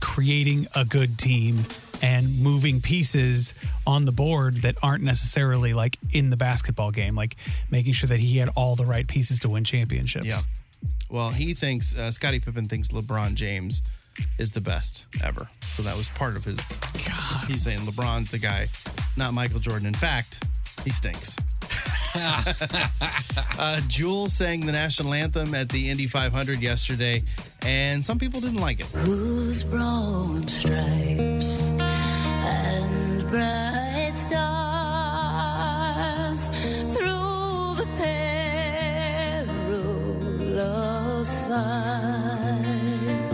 Speaker 4: creating a good team and moving pieces on the board that aren't necessarily like in the basketball game, like making sure that he had all the right pieces to win championships.
Speaker 6: Yeah. Well, he thinks uh, Scottie Pippen thinks LeBron James is the best ever. So that was part of his. God. He's saying LeBron's the guy, not Michael Jordan. In fact, he stinks. uh, Jewel sang the national anthem at the Indy 500 yesterday, and some people didn't like it.
Speaker 17: Whose brown stripes and bright stars through the perilous fight?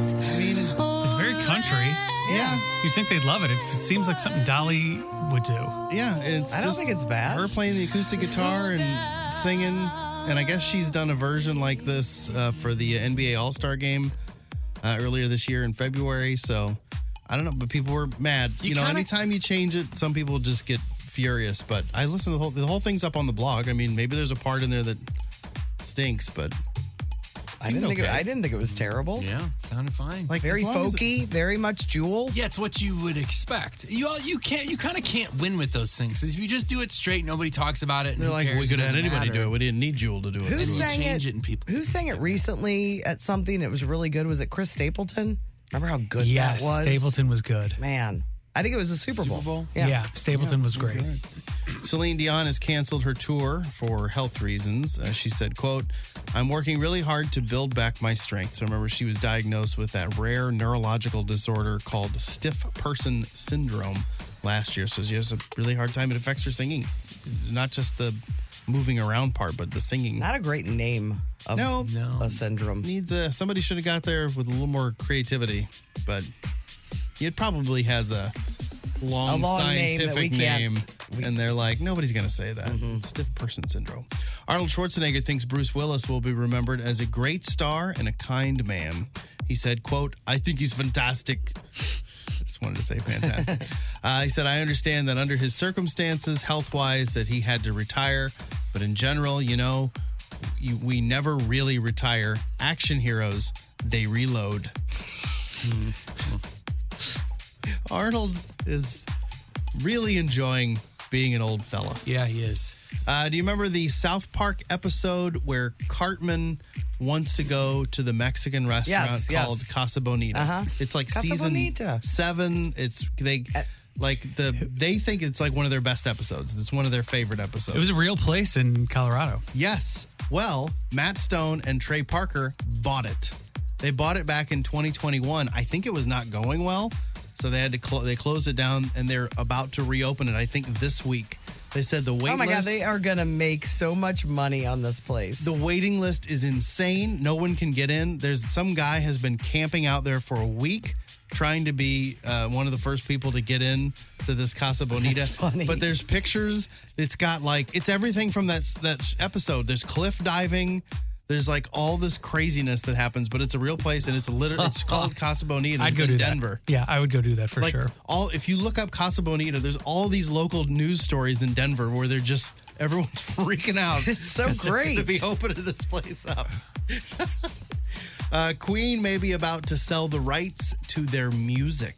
Speaker 4: It's very country.
Speaker 6: Yeah.
Speaker 4: You think they'd love it. It seems like something Dolly would do.
Speaker 6: Yeah, it's
Speaker 4: I don't
Speaker 6: just
Speaker 4: think it's bad.
Speaker 6: Her playing the acoustic guitar and singing, and I guess she's done a version like this uh, for the NBA All Star Game uh, earlier this year in February. So I don't know, but people were mad. You,
Speaker 17: You
Speaker 6: know,
Speaker 17: kinda-
Speaker 6: anytime you change it, some people just get furious. But I listen to the whole the whole thing's up on the blog. I mean, maybe there's a part in there that stinks, but
Speaker 3: I didn't think it, I didn't think it was terrible.
Speaker 6: Yeah,
Speaker 5: sounded fine.
Speaker 3: Like very
Speaker 5: as long as
Speaker 3: folky, very much jewel.
Speaker 5: Yeah, it's what you would expect. You all, you can't you kind of can't win with those things. 'Cause If you just do it straight, nobody talks about it. And
Speaker 6: They're
Speaker 5: who
Speaker 6: like,
Speaker 5: cares,
Speaker 6: we could have
Speaker 5: doesn't
Speaker 6: had anybody
Speaker 5: matter.
Speaker 6: do it. We didn't need Jewel to do it.
Speaker 3: Who sang
Speaker 5: change
Speaker 3: it?
Speaker 5: it and people.
Speaker 3: Who sang it recently at something that was really good? Was it Chris Stapleton? Remember how good
Speaker 4: Yes,
Speaker 3: that was?
Speaker 4: Stapleton was good.
Speaker 3: Man, I think it was the Super Bowl.
Speaker 4: Yeah, Stapleton was great.
Speaker 6: Celine Dion has canceled her tour for health reasons. Uh, she said, "quote I'm working really hard to build back my strength." So remember, she was diagnosed with that rare neurological disorder called stiff person syndrome last year. So she has a really hard time. It affects her singing, not just the moving around part, but the singing. Not
Speaker 3: a great name. Of
Speaker 6: no,
Speaker 3: a syndrome
Speaker 6: needs a. Somebody should have got there with a little more creativity, but it probably has a long,
Speaker 3: A long name that we
Speaker 6: scientific name,
Speaker 3: can't- Mm-hmm.
Speaker 6: and they're like, nobody's going to say that. Stiff person syndrome. Arnold Schwarzenegger thinks Bruce Willis will be remembered as a great star and a kind man. He said, "quote I think he's fantastic." Just wanted to say fantastic. uh, he said, "I understand that under his circumstances, health-wise, that he had to retire, but in general, you know, you, we never really retire. Action heroes, they reload." Arnold is really enjoying being an old fella.
Speaker 4: Yeah, he is.
Speaker 6: Uh, do you remember the South Park episode where Cartman wants to go to the Mexican restaurant
Speaker 3: Yes, yes.
Speaker 6: called Casa Bonita?
Speaker 3: Uh-huh.
Speaker 6: It's like
Speaker 3: Casa
Speaker 6: season
Speaker 3: Bonita.
Speaker 6: seven. It's they
Speaker 3: Uh,
Speaker 6: like the they think it's like one of their best episodes. It's one of their favorite episodes.
Speaker 4: It was a real place in Colorado.
Speaker 6: Yes. Well, Matt Stone and Trey Parker bought it. They bought it back in 2021. I think it was not going well, so they had to clo- they closed it down and they're about to reopen it. I think this week. They said the wait
Speaker 3: Oh my God,
Speaker 6: list-
Speaker 3: they are gonna make so much money on this place.
Speaker 6: the waiting list is insane. No one can get in. There's some guy has been camping out there for a week trying to be uh, one of the first people to get in to this Casa Bonita.
Speaker 3: That's funny.
Speaker 6: But there's pictures. It's got like it's everything from that that episode. There's cliff diving. There's like all this craziness that happens, but it's a real place and it's a liter- it's called Casa Bonita.
Speaker 4: I'd
Speaker 6: It's
Speaker 4: go
Speaker 6: in
Speaker 4: do
Speaker 6: Denver.
Speaker 4: that. Yeah, I would go do that for
Speaker 6: like
Speaker 4: sure.
Speaker 6: all if you look up Casa Bonita, there's all these local news stories in Denver where they're just everyone's freaking out.
Speaker 3: It's so
Speaker 6: As they're gonna
Speaker 3: great.
Speaker 6: be opening this place up. uh, Queen may be about to sell the rights to their music.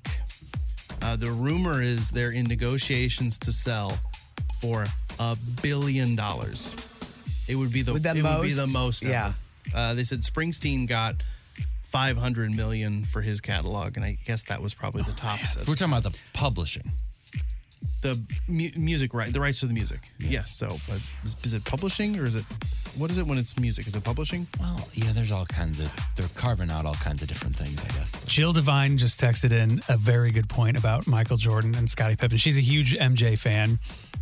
Speaker 6: Uh, the rumor is they're in negotiations to sell for a billion dollars. It would be the,
Speaker 3: Would that
Speaker 6: it would be
Speaker 3: most?
Speaker 6: the most. ever.
Speaker 3: Yeah.
Speaker 6: Uh, they said Springsteen got 500 million for his catalog, and I guess that was probably
Speaker 3: Oh,
Speaker 6: the top. set.
Speaker 5: We're talking about the publishing.
Speaker 6: the mu- music right, the rights to the music. Yes. So, but is, is it publishing or is it what is it when it's music? Is it publishing?
Speaker 5: Well, yeah, there's all kinds of they're carving out all kinds of different things. I guess.
Speaker 4: Jill Devine just texted in a very good point about Michael Jordan and Scottie Pippen. She's a huge MJ fan,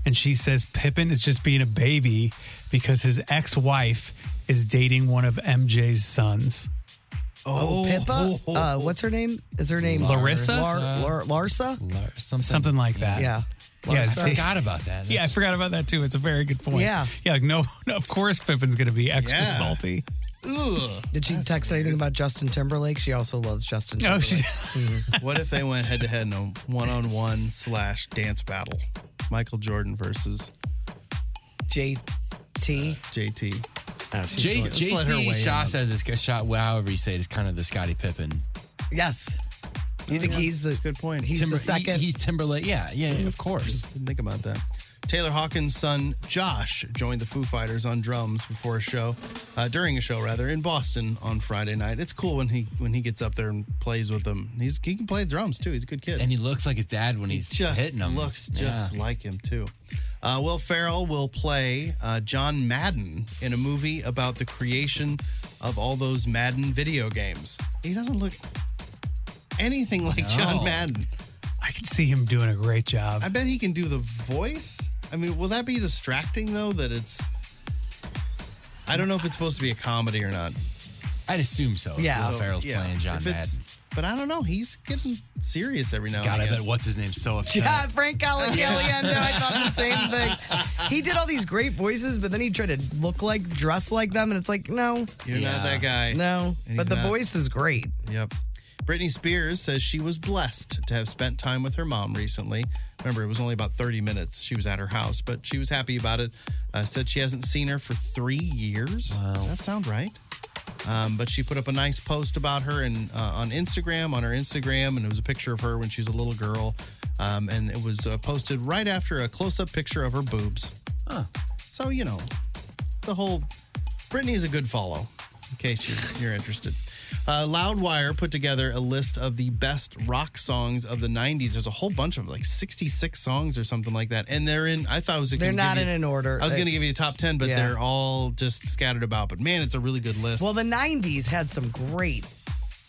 Speaker 4: and she says Pippen is just being a baby because his ex wife is dating one of MJ's sons.
Speaker 3: Oh, Pippa. Uh, what's her name? Is her name
Speaker 4: Larissa?
Speaker 3: Lar- Lar- Larsa?
Speaker 5: something.
Speaker 4: like that.
Speaker 3: Yeah.
Speaker 4: Yeah,
Speaker 5: I forgot about that.
Speaker 4: Yeah, I forgot about that too. It's a very good point.
Speaker 3: Yeah.
Speaker 4: Yeah, like no, no of course Pippen's going to be extra
Speaker 3: Yeah.
Speaker 4: salty.
Speaker 3: Did she text anything about Justin Timberlake? She also loves Justin
Speaker 4: No,
Speaker 3: Timberlake.
Speaker 4: she-
Speaker 6: what if they went head to head in a one on one slash dance battle? Michael Jordan versus
Speaker 3: JT.
Speaker 6: JT.
Speaker 5: J- JC Shaw says it's Shaw, however you say it, is kind of the Scottie Pippen.
Speaker 3: Yes. You think he's the
Speaker 6: good point?
Speaker 3: He's the second.
Speaker 5: he's Timberlake. Yeah, yeah, yeah, of course.
Speaker 6: Didn't think about that. Taylor Hawkins' son Josh joined the Foo Fighters on drums before a show, uh, during a show rather, in Boston on Friday night. It's cool when he when he gets up there and plays with them. He's he can play drums too. He's a good kid,
Speaker 5: And he looks like his dad when he's
Speaker 6: just
Speaker 5: hitting him.
Speaker 6: looks just like him too. Uh, Will Farrell will play uh, John Madden in a movie about the creation of all those Madden video games. He doesn't look anything like John
Speaker 4: No.
Speaker 6: Madden.
Speaker 4: I can see him doing a great job.
Speaker 6: I bet he can do the voice. I mean, will that be distracting though? That it's. I don't know if it's supposed to be a comedy or not.
Speaker 5: I'd assume so. if
Speaker 6: Yeah,
Speaker 5: Will Ferrell's
Speaker 6: yeah.
Speaker 5: playing John
Speaker 6: If it's-
Speaker 5: Madden.
Speaker 6: But I don't know. He's getting serious every now
Speaker 5: God,
Speaker 6: and
Speaker 5: I
Speaker 6: again.
Speaker 5: bet what's his name's so upset.
Speaker 3: Yeah, Frank Caligiando. I thought the same thing. He did all these great voices, but then he tried to look like, dress like them, and it's like, no,
Speaker 6: You're not that guy.
Speaker 3: No,
Speaker 6: And
Speaker 3: but
Speaker 6: he's
Speaker 3: the
Speaker 6: not.
Speaker 3: voice is great.
Speaker 6: Yep. Britney Spears says she was blessed to have spent time with her mom recently. Remember, it was only about 30 minutes she was at her house, but she was happy about it. Uh, said she hasn't seen her for three years. Does that sound right? Um, but she put up a nice post about her and uh, on Instagram, on her Instagram, and it was a picture of her when she was a little girl. Um, and it was uh, posted right after a close up picture of her boobs. So, you know, the whole Brittany's a good follow, in case you're, you're interested. Uh, Loudwire put together a list of the best rock songs of the 90s. There's a whole bunch of them, like 66 songs or something like that. And they're in, I thought I was
Speaker 3: They're
Speaker 6: gonna
Speaker 3: not
Speaker 6: give you-
Speaker 3: in an order.
Speaker 6: I was going to
Speaker 3: It's-
Speaker 6: give you the top 10, but
Speaker 3: Yeah.
Speaker 6: they're all just scattered about. But man, it's a really good list.
Speaker 3: Well, the '90s had some great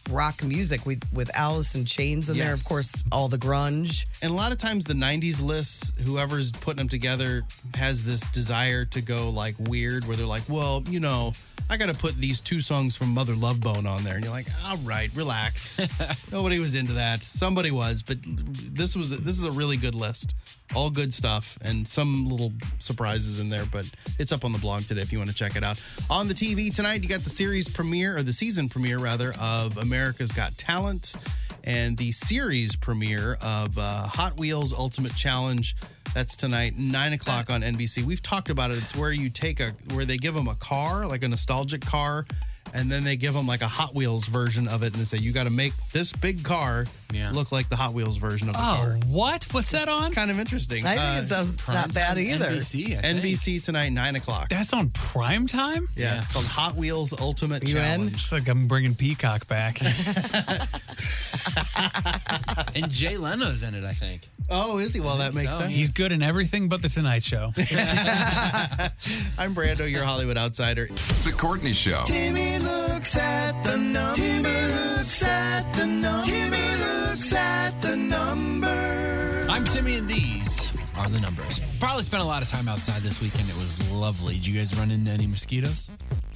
Speaker 3: rock music with with Alice in Chains in there, of
Speaker 6: Yes.
Speaker 3: course, all the grunge.
Speaker 6: And a lot of times the 90s lists, whoever's putting them together has this desire to go like weird, where they're like, well, you know, I got to put these two songs from Mother Love Bone on there. And you're like, all right, relax. Nobody was into that. Somebody was, but this was this is a really good list. All good stuff and some little surprises in there, but it's up on the blog today if you want to check it out. On the TV tonight, you got the series premiere or the season premiere rather of America's Got Talent and the series premiere of uh, Hot Wheels Ultimate Challenge. That's tonight, nine o'clock on NBC. We've talked about it. It's where you take a where they give them a car, like a nostalgic car, and then they give them like a Hot Wheels version of it, and they say you got to make this big car look like the Hot Wheels version of the
Speaker 4: Oh,
Speaker 6: car.
Speaker 4: what? What's that on?
Speaker 6: Kind of interesting. Uh,
Speaker 3: I think it sounds not bad either.
Speaker 6: NBC tonight, nine o'clock.
Speaker 4: That's on prime time.
Speaker 6: yeah, it's called Hot Wheels Ultimate
Speaker 4: You in?
Speaker 6: Challenge.
Speaker 4: It's like I'm bringing Peacock back.
Speaker 5: and Jay Leno's in it, I think.
Speaker 6: Oh, is he? Well, that makes sense.
Speaker 4: He's good in everything but the Tonight Show.
Speaker 6: I'm Brando, your Hollywood outsider.
Speaker 7: The Courtney Show.
Speaker 2: Timmy looks at the number. Timmy looks at the number. Timmy looks at the number.
Speaker 5: I'm Timmy, and these are the numbers. Probably spent a lot of time outside this weekend. It was lovely. Did you guys run into any mosquitoes?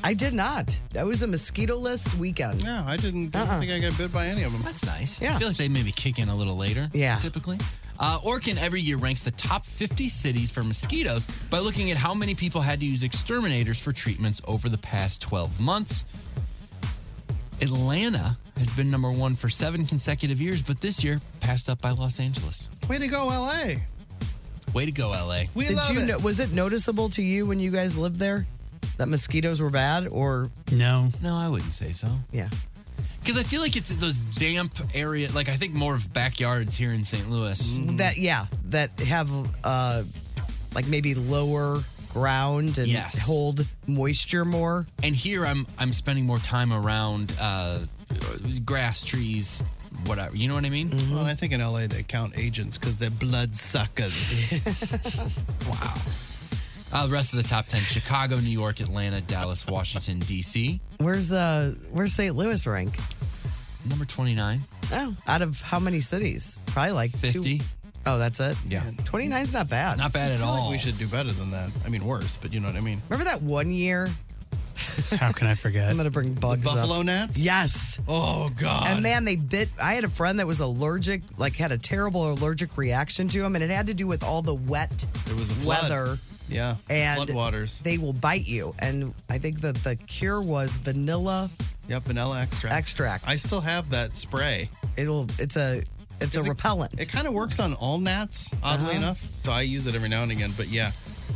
Speaker 3: I did not. That was a mosquito-less weekend.
Speaker 6: No, I didn't. I
Speaker 3: Uh-uh.
Speaker 6: don't think I got bit by any of them.
Speaker 5: That's nice.
Speaker 3: Yeah.
Speaker 5: I feel like they maybe kick in a little later.
Speaker 3: Yeah.
Speaker 5: Typically. Uh, Orkin every year ranks the top 50 cities for mosquitoes by looking at how many people had to use exterminators for treatments over the past 12 months. Atlanta has been number one for seven consecutive years, but this year passed up by Los Angeles.
Speaker 6: Way to go, LA.
Speaker 5: Way to go, LA.
Speaker 6: We
Speaker 3: did
Speaker 6: love
Speaker 3: you
Speaker 6: it.
Speaker 3: know? Was it noticeable to you when you guys lived there that mosquitoes were bad? Or
Speaker 4: No.
Speaker 5: No, I wouldn't say so.
Speaker 3: yeah,
Speaker 5: Because I feel like it's those damp area, like I think more of backyards here in St. Louis.
Speaker 3: that yeah that have uh like maybe lower ground and
Speaker 5: Yes.
Speaker 3: hold moisture more.
Speaker 5: And here I'm I'm spending more time around uh, grass, trees, whatever. You know what I mean?
Speaker 6: Well, I think in LA they count agents because they're bloodsuckers.
Speaker 5: Uh, the rest of the top 10 Chicago, New York, Atlanta, Dallas, Washington, D.C.
Speaker 3: Where's uh where's St. Louis rank?
Speaker 5: Number 29.
Speaker 3: Oh, out of how many cities? Probably like two-
Speaker 5: 50.
Speaker 3: Oh, that's it.
Speaker 5: Yeah.
Speaker 3: 29 is not bad.
Speaker 5: Not bad
Speaker 6: I
Speaker 5: at
Speaker 6: feel
Speaker 5: all.
Speaker 6: like we should do better than that. I mean, worse, but you know what I mean.
Speaker 3: Remember that one year?
Speaker 4: How can I forget?
Speaker 3: I'm gonna bring bugs
Speaker 6: Buffalo
Speaker 3: up.
Speaker 6: gnats?
Speaker 3: Yes.
Speaker 6: Oh, God.
Speaker 3: And man, they bit. I had a friend that was allergic, like had a terrible allergic reaction to them, and it had to do with all the wet
Speaker 6: There was a flood.
Speaker 3: weather.
Speaker 6: Yeah.
Speaker 3: And
Speaker 6: floodwaters.
Speaker 3: they will bite you. And I think that the cure was vanilla
Speaker 6: Yep, vanilla extract.
Speaker 3: extract.
Speaker 6: I still have that spray.
Speaker 3: It'll. It's a. It's a
Speaker 6: Is it-
Speaker 3: repellent.
Speaker 6: It kind of works on all gnats, oddly
Speaker 3: Uh-huh.
Speaker 6: enough. So I use it every now and again. But yeah,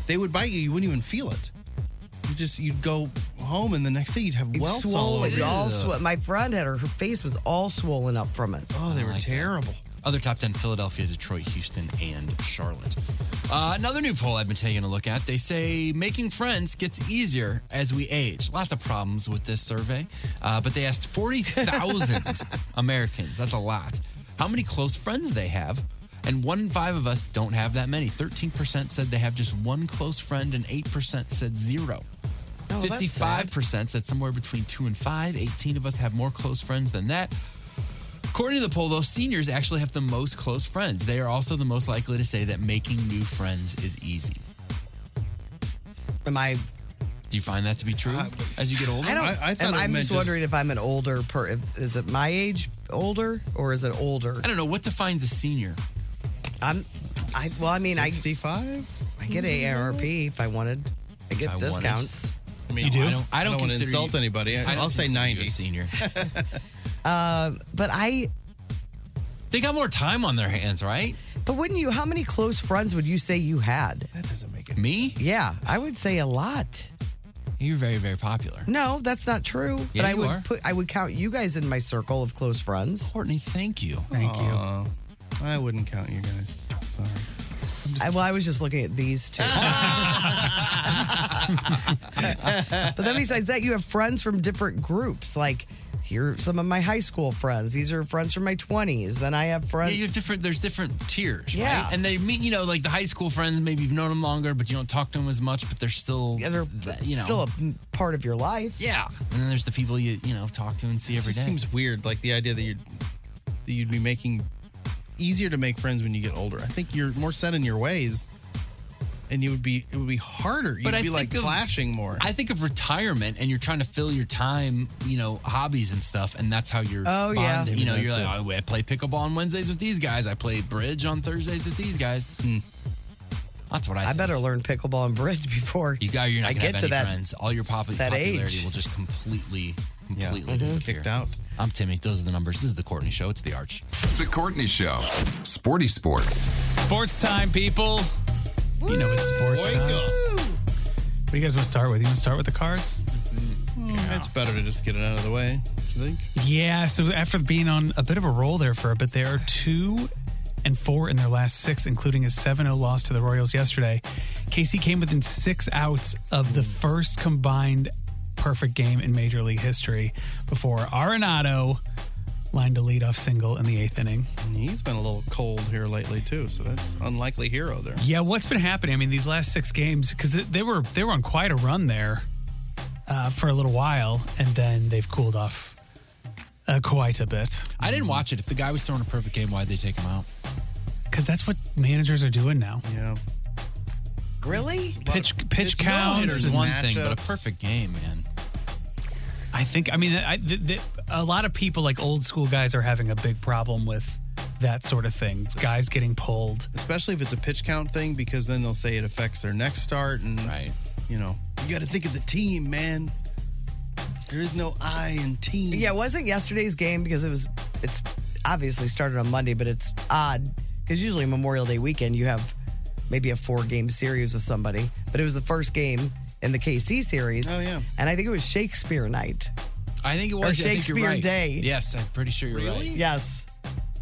Speaker 6: they would bite you. You wouldn't even feel it. You just you'd go, oh, home, and the next thing you'd have
Speaker 3: You've
Speaker 6: welts all
Speaker 3: swollen,
Speaker 6: over.
Speaker 3: all,
Speaker 6: you.
Speaker 3: swe- My friend had her, her face was all swollen up from it.
Speaker 6: Oh, they were
Speaker 5: terrible. Other top 10 Philadelphia, Detroit, Houston, and Charlotte. Uh, another new poll I've been taking a look at. They say making friends gets easier as we age. Lots of problems with this survey, uh, but they asked 40,000 Americans. That's a lot. How many close friends they have. And one in five of us don't have that many. 13% said they have just one close friend, and 8% said zero.
Speaker 3: Oh, that's sad.
Speaker 5: 55% said somewhere between two and five. 18 of us have more close friends than that. According to the poll, though, seniors actually have the most close friends. They are also the most likely to say that making new friends is easy.
Speaker 3: Am I? Uh,
Speaker 5: Do you find that to be true as you get older?
Speaker 3: I don't. I, am just wondering if I'm an older per. if- Is it my age older or is it older?
Speaker 5: I don't know what defines a senior.
Speaker 3: I'm. I well, I mean, I
Speaker 6: 65.
Speaker 3: I get ARP if I wanted. I get
Speaker 6: I wanted.
Speaker 3: discounts.
Speaker 6: I mean, I don't, I don't, want to
Speaker 3: consider
Speaker 6: insult
Speaker 3: you-
Speaker 6: anybody.
Speaker 3: I
Speaker 6: I,
Speaker 3: don't
Speaker 6: will say
Speaker 3: consider you a
Speaker 6: 90.
Speaker 5: senior.
Speaker 3: Uh, but I.
Speaker 5: They got more time on their hands, right?
Speaker 3: But wouldn't you? How many close friends would you say you had? That
Speaker 5: doesn't make it. Me?
Speaker 3: Yeah, I would say a lot.
Speaker 5: You're very, very popular.
Speaker 3: No, that's not true.
Speaker 5: Yeah,
Speaker 3: but I
Speaker 5: you
Speaker 3: would
Speaker 5: are.
Speaker 3: put. I would count you guys in my circle of close friends.
Speaker 5: Courtney, thank you.
Speaker 3: Thank you.
Speaker 6: you. I wouldn't count you guys. Sorry.
Speaker 3: I, well, I was just looking at these two. but then besides that, you have friends from different groups. Like here, are some of my high school friends. These are friends from my twenties. Then I have
Speaker 5: Yeah,
Speaker 3: friends.
Speaker 5: you have different. There's different tiers,
Speaker 3: Yeah.
Speaker 5: right? And they meet, you know, like the high school friends. Maybe you've known them longer, but you don't talk to them as much. But they're still,
Speaker 3: they're
Speaker 5: you know,
Speaker 3: still a m- part of your life.
Speaker 5: Yeah. And then there's the people you you know talk to and see every
Speaker 6: It
Speaker 5: day.
Speaker 6: just seems weird, like the idea that you'd that you'd be making easier to make friends when you get older. I think you're more set in your ways, and you would be it would be harder. You'd
Speaker 5: But I
Speaker 6: be like
Speaker 5: think of-
Speaker 6: clashing more.
Speaker 5: I think of retirement, and you're trying to fill your time, you know, hobbies and stuff, and that's how you're.
Speaker 3: Oh, yeah.
Speaker 5: bonding. you know,
Speaker 3: That's
Speaker 5: you're like,
Speaker 3: it.
Speaker 5: "Oh, I play pickleball on Wednesdays with these guys. I play bridge on Thursdays with these guys.
Speaker 3: Hmm.
Speaker 5: That's what I.
Speaker 3: I
Speaker 5: think.
Speaker 3: better learn pickleball and bridge before you
Speaker 5: guy. You're not
Speaker 3: I
Speaker 5: gonna
Speaker 3: get
Speaker 5: have
Speaker 3: to
Speaker 5: any
Speaker 3: that
Speaker 5: friends. All your pop-
Speaker 3: that
Speaker 5: popularity
Speaker 3: age.
Speaker 5: will just completely, completely
Speaker 7: Mhm.
Speaker 5: disappear. Kicked
Speaker 6: out.
Speaker 5: I'm Timmy. Those are the numbers. This is the Courtney Show. It's the Arch.
Speaker 7: The Courtney Show. Sporty Sports.
Speaker 4: Sports time, people. You know it's sports time. What do you guys want to start with? You want to start with the cards?
Speaker 6: Hmm, It's better to just get it out of the way. do you think?
Speaker 4: Yeah. So after being on a bit of a roll there for a bit, they are two and four in their last six, including a 7-0 loss to the Royals yesterday. Casey came within six outs of the first combined perfect game in Major League history before Arenado lined a leadoff single in the eighth inning.
Speaker 6: And he's been a little cold here lately too, so that's unlikely hero there.
Speaker 4: Yeah, what's been happening? I mean, these last six games because they were they were on quite a run there uh, for a little while, and then they've cooled off uh, quite a bit.
Speaker 5: I didn't watch it. If the guy was throwing a perfect game, why'd they take him out?
Speaker 4: Because that's what managers are doing now.
Speaker 6: Yeah.
Speaker 3: Really?
Speaker 4: Pitch pitch counts
Speaker 5: is one thing, but a perfect game, man.
Speaker 4: I think. I mean, I, th th a lot of people, like old school guys, are having a big problem with that sort of thing. Guys getting pulled.
Speaker 6: Especially if it's a pitch count thing, because then they'll say it affects their next start, and you know you got to think of the team, man. There is no I in team.
Speaker 3: Yeah, it wasn't yesterday's game because it was. It's obviously started on Monday, but it's odd because usually Memorial Day weekend you have maybe a four-game series with somebody, but it was the first game in the KC series. Oh yeah, and I think it was Shakespeare night.
Speaker 5: I think it was
Speaker 3: or
Speaker 5: I think
Speaker 3: Shakespeare
Speaker 5: you're right.
Speaker 3: Day.
Speaker 5: Yes, I'm pretty sure you're right.
Speaker 3: Yes.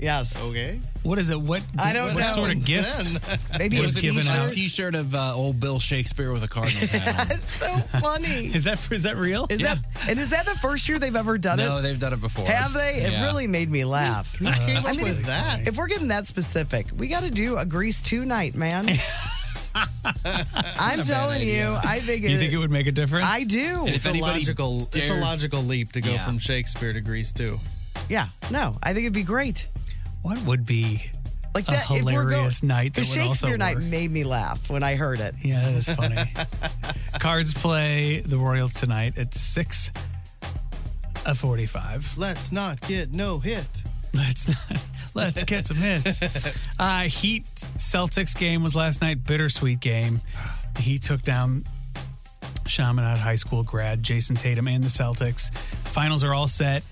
Speaker 3: Yes.
Speaker 6: Okay.
Speaker 4: What is it? What
Speaker 3: I don't
Speaker 5: what
Speaker 3: know.
Speaker 5: sort of
Speaker 3: Since
Speaker 5: gift
Speaker 3: then. Maybe
Speaker 5: was
Speaker 3: it's
Speaker 5: given
Speaker 3: given
Speaker 5: a T-shirt of uh, old Bill Shakespeare with a Cardinals hat.
Speaker 3: so funny.
Speaker 4: is that is that real?
Speaker 3: Is that and is that the first year they've ever done
Speaker 5: no,
Speaker 3: it?
Speaker 5: they've done it before.
Speaker 3: Have they? It
Speaker 5: Yeah.
Speaker 3: really made me laugh.
Speaker 5: Who came up with
Speaker 3: if,
Speaker 5: that?
Speaker 3: If we're getting that specific, we got to do a Grease 2 night, man. I'm telling you, I think it,
Speaker 4: you think it would make a difference.
Speaker 3: I do.
Speaker 5: Oh,
Speaker 6: It's a logical. It's a logical leap to go
Speaker 3: Yeah.
Speaker 6: from Shakespeare to Greece too.
Speaker 3: Yeah, no, I think it'd be great.
Speaker 4: What would be
Speaker 3: like
Speaker 4: a
Speaker 3: that, if we're
Speaker 4: hilarious
Speaker 3: going,
Speaker 4: night that
Speaker 3: The
Speaker 4: would also
Speaker 3: Shakespeare night
Speaker 4: work?
Speaker 3: made me laugh when I heard it.
Speaker 4: Yeah, that is funny. Cards play the Royals tonight at six of forty-five.
Speaker 6: Let's not get no hit.
Speaker 4: Let's not. Let's get some hits. Uh, Heat Celtics game was last night. Bittersweet game. The Heat took down Chaminade High School grad Jason Tatum and the Celtics. Finals are all set.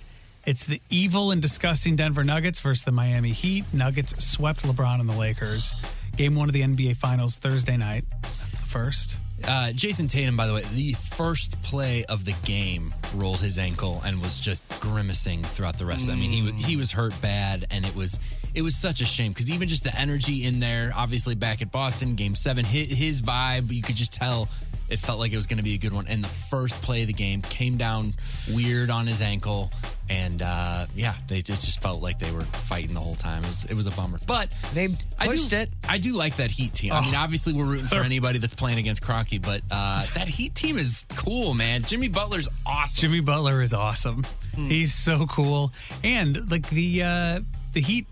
Speaker 4: It's the evil and disgusting Denver Nuggets versus the Miami Heat. Nuggets swept LeBron and the Lakers. Game one of the NBA Finals Thursday night. That's the first.
Speaker 5: Uh, Jason Tatum, by the way, the first play of the game rolled his ankle and was just grimacing throughout the rest. of it. I mean, he was, he was hurt bad, and it was it was such a shame because even just the energy in there, obviously back at Boston, Game Seven, his, his vibe, you could just tell it felt like it was going to be a good one. And the first play of the game came down weird on his ankle, and uh, yeah, they just, just felt like they were fighting the whole time. It was it was a bummer, but
Speaker 3: they pushed
Speaker 5: I do, it. I do like that Heat team. I mean,
Speaker 3: Oh.
Speaker 5: obviously we're rooting for anybody that's playing against Crocky, but uh, that Heat team is cool, man. Jimmy Butler's awesome.
Speaker 4: Jimmy Butler is awesome.
Speaker 3: Hmm.
Speaker 4: He's so cool. And like the uh the Heat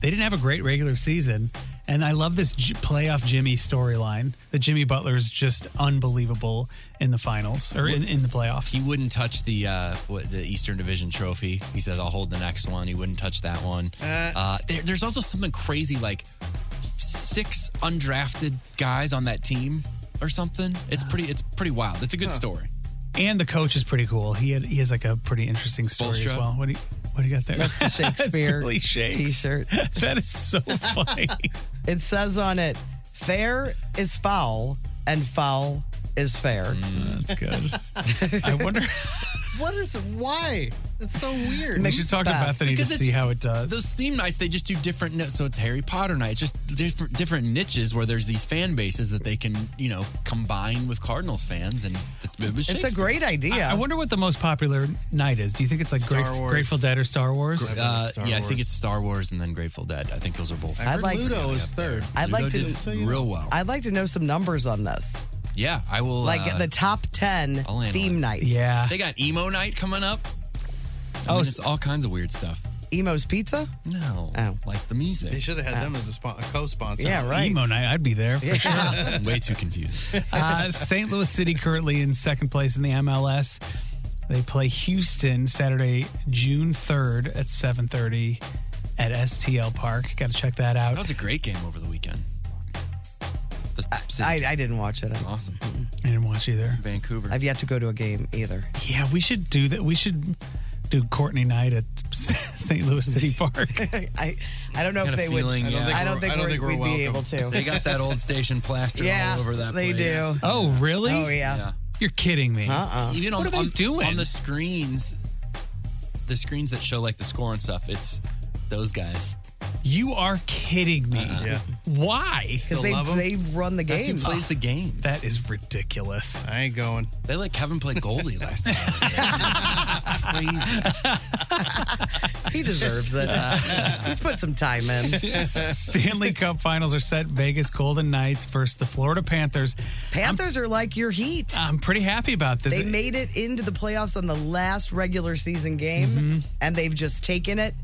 Speaker 4: they didn't have a great regular season. And I love this J- playoff Jimmy storyline. That Jimmy Butler is just unbelievable in the finals or in, in the playoffs.
Speaker 5: He wouldn't touch the uh, what, the Eastern Division trophy. He says, "I'll hold the next one." He wouldn't touch that one. Uh, there- there's also something crazy like six undrafted guys on that team or something. It's pretty. It's pretty wild. It's a good
Speaker 4: Huh.
Speaker 5: story.
Speaker 4: And the coach is pretty cool. He had, he has like a pretty interesting story as
Speaker 5: Spoelstra?
Speaker 4: well. What do you what do you got there?
Speaker 3: That's the Shakespeare
Speaker 4: Billy Shakes.
Speaker 3: t-shirt.
Speaker 4: That is so funny.
Speaker 3: it says on it, fair is foul and foul is fair.
Speaker 4: Mm, that's good. I wonder
Speaker 6: What is why? It's so weird.
Speaker 4: We should talk to Bethany to
Speaker 5: Because it's-
Speaker 4: see how it does.
Speaker 5: Those theme nights, they just do different. ni- So it's Harry Potter night. It's just different, different niches where there's these fan bases that they can, you know, combine with Cardinals fans, and it was Shakespeare.
Speaker 4: I, I wonder what the most popular night is. Do you think it's like
Speaker 5: Star
Speaker 4: Grate-
Speaker 5: Wars.
Speaker 4: Grateful Dead or Star Wars?
Speaker 5: Gra- uh, yeah, I think it's Star Wars and then Grateful Dead. I think those are both.
Speaker 3: I'd like- Ludo
Speaker 5: is
Speaker 6: third.
Speaker 3: I'd like to
Speaker 5: real well.
Speaker 3: I'd like to know some numbers on this.
Speaker 5: Yeah, I will.
Speaker 3: like
Speaker 5: uh,
Speaker 3: the top 10
Speaker 5: I'll handle
Speaker 3: theme
Speaker 5: it.
Speaker 3: nights.
Speaker 5: they got emo night coming up. I
Speaker 3: Oh,
Speaker 5: mean,
Speaker 3: s-
Speaker 5: it's all kinds of weird stuff.
Speaker 3: Emo's Pizza?
Speaker 5: No.
Speaker 3: Oh.
Speaker 5: Like the music.
Speaker 6: They should have had them as a, spo- a co-sponsor. Oh,
Speaker 4: Emo night. I'd be there for sure.
Speaker 5: Way too confused.
Speaker 4: uh, St. Louis City currently in second place in the MLS. They play Houston Saturday, June third at seven thirty at STL Park. Got to check that out.
Speaker 5: That was a great game over the weekend.
Speaker 3: I, I didn't watch it.
Speaker 5: Awesome.
Speaker 4: I didn't watch either.
Speaker 5: Vancouver.
Speaker 3: I've yet to go to a game either.
Speaker 4: Yeah, we should do that. We should do Courtney night at St. Louis City Park.
Speaker 3: I I don't know if
Speaker 5: Got a
Speaker 3: they would.
Speaker 5: feeling,
Speaker 3: I don't
Speaker 5: yeah.
Speaker 3: think, we're,
Speaker 5: we're
Speaker 3: we'd be able
Speaker 5: welcome.
Speaker 3: to.
Speaker 5: They got that old station plastered
Speaker 3: Yeah,
Speaker 5: all over that
Speaker 3: they
Speaker 5: place.
Speaker 3: do.
Speaker 4: Oh, really?
Speaker 3: Oh, yeah.
Speaker 4: You're kidding me.
Speaker 3: Uh-uh.
Speaker 5: Even on,
Speaker 4: what are they
Speaker 5: on,
Speaker 4: doing?
Speaker 5: on the screens, the screens that show like the score and stuff, it's those guys.
Speaker 4: you are kidding me.
Speaker 5: Uh-uh. Yeah.
Speaker 4: Why?
Speaker 5: Still they- love 'em? they
Speaker 3: run the
Speaker 5: That's who games. plays the games.
Speaker 4: That is ridiculous.
Speaker 6: I ain't going.
Speaker 5: They let Kevin play goalie last time.
Speaker 3: He deserves it. He's put some time in.
Speaker 4: Stanley Cup Finals are set. Vegas Golden Knights versus the Florida Panthers.
Speaker 3: Panthers are like your Heat.
Speaker 4: I'm pretty happy about this.
Speaker 3: They made it into the playoffs on the last regular season game,
Speaker 5: Mm-hmm.
Speaker 3: and they've just taken it.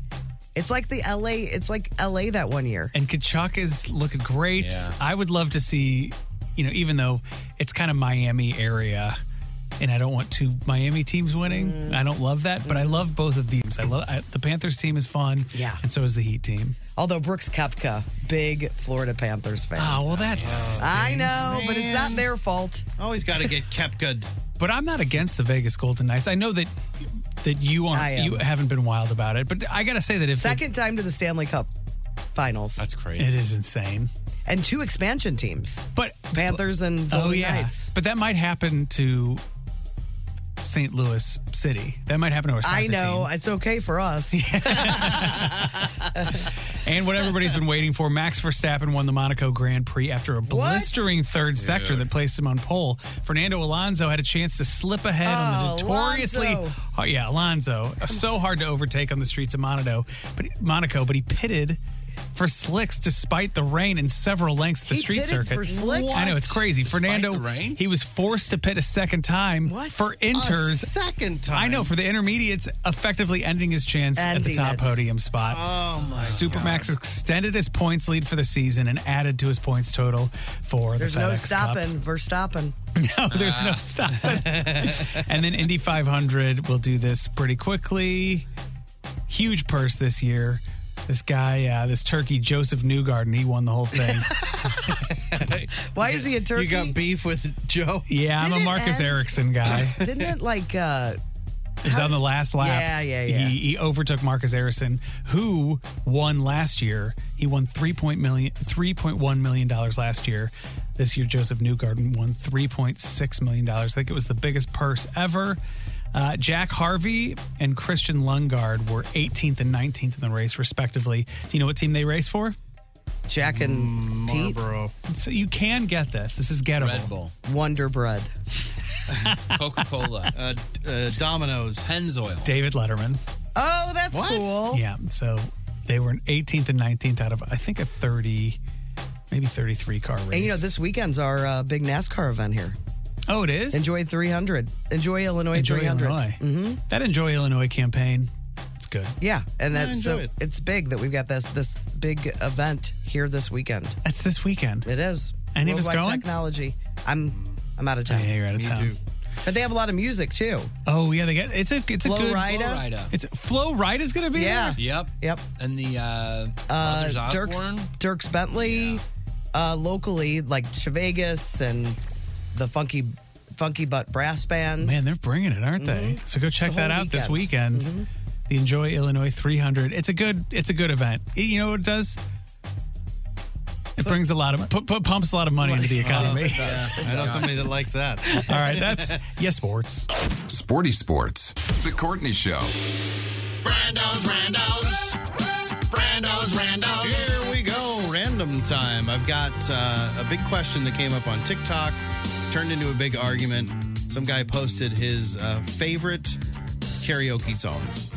Speaker 3: It's like the LA. It's like LA that one year.
Speaker 4: and Kachuk is looking great.
Speaker 3: Yeah.
Speaker 4: I would love to see, you know, even though it's kind of Miami area, and I don't want two Miami teams winning.
Speaker 3: Mm.
Speaker 4: I don't love that, but I love both of these. I love I, the Panthers team is fun. Yeah, and so is the Heat team.
Speaker 3: Although Brooks Kepka, big Florida Panthers fan.
Speaker 4: Oh well, that's
Speaker 3: I know, but it's not their fault.
Speaker 6: Always got to get kept good.
Speaker 4: But I'm not against the Vegas Golden Knights. I know that that you
Speaker 3: I
Speaker 4: aren't.
Speaker 3: am.
Speaker 4: You haven't been wild about it, but I gotta say that if
Speaker 3: Second time to the Stanley Cup Finals. That's
Speaker 5: crazy.
Speaker 4: it is insane.
Speaker 3: And two expansion teams.
Speaker 4: But Oh,
Speaker 3: Panthers and Golden Knights.
Speaker 4: but that might happen to St. Louis City. That might happen to our soccer
Speaker 3: I know
Speaker 4: team.
Speaker 3: it's okay for us.
Speaker 4: And what everybody's been waiting for, Max Verstappen won the Monaco Grand Prix after a blistering third sector that placed him on pole. Fernando Alonso had a chance to slip ahead on
Speaker 3: Oh,
Speaker 4: the notoriously
Speaker 3: Alonso.
Speaker 4: Oh yeah, Alonso. Uh, So hard to overtake on the streets of Monaco, but Monaco, but he pitted for slicks despite the rain in several lengths of the
Speaker 3: He
Speaker 4: street
Speaker 3: pitted
Speaker 4: circuit.
Speaker 3: for slicks?
Speaker 4: I know it's crazy.
Speaker 3: Despite
Speaker 4: Fernando
Speaker 3: the rain?
Speaker 4: he was forced to pit a second time for inters.
Speaker 6: A second time.
Speaker 4: I know for the intermediates, effectively ending his chance at the
Speaker 6: Ending
Speaker 4: top
Speaker 6: it.
Speaker 4: podium spot.
Speaker 6: Oh my
Speaker 4: Supermax extended his points lead for the season and added to his points total for
Speaker 3: There's
Speaker 4: the FedEx
Speaker 3: no
Speaker 4: Cup. Ah.
Speaker 3: stopping Verstappen.
Speaker 4: No, there's no stopping. and then Indy 500 will do this pretty quickly. Huge purse this year. This guy, uh, this turkey, Joseph Newgarden, he won the whole thing.
Speaker 3: Why is he a turkey?
Speaker 6: You got beef with Joe?
Speaker 4: Yeah, I'm a Marcus
Speaker 3: end-
Speaker 4: Erickson guy.
Speaker 3: Didn't it like uh
Speaker 4: It was on the last lap.
Speaker 3: Yeah, yeah, yeah.
Speaker 4: He, he overtook Marcus Harrison, who won last year. He won three point million, three point one million dollars last year. This year, Joseph Newgarden won three point six million dollars. I think it was the biggest purse ever. Uh, Jack Harvey and Christian Lungard were 18th and 19th in the race, respectively. Do you know what team they race for?
Speaker 3: Jack and Pete.
Speaker 4: So you can get this. This is gettable. Red Bull.
Speaker 3: Wonder Bread.
Speaker 5: Coca Cola,
Speaker 6: uh, uh, Domino's,
Speaker 5: Pennzoil.
Speaker 4: David Letterman.
Speaker 3: Oh, that's
Speaker 6: What?
Speaker 3: cool.
Speaker 4: Yeah. So they were in 18th and 19th out of I think a 30, maybe 33 car race.
Speaker 3: And you know, this weekend's our uh, big NASCAR event here.
Speaker 4: oh, it is.
Speaker 3: Enjoy 300. Enjoy Illinois
Speaker 4: Enjoy
Speaker 3: 300.
Speaker 4: Illinois.
Speaker 3: Mm-hmm.
Speaker 4: that Enjoy Illinois campaign. It's good.
Speaker 3: Yeah, and
Speaker 4: Yeah,
Speaker 3: that's
Speaker 4: enjoy
Speaker 3: so
Speaker 4: it.
Speaker 3: it's big that we've got this this big event here this weekend.
Speaker 4: It's this weekend.
Speaker 3: It is.
Speaker 4: Any of us
Speaker 3: Worldwide
Speaker 4: going?
Speaker 3: Technology. I'm I'm out of town.
Speaker 4: Yeah, you're out of town.
Speaker 3: But they have a lot of music too.
Speaker 4: Oh yeah, they get it's a it's
Speaker 3: Flo
Speaker 4: a good
Speaker 3: Rida?
Speaker 5: Flo Rida.
Speaker 4: It's Flo Rida's gonna be
Speaker 3: Yeah.
Speaker 4: there.
Speaker 5: Yep.
Speaker 3: Yep.
Speaker 5: And the uh, Brothers
Speaker 3: Uh, Dirks,
Speaker 5: Osborne.
Speaker 3: Dirks Bentley, uh, locally like Chevegas and the funky funky butt brass band.
Speaker 4: Man, they're bringing it, aren't they? So go check
Speaker 3: Mm-hmm. It's a
Speaker 4: that
Speaker 3: whole
Speaker 4: out this weekend.
Speaker 3: weekend. Mm-hmm.
Speaker 4: The Enjoy Illinois 300. It's a good it's a good event. It- you know what it does? It brings a lot of put, put, pumps a lot of money into the economy.
Speaker 6: Yeah, I know somebody that likes that.
Speaker 3: Oh,
Speaker 4: All right, that's yes sports.
Speaker 7: Sporty Sports. The Courtney Show.
Speaker 11: Brando's, Brando's. Brando's, Brando's.
Speaker 6: Here we go, random time. I've got uh, a big question that came up on TikTok, turned into a big argument. Some guy posted his uh, favorite karaoke songs.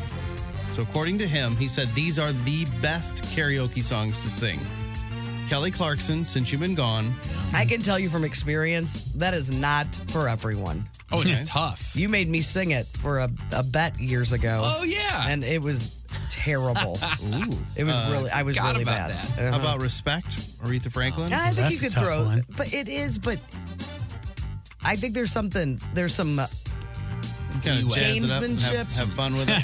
Speaker 6: So, according to him, he said these are the best karaoke songs to sing.
Speaker 3: Mm-hmm.
Speaker 6: Kelly Clarkson, Since You've Been Gone.
Speaker 3: I can tell you from experience that is not for everyone.
Speaker 5: Oh, it's tough.
Speaker 3: You made me sing it for a, a bet years ago.
Speaker 5: Oh, yeah.
Speaker 3: and it was terrible.
Speaker 6: Ooh.
Speaker 3: It was
Speaker 6: Uh,
Speaker 3: really I was
Speaker 5: forgot
Speaker 3: really
Speaker 5: about
Speaker 3: bad.
Speaker 5: that.
Speaker 3: Uh-huh.
Speaker 6: How about Respect, Aretha Franklin?
Speaker 3: Yeah, I think you
Speaker 4: That's a
Speaker 3: could
Speaker 4: tough
Speaker 3: throw,
Speaker 4: one.
Speaker 3: but it is. But I think there's something. There's some. Uh,
Speaker 6: Kind of jazz it up and have,
Speaker 3: Gamesmanship.
Speaker 6: have fun with it.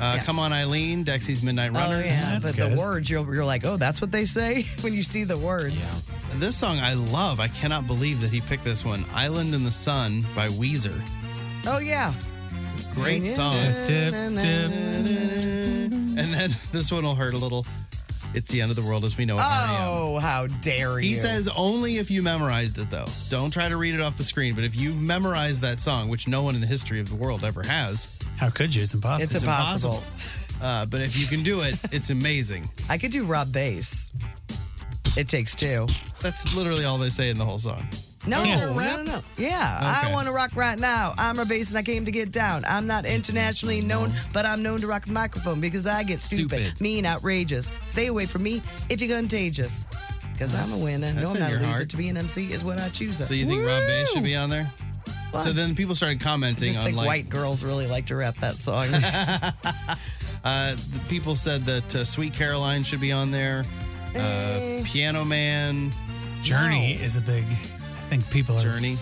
Speaker 6: Uh, Come on, Eileen, Dexy's Midnight
Speaker 3: oh
Speaker 6: Runner.
Speaker 3: yeah, but the words you're, you're like, oh, that's what they say when you see the words.
Speaker 6: This song I love. I cannot believe that he picked this one. Island in the Sun by Weezer.
Speaker 3: Oh yeah,
Speaker 6: Great song. And then this one will hurt a little. It's the end of the world as we know it. R.E.M..
Speaker 3: Oh, how dare you?
Speaker 6: He says only if you memorized it, though. Don't try to read it off the screen, but if you memorize that song, which no one in the history of the world ever has,
Speaker 4: How could you? It's impossible.
Speaker 3: it's, impossible.
Speaker 6: uh, but if you can do it, it's amazing.
Speaker 3: I could do Rob Bass. It takes two.
Speaker 6: That's literally all they say in the whole song.
Speaker 3: No, no,
Speaker 6: Yeah.
Speaker 3: no, no. Yeah, I
Speaker 6: Okay.
Speaker 3: want to rock right now. I'm a bass and I came to get down. I'm not internationally known, but I'm known to rock the microphone because I get stupid,
Speaker 5: Stupid.
Speaker 3: mean, outrageous. Stay away from me if you're contagious. Because I'm a winner.
Speaker 6: that's
Speaker 3: No, I'm
Speaker 6: in
Speaker 3: not a
Speaker 6: your
Speaker 3: loser.
Speaker 6: heart.
Speaker 3: To be an MC is what I choose.
Speaker 6: So you think Rob Bass should be on there?
Speaker 3: Woo!
Speaker 6: So then people started
Speaker 3: I
Speaker 6: commenting
Speaker 3: just
Speaker 6: on
Speaker 3: think
Speaker 6: like
Speaker 3: white girls really like to rap that song.
Speaker 6: Uh, the people said that uh, Sweet Caroline should be on there. Uh,
Speaker 3: Eh.
Speaker 6: Piano Man,
Speaker 4: Journey is a big I think people are
Speaker 6: Journey,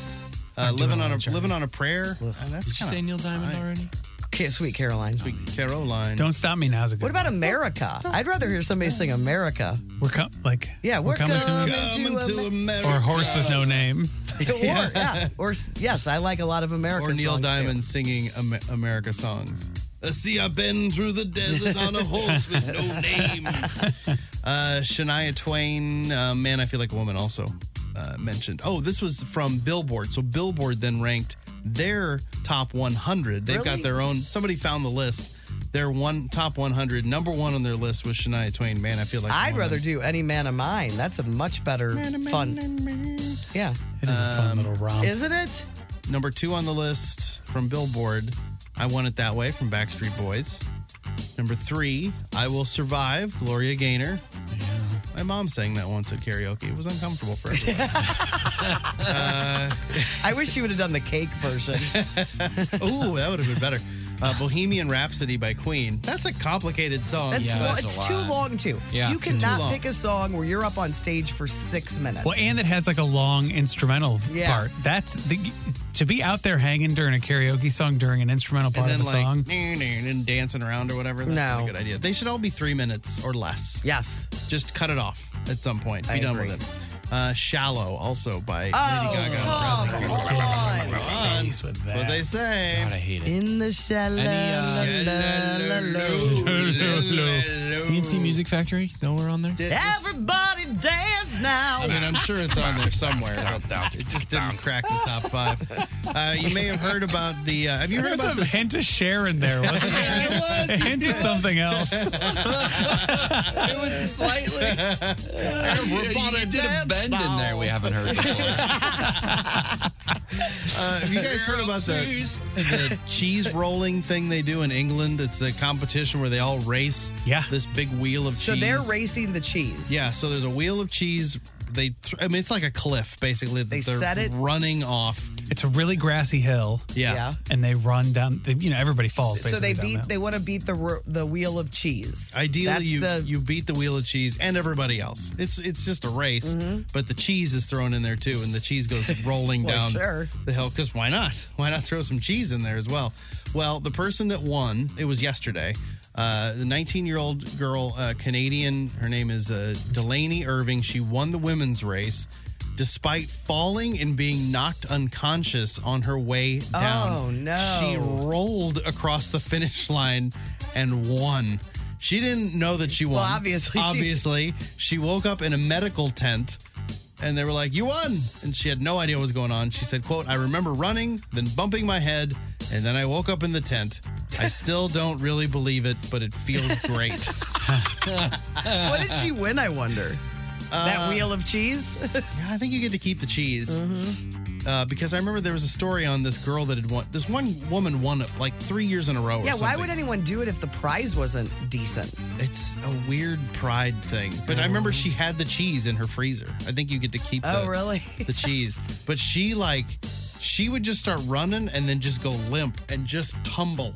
Speaker 6: uh,
Speaker 4: Aren't doing
Speaker 6: living
Speaker 4: a
Speaker 6: on
Speaker 4: lot
Speaker 6: a
Speaker 4: of Journey.
Speaker 6: living on a prayer. Uh, that's
Speaker 5: Did you
Speaker 6: kinda
Speaker 5: say Neil Diamond
Speaker 6: fine.
Speaker 5: already?
Speaker 3: Okay, Sweet Caroline.
Speaker 6: Sweet Caroline.
Speaker 4: Don't stop me now is a good
Speaker 3: What about
Speaker 4: one.
Speaker 3: America? I'd rather hear somebody sing America.
Speaker 4: We're com- like
Speaker 3: Yeah,
Speaker 4: we're,
Speaker 3: we're
Speaker 4: coming to him.
Speaker 6: Coming to America.
Speaker 4: Or horse with
Speaker 3: uh,
Speaker 4: no name.
Speaker 3: Or, yeah. or s- yes, I like a lot of America.
Speaker 6: or Neil
Speaker 3: songs, too.
Speaker 6: Diamond singing Am- America songs. Uh, see, I've been through the desert on a horse with no name. Uh, Shania Twain, uh, Man, I Feel Like a Woman also uh, mentioned. Oh, this was from Billboard. So Billboard then ranked their top 100. They've got
Speaker 3: Really?
Speaker 6: their own, somebody found the list. Their one top 100, number one on their list was Shania Twain, Man, I Feel Like a
Speaker 3: I'd
Speaker 6: Woman.
Speaker 3: rather do any man of mine. That's a much better fun. Yeah,
Speaker 4: It is a
Speaker 6: Um,
Speaker 4: fun little romp.
Speaker 3: isn't it?
Speaker 6: Number two on the list from Billboard, I Want It That Way from Backstreet Boys. Number three, I Will Survive, Gloria Gaynor. My mom sang that once at karaoke. It was uncomfortable for everyone.
Speaker 3: I wish you would have done the cake version.
Speaker 6: Ooh, that would have been better. Uh, Bohemian Rhapsody by Queen. That's a complicated song.
Speaker 3: That's, lo-
Speaker 5: that's a
Speaker 3: it's too
Speaker 5: lot.
Speaker 3: long too.
Speaker 5: Yeah,
Speaker 3: you
Speaker 5: too
Speaker 3: cannot
Speaker 6: long.
Speaker 3: pick a song where you're up on stage for six minutes.
Speaker 4: Well, and it has like a long instrumental
Speaker 3: Yeah.
Speaker 4: part. That's the to be out there hanging during a karaoke song during an instrumental
Speaker 6: and
Speaker 4: part
Speaker 6: then
Speaker 4: of a
Speaker 6: like
Speaker 4: song.
Speaker 6: "Nee, nee," and dancing around or whatever. That's not
Speaker 3: No.
Speaker 6: a good idea. They should all be three minutes or less.
Speaker 3: yes,
Speaker 6: Just cut it off at some point. Be
Speaker 3: I
Speaker 6: done
Speaker 3: agree. Oh,
Speaker 6: with it. Uh, Shallow, also by Lady Gaga. and Bradley Cooper. That's what they say. God, I hate it.
Speaker 3: In the shallow.
Speaker 5: uh,
Speaker 3: la,
Speaker 5: CNC Music Factory? Nowhere on there?
Speaker 3: Everybody dance now.
Speaker 6: I mean, I'm sure it's on there somewhere. But it just didn't crack the top five. Uh, you may have heard about the. Uh, have you heard
Speaker 4: There's
Speaker 6: about
Speaker 4: a
Speaker 6: the
Speaker 4: hint of Sharon there, wasn't there? a hint of something else.
Speaker 5: It was slightly.
Speaker 6: Everybody
Speaker 5: you did a bend in there we haven't heard before.
Speaker 6: Uh, have you guys heard about the, the cheese rolling thing they do in England? It's a competition where they all race yeah. this big wheel of
Speaker 3: So
Speaker 6: cheese.
Speaker 3: they're racing the cheese.
Speaker 6: Yeah, so there's a wheel of cheese. They, th- I mean, it's like a cliff basically. that
Speaker 3: They
Speaker 6: they're
Speaker 3: set it-
Speaker 6: running off.
Speaker 4: It's a really grassy hill.
Speaker 6: Yeah. Yeah.
Speaker 4: And they run down, they, you know, everybody falls
Speaker 3: So they
Speaker 4: basically. down
Speaker 3: beat.
Speaker 4: that.
Speaker 3: They want to beat the ro- the wheel of cheese.
Speaker 6: Ideally,
Speaker 3: That's
Speaker 6: you
Speaker 3: the-
Speaker 6: you beat the wheel of cheese and everybody else. It's it's just a race, but the cheese is thrown in there too, and the cheese goes rolling
Speaker 3: Mm-hmm. Well,
Speaker 6: down
Speaker 3: sure.
Speaker 6: the hill. Because why not? Why not throw some cheese in there as well? Well, the person that won, it was yesterday. Uh, the 19 year old girl, uh, Canadian, her name is uh, Delaney Irving. She won the women's race despite falling and being knocked unconscious on her way down.
Speaker 3: Oh, no.
Speaker 6: She rolled across the finish line and won. She didn't know that she won.
Speaker 3: Well, obviously she-
Speaker 6: Obviously. She woke up in a medical tent and they were like, You won. And she had no idea what was going on. She said, quote, I remember running, then bumping my head, and then I woke up in the tent. I still don't really believe it, but it feels great.
Speaker 3: what did she win? I wonder. that wheel of cheese.
Speaker 6: Uh,
Speaker 3: Mm-hmm.
Speaker 6: Yeah, I think you get to keep the cheese. Uh, because I remember there was a story on this girl that had won. This one woman won it like three years in a row. or
Speaker 3: yeah. Why
Speaker 6: something.
Speaker 3: would anyone do it if the prize wasn't decent?
Speaker 6: It's a weird pride thing. But I remember she had the cheese in her freezer. I think you get to keep
Speaker 3: Mm-hmm. Oh,
Speaker 6: the,
Speaker 3: really?
Speaker 6: the cheese. But she like she would just start running and then just go limp and just tumble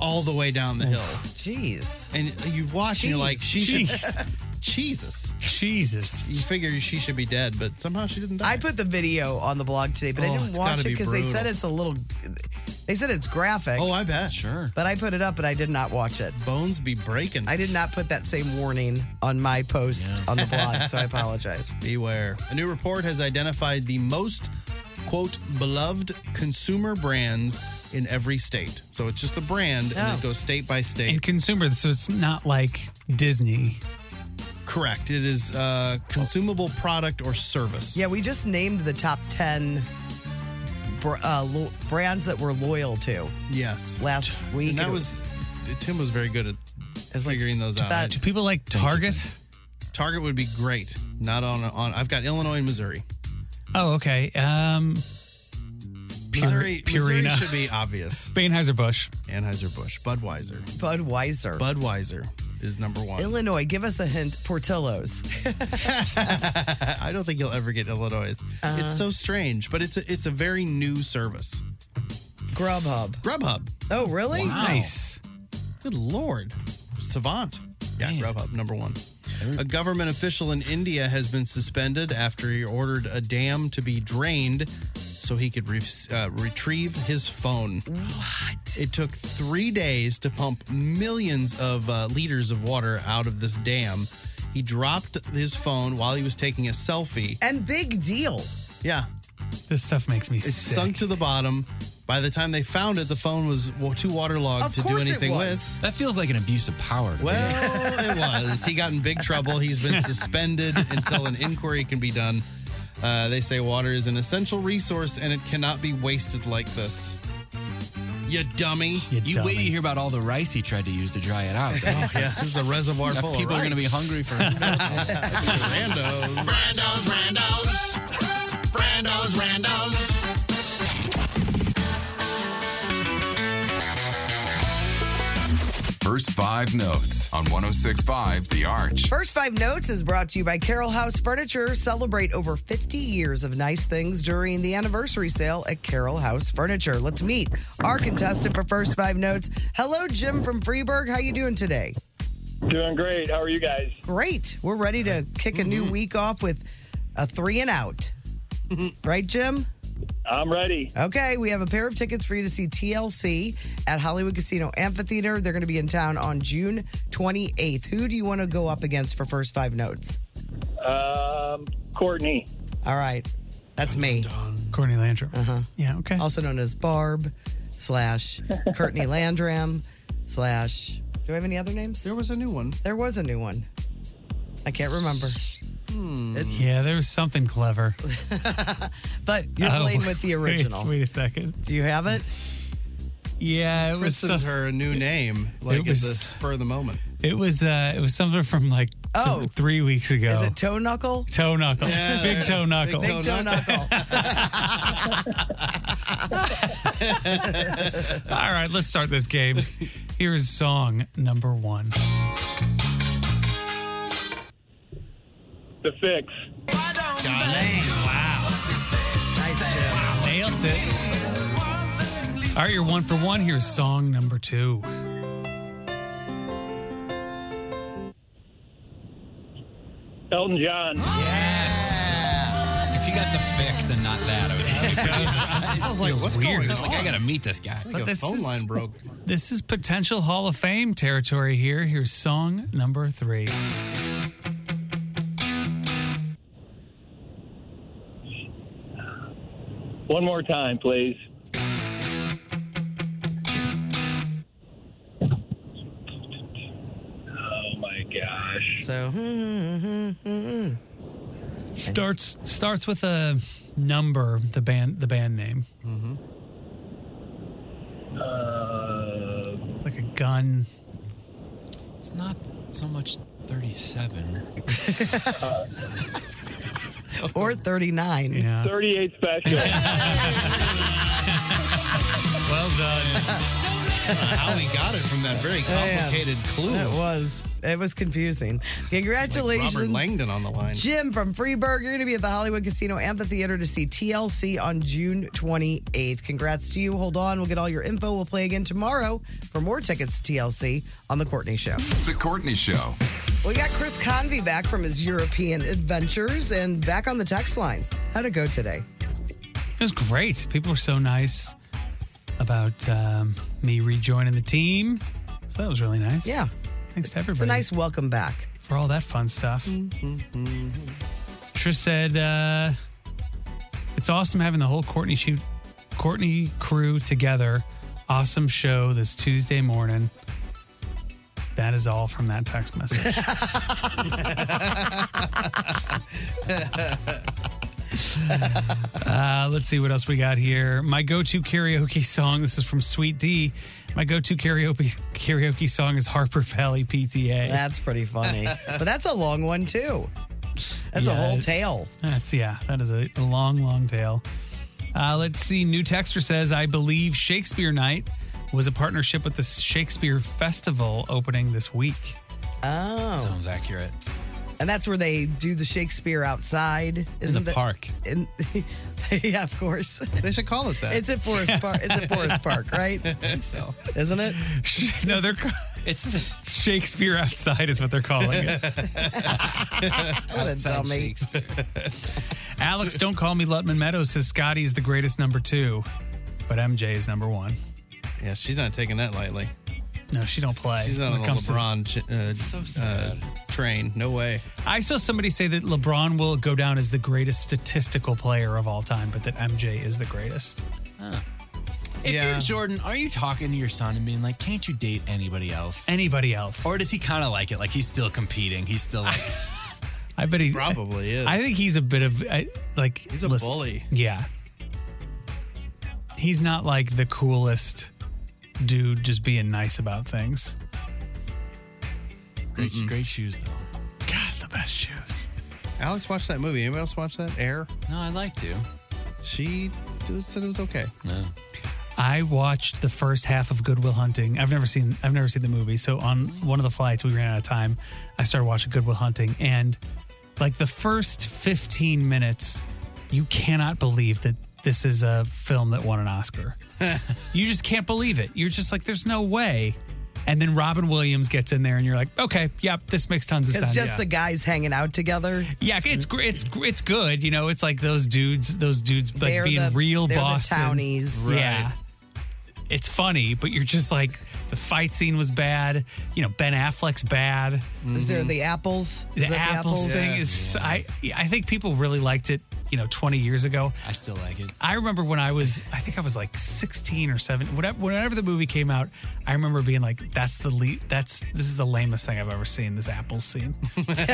Speaker 6: all the way down the hill.
Speaker 3: Oh, Jeez.
Speaker 6: And you watch and you're like, she
Speaker 4: Jeez.
Speaker 6: should Jesus.
Speaker 4: Jesus.
Speaker 6: You figure she should be dead, but somehow she didn't die.
Speaker 3: I put the video on the blog today, but I
Speaker 6: Oh,
Speaker 3: didn't
Speaker 6: it's
Speaker 3: watch
Speaker 6: gotta
Speaker 3: it
Speaker 6: be
Speaker 3: because they said
Speaker 6: brutal.
Speaker 3: it's a little. They said it's graphic.
Speaker 6: Oh, I bet.
Speaker 5: Sure.
Speaker 3: But I put it up, and I did not watch it.
Speaker 6: Bones be breaking.
Speaker 3: I did not put that same warning on my post on the blog, so I apologize.
Speaker 6: Beware. A new report has identified the most, quote, beloved consumer brands in every state. So it's just the brand and it goes state by state.
Speaker 4: Oh. And consumer, so it's not like Disney.
Speaker 6: Correct. It is uh, consumable product or service.
Speaker 3: Yeah, we just named the top 10 br- uh, lo- brands that we're loyal to
Speaker 6: Yes.
Speaker 3: last week.
Speaker 6: And that
Speaker 3: It
Speaker 6: was, Tim was very good at figuring those out.
Speaker 3: that-
Speaker 4: Do people like Target?
Speaker 6: Target would be great. Not on, on, I've got Illinois and Missouri.
Speaker 4: Oh, okay. Um, Pur-
Speaker 6: Missouri, Missouri
Speaker 4: Purina.
Speaker 6: should be obvious.
Speaker 4: Anheuser Busch.
Speaker 6: Anheuser-Busch, Budweiser.
Speaker 3: Budweiser.
Speaker 6: Budweiser is number one.
Speaker 3: Illinois, give us a hint. Portillo's.
Speaker 6: I don't think you'll ever get Illinois. it's so strange, but it's a, it's a very new service.
Speaker 3: Grubhub.
Speaker 6: Grubhub.
Speaker 3: Oh, really?
Speaker 4: Nice.
Speaker 6: Good lord. Savant. Yeah, Grubhub number one. A government official in India has been suspended after he ordered a dam to be drained so he could re- uh, retrieve his phone. What? It took three days to pump millions of uh, liters of water out of this dam. He dropped his phone while he was taking a selfie.
Speaker 3: And big deal.
Speaker 6: Yeah,
Speaker 4: This stuff makes me
Speaker 6: it
Speaker 4: sick.
Speaker 6: sunk to the bottom. By the time they found it, the phone was well, too waterlogged
Speaker 3: Of
Speaker 6: to do
Speaker 3: course it
Speaker 6: anything
Speaker 3: was.
Speaker 6: with.
Speaker 5: That feels like an abuse of power. To me.
Speaker 6: Well, it was. He got in big trouble. He's been suspended until an inquiry can be done. Uh, they say water is an essential resource and it cannot be wasted like this. You dummy.
Speaker 5: You wait to hear about all the rice he tried to use to dry it out.
Speaker 6: Oh, yeah, this is a reservoir full of
Speaker 5: People are going to be
Speaker 6: rice.
Speaker 5: hungry for
Speaker 6: Rando.
Speaker 11: Brando's, Randos. Brando's, Randos.
Speaker 7: First five notes on 1065 The Arch.
Speaker 3: First Five Notes is brought to you by Carroll House Furniture. Celebrate over 50 years of nice things during the anniversary sale at Carroll House Furniture. Let's meet our contestant for First Five Notes. Hello, Jim from Freeburg. How you doing today?
Speaker 14: Doing great. How are you guys?
Speaker 3: Great. We're ready to kick a
Speaker 14: Mm-hmm.
Speaker 3: new week off with a three and out. right, Jim?
Speaker 14: I'm ready.
Speaker 3: Okay, we have a pair of tickets for you to see TLC at Hollywood Casino Amphitheater. They're going to be in town on June 28th. Who do you want to go up against for first five notes?
Speaker 1: Uh,
Speaker 14: Um, Courtney.
Speaker 3: All right. That's me.
Speaker 4: Courtney Landrum.
Speaker 3: Uh huh.
Speaker 4: Yeah, okay.
Speaker 3: Also known as Barb slash Courtney Landram slash. Do I have any other names? There
Speaker 6: was a new one.
Speaker 3: There was a new one. I can't remember.
Speaker 6: Hmm.
Speaker 4: Yeah, there was something clever.
Speaker 3: But you're
Speaker 4: Oh,
Speaker 3: playing with the
Speaker 4: wait,
Speaker 3: original.
Speaker 4: Wait a second.
Speaker 3: Do you have it?
Speaker 4: Yeah, it was
Speaker 6: Christened
Speaker 4: so-
Speaker 6: her a new name, like at the spur of the moment.
Speaker 4: It was uh, it was something from like th- three weeks ago.
Speaker 3: Oh. Is it toe knuckle?
Speaker 4: toe knuckle?
Speaker 3: Yeah,
Speaker 4: big
Speaker 3: there-
Speaker 4: toe
Speaker 3: big
Speaker 4: knuckle.
Speaker 3: toe knuckle.
Speaker 4: All right, let's start this game. Here is song number one.
Speaker 14: The Fix.
Speaker 4: Wow. Nails it. All right, you're one for one. Here's song number two.
Speaker 14: Elton John.
Speaker 5: If you got the fix and not that, I was,
Speaker 4: I was like, what's
Speaker 5: weird.
Speaker 4: going on?
Speaker 5: Like, I gotta meet this guy.
Speaker 4: But this is-
Speaker 6: broke.
Speaker 4: This is potential Hall of Fame territory here. Here's song number three.
Speaker 14: One more time, please. Oh my gosh.
Speaker 3: So,
Speaker 4: Starts starts with a number, the band the band name.
Speaker 6: Mm-hmm.
Speaker 14: Uh,
Speaker 4: Like a gun.
Speaker 5: It's not so much 37.
Speaker 3: or 39.
Speaker 4: Yeah.
Speaker 14: 38 special.
Speaker 4: Well done.
Speaker 6: How he got it from that
Speaker 3: Oh,
Speaker 6: very complicated clue.
Speaker 3: It was. It was confusing. Congratulations.
Speaker 6: Robert Langdon on the line.
Speaker 3: Jim from Freeburg, you're going to be at the Hollywood Casino Amphitheater to see TLC on June 28th. Congrats to you. Hold on. We'll get all your info. We'll play again tomorrow for more tickets to TLC on The Courtney Show.
Speaker 7: The Courtney Show.
Speaker 3: We got Chris Convey back from his European adventures and back on the text line. How'd it go today?
Speaker 4: It was great. People were so nice about um, me rejoining the team. So that was really nice.
Speaker 3: Yeah.
Speaker 4: Thanks to
Speaker 3: It's a
Speaker 4: everybody
Speaker 3: nice welcome back.
Speaker 4: for all that fun stuff. Trish said, uh, "It's awesome having the whole Courtney shoot, Courtney crew together. Awesome show this Tuesday morning." That is all from that text message. uh, let's see what else we got here. My go-to karaoke song. This is from Sweet D. My go-to karaoke karaoke song is Harper Valley PTA.
Speaker 3: That's pretty funny. but that's a long one, too. That's a
Speaker 4: Yeah.
Speaker 3: whole tale.
Speaker 4: That's yeah, that is a, a long, long tale. Uh, let's see. New texter says, I believe Shakespeare Night was a partnership with the Shakespeare Festival opening this week.
Speaker 3: Oh.
Speaker 5: Sounds accurate.
Speaker 3: And that's where they do the Shakespeare outside, isn't
Speaker 5: the
Speaker 3: it?
Speaker 5: park.
Speaker 3: In, yeah, of course.
Speaker 6: They should call it that.
Speaker 3: It's at Forest Park. It's at Forest Park, right?
Speaker 5: so.
Speaker 3: Isn't it?
Speaker 4: no, they're ca-
Speaker 5: It's the
Speaker 4: Shakespeare outside is what they're calling it.
Speaker 3: What a dummy.
Speaker 4: Alex, don't call me Lutman Meadows says Scotty is the greatest number two, but MJ is number one.
Speaker 6: yeah, she's not taking that lightly.
Speaker 4: No, she don't play.
Speaker 6: She's on
Speaker 4: when
Speaker 6: the
Speaker 4: it comes to-
Speaker 6: LeBron ch- uh,
Speaker 5: sad.
Speaker 6: uh, train. No way.
Speaker 4: I saw somebody say that LeBron will go down as the greatest statistical player of all time, but that MJ is the greatest.
Speaker 5: If
Speaker 6: Yeah.
Speaker 5: you're Jordan, are you talking to your son and being like, can't you date anybody else?
Speaker 4: Anybody else?
Speaker 5: Or does he kind of like it? Like he's still competing. He's still like,
Speaker 4: I bet he
Speaker 6: Probably is.
Speaker 4: I think he's a bit of I, like he's
Speaker 6: a bully.
Speaker 4: Yeah, he's not like the coolest dude, just being nice about things.
Speaker 5: great, great shoes though.
Speaker 4: God, the best shoes.
Speaker 6: Alex watched that movie. Anybody else watch that? Air.
Speaker 5: No, I like to.
Speaker 6: She d- said it was okay.
Speaker 5: No.
Speaker 4: I watched the first half of Goodwill Hunting. I've never seen I've never seen the movie. So on one of the flights, we ran out of time. I started watching Goodwill Hunting, and like the first 15 minutes, you cannot believe that this is a film that won an Oscar. you just can't believe it. You're just like, there's no way. And then Robin Williams gets in there, and you're like, okay, yep, this makes tons of sense.
Speaker 3: It's just
Speaker 4: Yeah.
Speaker 3: the guys hanging out together.
Speaker 4: Yeah, it's gr- it's gr- it's good. You know, it's like those dudes, those dudes like being real
Speaker 3: they're
Speaker 4: Boston.
Speaker 3: The townies.
Speaker 4: Yeah. it's funny, but you're just like the fight scene was bad. You know, Ben Affleck's bad.
Speaker 3: Is there the apples?
Speaker 4: Mm-hmm. The
Speaker 3: Is that
Speaker 4: apples, thing is I I think people really liked it, you know, 20 years ago.
Speaker 5: I still like it.
Speaker 4: I remember when I was I think I was like 16 or 17 whatever whenever the movie came out, I remember being like that's the le- that's this is the lamest thing I've ever seen this apples scene.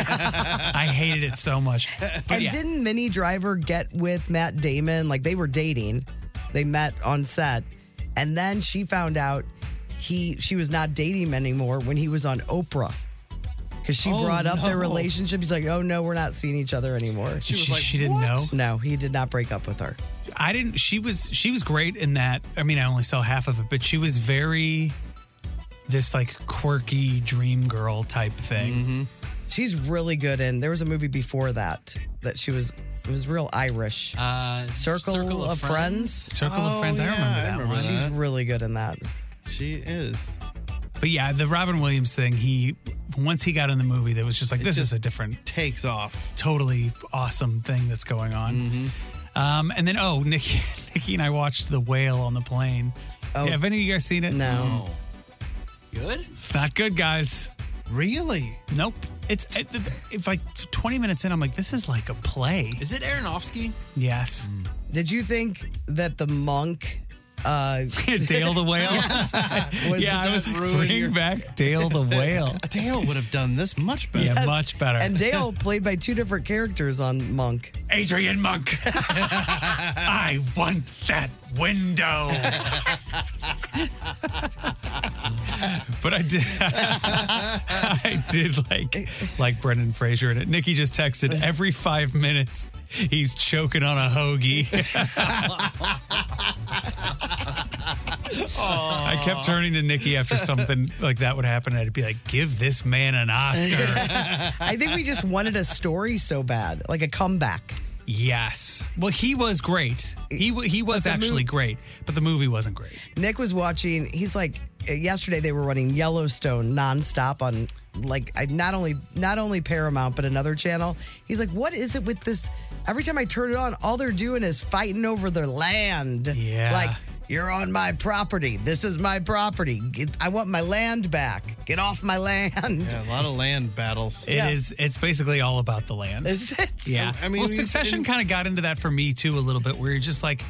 Speaker 4: I hated it so much. But
Speaker 3: And
Speaker 4: yeah.
Speaker 3: didn't Minnie Driver get with Matt Damon? Like they were dating, they met on set, and then she found out he she was not dating him anymore when he was on Oprah. Because she
Speaker 6: Oh,
Speaker 3: brought up their
Speaker 6: no.
Speaker 3: relationship. He's like, oh no, we're not seeing each other anymore.
Speaker 4: She was She- like, she didn't "What?"
Speaker 3: No, he did not break up with her.
Speaker 4: I didn't. She was she was great in that. I mean, I only saw half of it, but she was very this like quirky dream girl type thing.
Speaker 6: Mm-hmm.
Speaker 3: She's really good in. There was a movie before that that she was. It was real Irish.
Speaker 5: Uh,
Speaker 3: Circle,
Speaker 6: Circle
Speaker 3: of,
Speaker 6: of
Speaker 3: Friends.
Speaker 6: Friends? Circle of Oh, Friends, I yeah, remember I that remember one. that.
Speaker 3: She's really good in that.
Speaker 6: She is.
Speaker 4: But yeah, the Robin Williams thing. He once he got in the movie, that was just like
Speaker 6: It
Speaker 4: this
Speaker 6: just
Speaker 4: is a different
Speaker 6: takes off.
Speaker 4: Totally awesome thing that's going on. Um, and then oh, Nikki, Nikki and I watched The Whale on the plane.
Speaker 3: Oh.
Speaker 4: have any of you guys seen it?
Speaker 3: No.
Speaker 5: Good.
Speaker 4: It's not good, guys.
Speaker 6: Really?
Speaker 4: Nope. It's it, it- it's like 20 minutes in. I'm like, this is like a play.
Speaker 5: Is it Aronofsky?
Speaker 4: Yes.
Speaker 3: Did you think that the monk, uh,
Speaker 4: Dale the whale?
Speaker 3: Yes. Was-
Speaker 4: yeah, I was
Speaker 6: ruin
Speaker 4: bring
Speaker 6: your-
Speaker 4: back Dale the whale.
Speaker 6: Dale would have done this much better.
Speaker 4: Yeah, much better.
Speaker 3: And Dale played by two different characters on Monk.
Speaker 4: Adrian Monk. I want that window. but I did. I did like like Brendan Fraser in it. Nikki just texted every five minutes. He's choking on a hoagie. I kept turning to Nikki after something like that would happen. I'd be like, "Give this man an Oscar."
Speaker 3: I think we just wanted a story so bad, like a comeback.
Speaker 4: Yes. Well, he was great. He wa- he was
Speaker 3: the
Speaker 4: actually
Speaker 3: mov-
Speaker 4: great, but the movie wasn't great.
Speaker 3: Nick was watching. He's like, uh, yesterday they were running Yellowstone nonstop on like I- not only not only Paramount but another channel. He's like, what is it with this? Every time I turn it on, all they're doing is fighting over their land.
Speaker 4: Yeah.
Speaker 3: like. You're on my property. This is my property. Get- I want my land back. Get off my land.
Speaker 6: Yeah, a lot of land battles.
Speaker 4: It is. It's basically all about the land.
Speaker 3: Is it?
Speaker 4: Yeah.
Speaker 6: I mean,
Speaker 4: well,
Speaker 6: we-
Speaker 4: Succession
Speaker 6: in-
Speaker 4: kind of got into that for me too a little bit, where you're just like,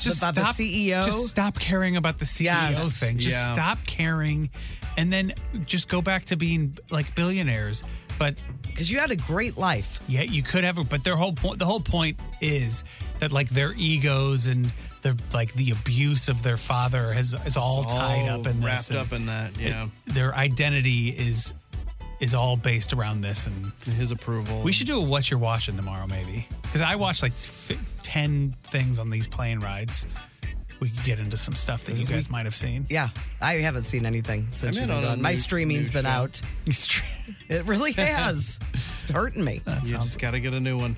Speaker 4: just
Speaker 3: About the E
Speaker 4: stop
Speaker 3: CEO?
Speaker 4: Just stop caring about the CEO
Speaker 3: Yes.
Speaker 4: thing. Just
Speaker 3: Yeah.
Speaker 4: stop caring, and then just go back to being like billionaires. But
Speaker 3: because you had a great life,
Speaker 4: yeah, you could have. a- But their whole point. The whole point is that like their egos and their like the abuse of their father has is all
Speaker 6: It's
Speaker 4: tied
Speaker 6: all
Speaker 4: up in
Speaker 6: wrapped
Speaker 4: this. and-
Speaker 6: up in that. Yeah,
Speaker 4: their identity is is all based around this and
Speaker 6: his approval.
Speaker 4: we should do a what you're watching tomorrow maybe because i watch like fi 10 things on these plane rides we could get into some stuff that you guys might have seen
Speaker 3: yeah. I haven't seen anything since
Speaker 4: I'm
Speaker 3: you've
Speaker 4: in
Speaker 3: been
Speaker 4: on a
Speaker 3: gone. My
Speaker 4: new-
Speaker 3: streaming's
Speaker 4: new
Speaker 3: been
Speaker 4: show.
Speaker 3: out. It really has. it's hurting me.
Speaker 6: you just got to get a new one.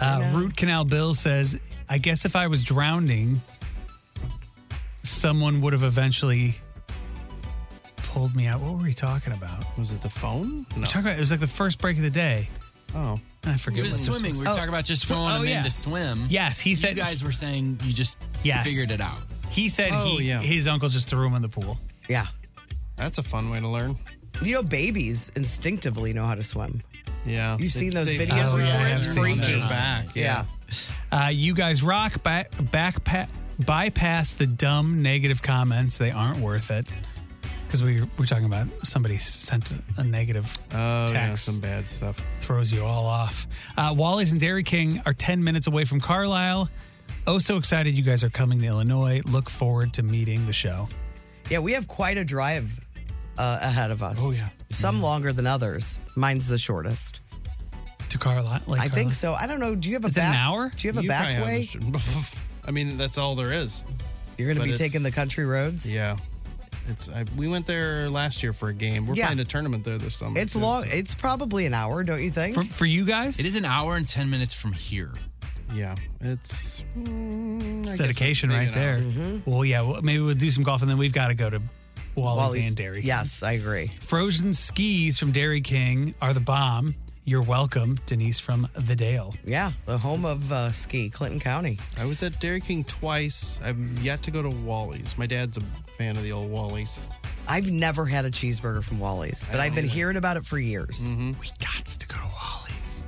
Speaker 4: uh, root canal bill says i guess if i was drowning someone would have eventually pulled me out what were we talking about
Speaker 6: was it the phone
Speaker 4: we were talking about it was like the first break of the day
Speaker 6: oh
Speaker 4: i forget
Speaker 5: He was
Speaker 4: what this
Speaker 5: swimming.
Speaker 4: was.
Speaker 5: We were
Speaker 4: Oh,
Speaker 5: talking about just
Speaker 4: swi-
Speaker 5: throwing
Speaker 4: oh,
Speaker 5: him
Speaker 4: yeah.
Speaker 5: in to swim.
Speaker 4: Yes, he said-
Speaker 5: You guys were saying you just
Speaker 4: Yes.
Speaker 5: figured it out.
Speaker 4: He said
Speaker 5: Oh,
Speaker 4: he,
Speaker 5: yeah.
Speaker 4: his uncle just threw him in the pool.
Speaker 3: Yeah.
Speaker 6: That's a fun way to learn.
Speaker 3: You know, babies instinctively know how to swim.
Speaker 6: Yeah,
Speaker 3: You've seen those
Speaker 6: They-
Speaker 3: videos
Speaker 4: Oh,
Speaker 3: where
Speaker 4: yeah, I
Speaker 3: it's
Speaker 4: have seen
Speaker 3: freaky.
Speaker 4: those.
Speaker 6: Back,
Speaker 3: yeah.
Speaker 4: Uh, you guys rock back, back pa- bypass the dumb negative comments. They aren't worth it. Because we were talking about somebody sent a- a negative
Speaker 6: Oh yeah,
Speaker 4: text.
Speaker 6: some bad stuff.
Speaker 4: Throws you all off. Uh, Wally's and Dairy King are 10 minutes away from Carlisle. Oh, so excited you guys are coming to Illinois. Look forward to meeting the show.
Speaker 3: Yeah, we have quite a drive uh, ahead of us. Oh, yeah. Some longer than others. Mine's the shortest.
Speaker 4: To Carlisle? Like
Speaker 3: I
Speaker 6: uh,
Speaker 3: think so. I don't know. Do you have a
Speaker 4: Is it
Speaker 3: back
Speaker 4: an hour?
Speaker 3: Do you have a
Speaker 6: probably
Speaker 3: back
Speaker 6: have
Speaker 3: way?
Speaker 6: this- I mean, that's all there is.
Speaker 3: You're going to
Speaker 6: But
Speaker 3: be
Speaker 6: it's-
Speaker 3: taking the country roads?
Speaker 6: Yeah, it's. I, we went there last year for a game. We're
Speaker 3: Yeah.
Speaker 6: playing a tournament there this summer.
Speaker 3: It's
Speaker 6: too.
Speaker 3: long. It's probably an hour, don't you think?
Speaker 4: for you guys?
Speaker 5: It is an hour and 10 minutes from here.
Speaker 6: Yeah, it's. mm, I
Speaker 4: It's
Speaker 6: guess
Speaker 4: dedication
Speaker 6: maybe
Speaker 4: right
Speaker 6: an
Speaker 4: there.
Speaker 6: hour.
Speaker 3: Mm-hmm.
Speaker 4: Well, yeah, well, maybe we'll do some golf and then we've got to go to Wally's, and Dairy. King.
Speaker 3: Yes, I agree.
Speaker 4: Frozen skis from Dairy King are the bomb. You're welcome, Denise from Vidale.
Speaker 3: Yeah, the home of uh, ski, Clinton County.
Speaker 6: I was at Dairy King twice. I've yet to go to Wally's. My dad's a fan of the old Wally's.
Speaker 3: I've never had a cheeseburger from Wally's, but I've been hearing about it for years.
Speaker 4: Mm-hmm.
Speaker 6: We
Speaker 4: got to go to Wally's.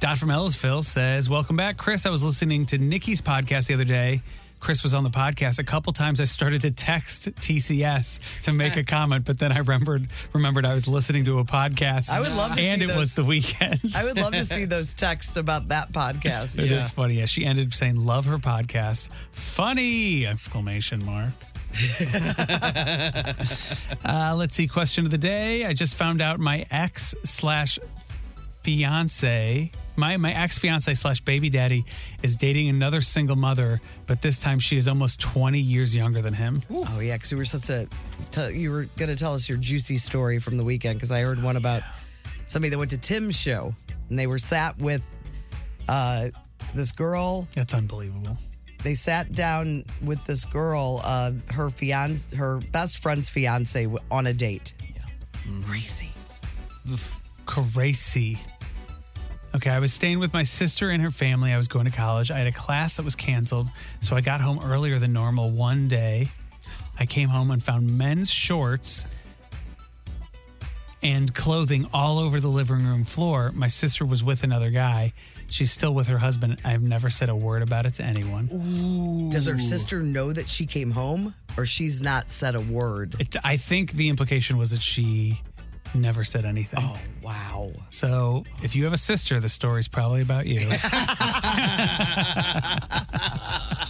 Speaker 4: Dot from Ellisville says, Welcome back, Chris. I was listening to Nikki's podcast the other day. Chris was on the podcast a couple times. I started to text TCS to make a comment, but then I remembered remembered I was listening to a podcast.
Speaker 3: I would love to
Speaker 4: and
Speaker 3: see
Speaker 4: it
Speaker 3: those-
Speaker 4: was the weekend.
Speaker 3: I would love to see those texts about that podcast.
Speaker 4: It is funny. Yeah, she ended up saying, "Love her podcast, funny!" Exclamation mark. uh, let's see. Question of the day. I just found out my ex slash fiance, my my ex fiance slash baby daddy, is dating another single mother, but this time she is almost twenty years younger than him.
Speaker 3: Oh yeah, because we were supposed to. Tell, you were going to tell us your juicy story from the weekend because I heard one
Speaker 4: Oh,
Speaker 3: about somebody that went to Tim's show and they were sat with uh, this girl.
Speaker 4: That's unbelievable.
Speaker 3: They sat down with this girl, uh, her fiance, her best friend's fiance, w- on a date.
Speaker 4: Crazy. Mm-hmm. Crazy. Okay, I was staying with my sister and her family. I was going to college. I had a class that was canceled, so I got home earlier than normal one day. I came home and found men's shorts and clothing all over the living room floor. My sister was with another guy. She's still with her husband. I've never said a word about it to anyone.
Speaker 3: Does her sister know that she came home, or she's not said a word?
Speaker 4: It, I think the implication was that she never said anything. Oh,
Speaker 3: wow.
Speaker 4: So if you have a sister, the story's probably about you. all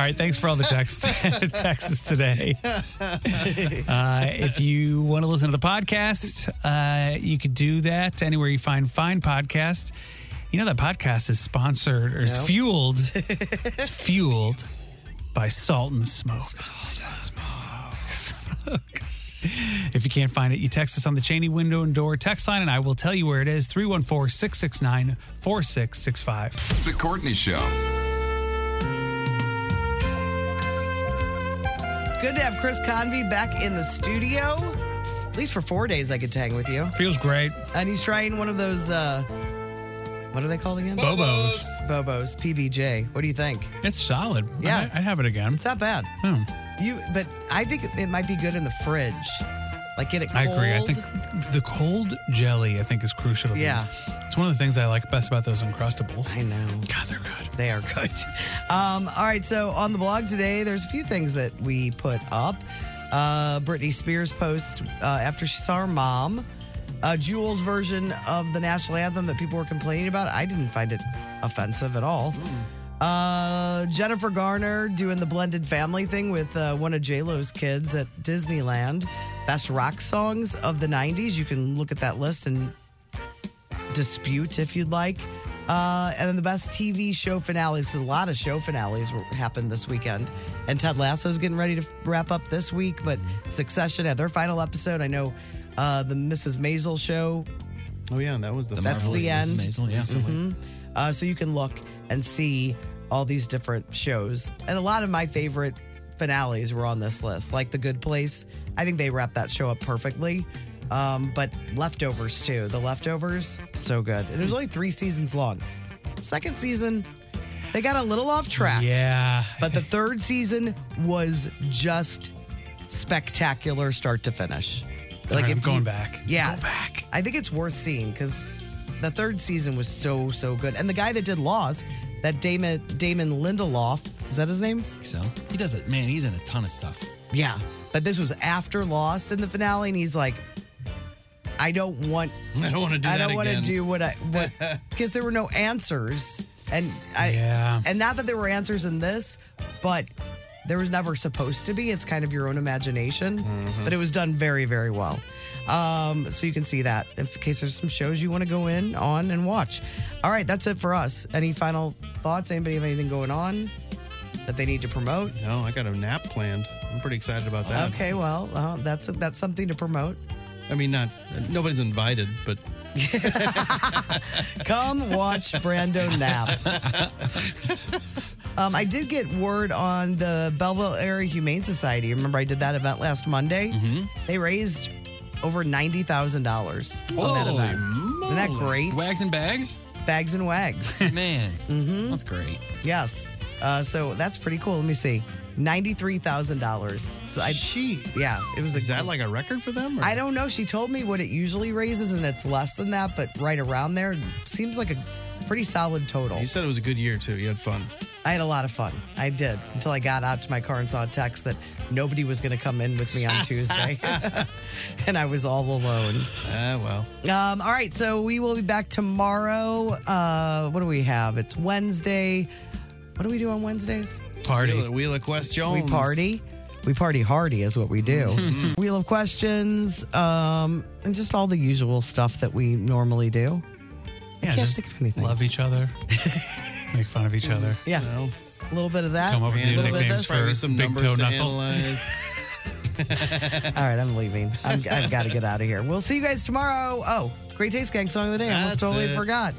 Speaker 4: right. Thanks for all the texts, texts today. Uh, if you want to listen to the podcast, uh, you could do that anywhere you find Find Podcast. You know that podcast is sponsored or is
Speaker 18: No.
Speaker 4: fueled. it's fueled by Salt and Smoke. If you can't find it, you text us on the Cheney window and door text line, and I will tell you where it is 314 669 4665.
Speaker 7: The Courtney Show.
Speaker 3: Good to have Chris Convey back in the studio. At least for four days, I could hang with you.
Speaker 4: Feels great.
Speaker 3: And he's trying one of those. uh What are they called again?
Speaker 4: Bobos.
Speaker 3: Bobos. PBJ. What do you think?
Speaker 4: It's solid.
Speaker 3: Yeah,
Speaker 4: I'd, I'd have it again. It's
Speaker 3: not bad.
Speaker 4: Hmm.
Speaker 3: You, but I think it might be good in the fridge. Like get it.
Speaker 4: I agree. I
Speaker 3: cold.
Speaker 4: think the cold jelly, I think, is crucial. to
Speaker 3: Yeah.
Speaker 4: these. It's one of the things I like best about those Uncrustables. I
Speaker 3: know.
Speaker 4: God, they're good.
Speaker 3: They are good. Um, all right, so on the blog today, there's a few things that we put up. Uh, Britney Spears post uh, after she saw her mom. Uh, Jewel's version of the national anthem that people were complaining about. I didn't find it offensive at all. Uh, Jennifer Garner doing the blended family thing with uh, one of J-Lo's kids at Disneyland. Best rock songs of the 90s. You can look at that list and dispute if you'd like. Uh, and then the best TV show finales. 'cause A lot of show finales were- happened this weekend. And Ted Lasso's getting ready to wrap up this week, but Succession had their final episode. I know uh, the Mrs. Maisel show.
Speaker 6: Oh, yeah, that was the,
Speaker 3: That's
Speaker 6: Marvelous
Speaker 3: the end.
Speaker 6: Mrs. Maisel, yeah.
Speaker 3: Mhm. Uh, so you can look and see all these different shows. And a lot of my favorite finales were on this list, like The Good Place. I think they wrapped that show up perfectly. Um, but Leftovers, too. The Leftovers, so good. And it was only three seasons long. Second season, they got a little off track.
Speaker 4: Yeah.
Speaker 3: But the third season was just spectacular start to finish.
Speaker 4: All right, I'm
Speaker 3: if
Speaker 4: going back.
Speaker 3: Yeah. back. I think it's worth seeing because the third season was so, so good. And the guy that did Lost, that Damon, Damon Lindelof, is that his name?
Speaker 5: So he does it. Man, he's in a ton of stuff.
Speaker 3: Yeah. But this was after Lost in the finale, and he's like, I don't want.
Speaker 6: I don't wanna do
Speaker 3: I
Speaker 6: that
Speaker 3: don't want to
Speaker 6: again."
Speaker 3: do what I what because there were no answers, and I
Speaker 4: Yeah.
Speaker 3: and not that there were answers in this, but there was never supposed to be. It's kind of your own imagination,
Speaker 6: Mm-hmm.
Speaker 3: but it was done very very well. Um, so you can see that in case there's some shows you want to go in on and watch. All right, that's it for us. Any final thoughts? Anybody have anything going on that they need to promote?
Speaker 6: No, I got a nap planned. I'm pretty excited about that.
Speaker 3: Okay, well, uh, that's that's something to promote.
Speaker 6: I mean, not nobody's invited, but
Speaker 3: Come watch Brando nap. Um, I did get word on
Speaker 6: Mm-hmm.
Speaker 3: the Belleville Area Humane Society. Remember, I did that event last Monday. They raised over ninety thousand dollars on that
Speaker 5: Holy
Speaker 3: event. Isn't that
Speaker 5: moly.
Speaker 3: great?
Speaker 5: Wags and bags,
Speaker 3: bags and wags.
Speaker 5: man.
Speaker 3: hmm
Speaker 5: That's great.
Speaker 3: Yes. Uh, so that's pretty cool. Let me see. Ninety-three thousand dollars. So I, she, yeah, it was. Is that like a record for them? I don't know. She told me what it usually raises, and it's less than that, but right around there seems like a pretty solid total. You
Speaker 6: said it was a good year too. You had fun.
Speaker 3: I had a lot of fun. I did until I got out to my car and saw a text that nobody was going to come in with me on Tuesday, and I was all alone.
Speaker 6: Ah, well.
Speaker 3: Um, all right, so we will be back tomorrow. Uh, what do we have? It's Wednesday. What do we do on Wednesdays?
Speaker 6: Party. Wheel, Wheel of Quest Jones.
Speaker 3: We party. We party hardy is what we do.
Speaker 6: Mhm.
Speaker 3: Wheel of questions, um, and just all the usual stuff that we normally do.
Speaker 4: Yeah,
Speaker 3: I can't
Speaker 4: just
Speaker 3: think of anything.
Speaker 4: love each other, make fun of each other.
Speaker 3: Mm, Yeah. A little bit of that.
Speaker 4: Come up with
Speaker 3: a
Speaker 4: new
Speaker 3: little bit of
Speaker 4: nicknames
Speaker 3: this.
Speaker 4: for Big Toe Knuckle.
Speaker 3: All right, I'm leaving. I'm, I've got to get out of here. We'll see you guys tomorrow. Oh, Great Taste Gang song of the day. I almost
Speaker 4: That's
Speaker 3: totally
Speaker 4: it.
Speaker 3: forgot.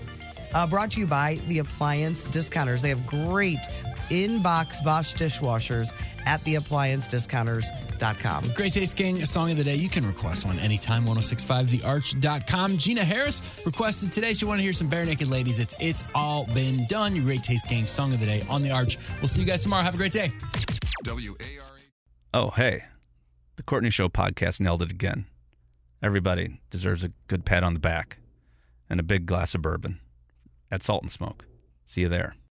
Speaker 3: Uh, brought to you by the Appliance Discounters. They have great in-box Bosch dishwashers at theappliancediscounters.com.
Speaker 5: Great Taste Gang song of the day. You can request one oh anytime, 1065thearch.com. Gina Harris requested today. She wanted to hear some bare naked ladies. It's It's All Been Done, your Great Taste Gang song of the day on the arch. We'll see you guys tomorrow. Have a great day.
Speaker 1: Oh, hey. The Courtney Show podcast nailed it again. Everybody deserves a good pat on the back and a big glass of bourbon at Salt and Smoke. See you there.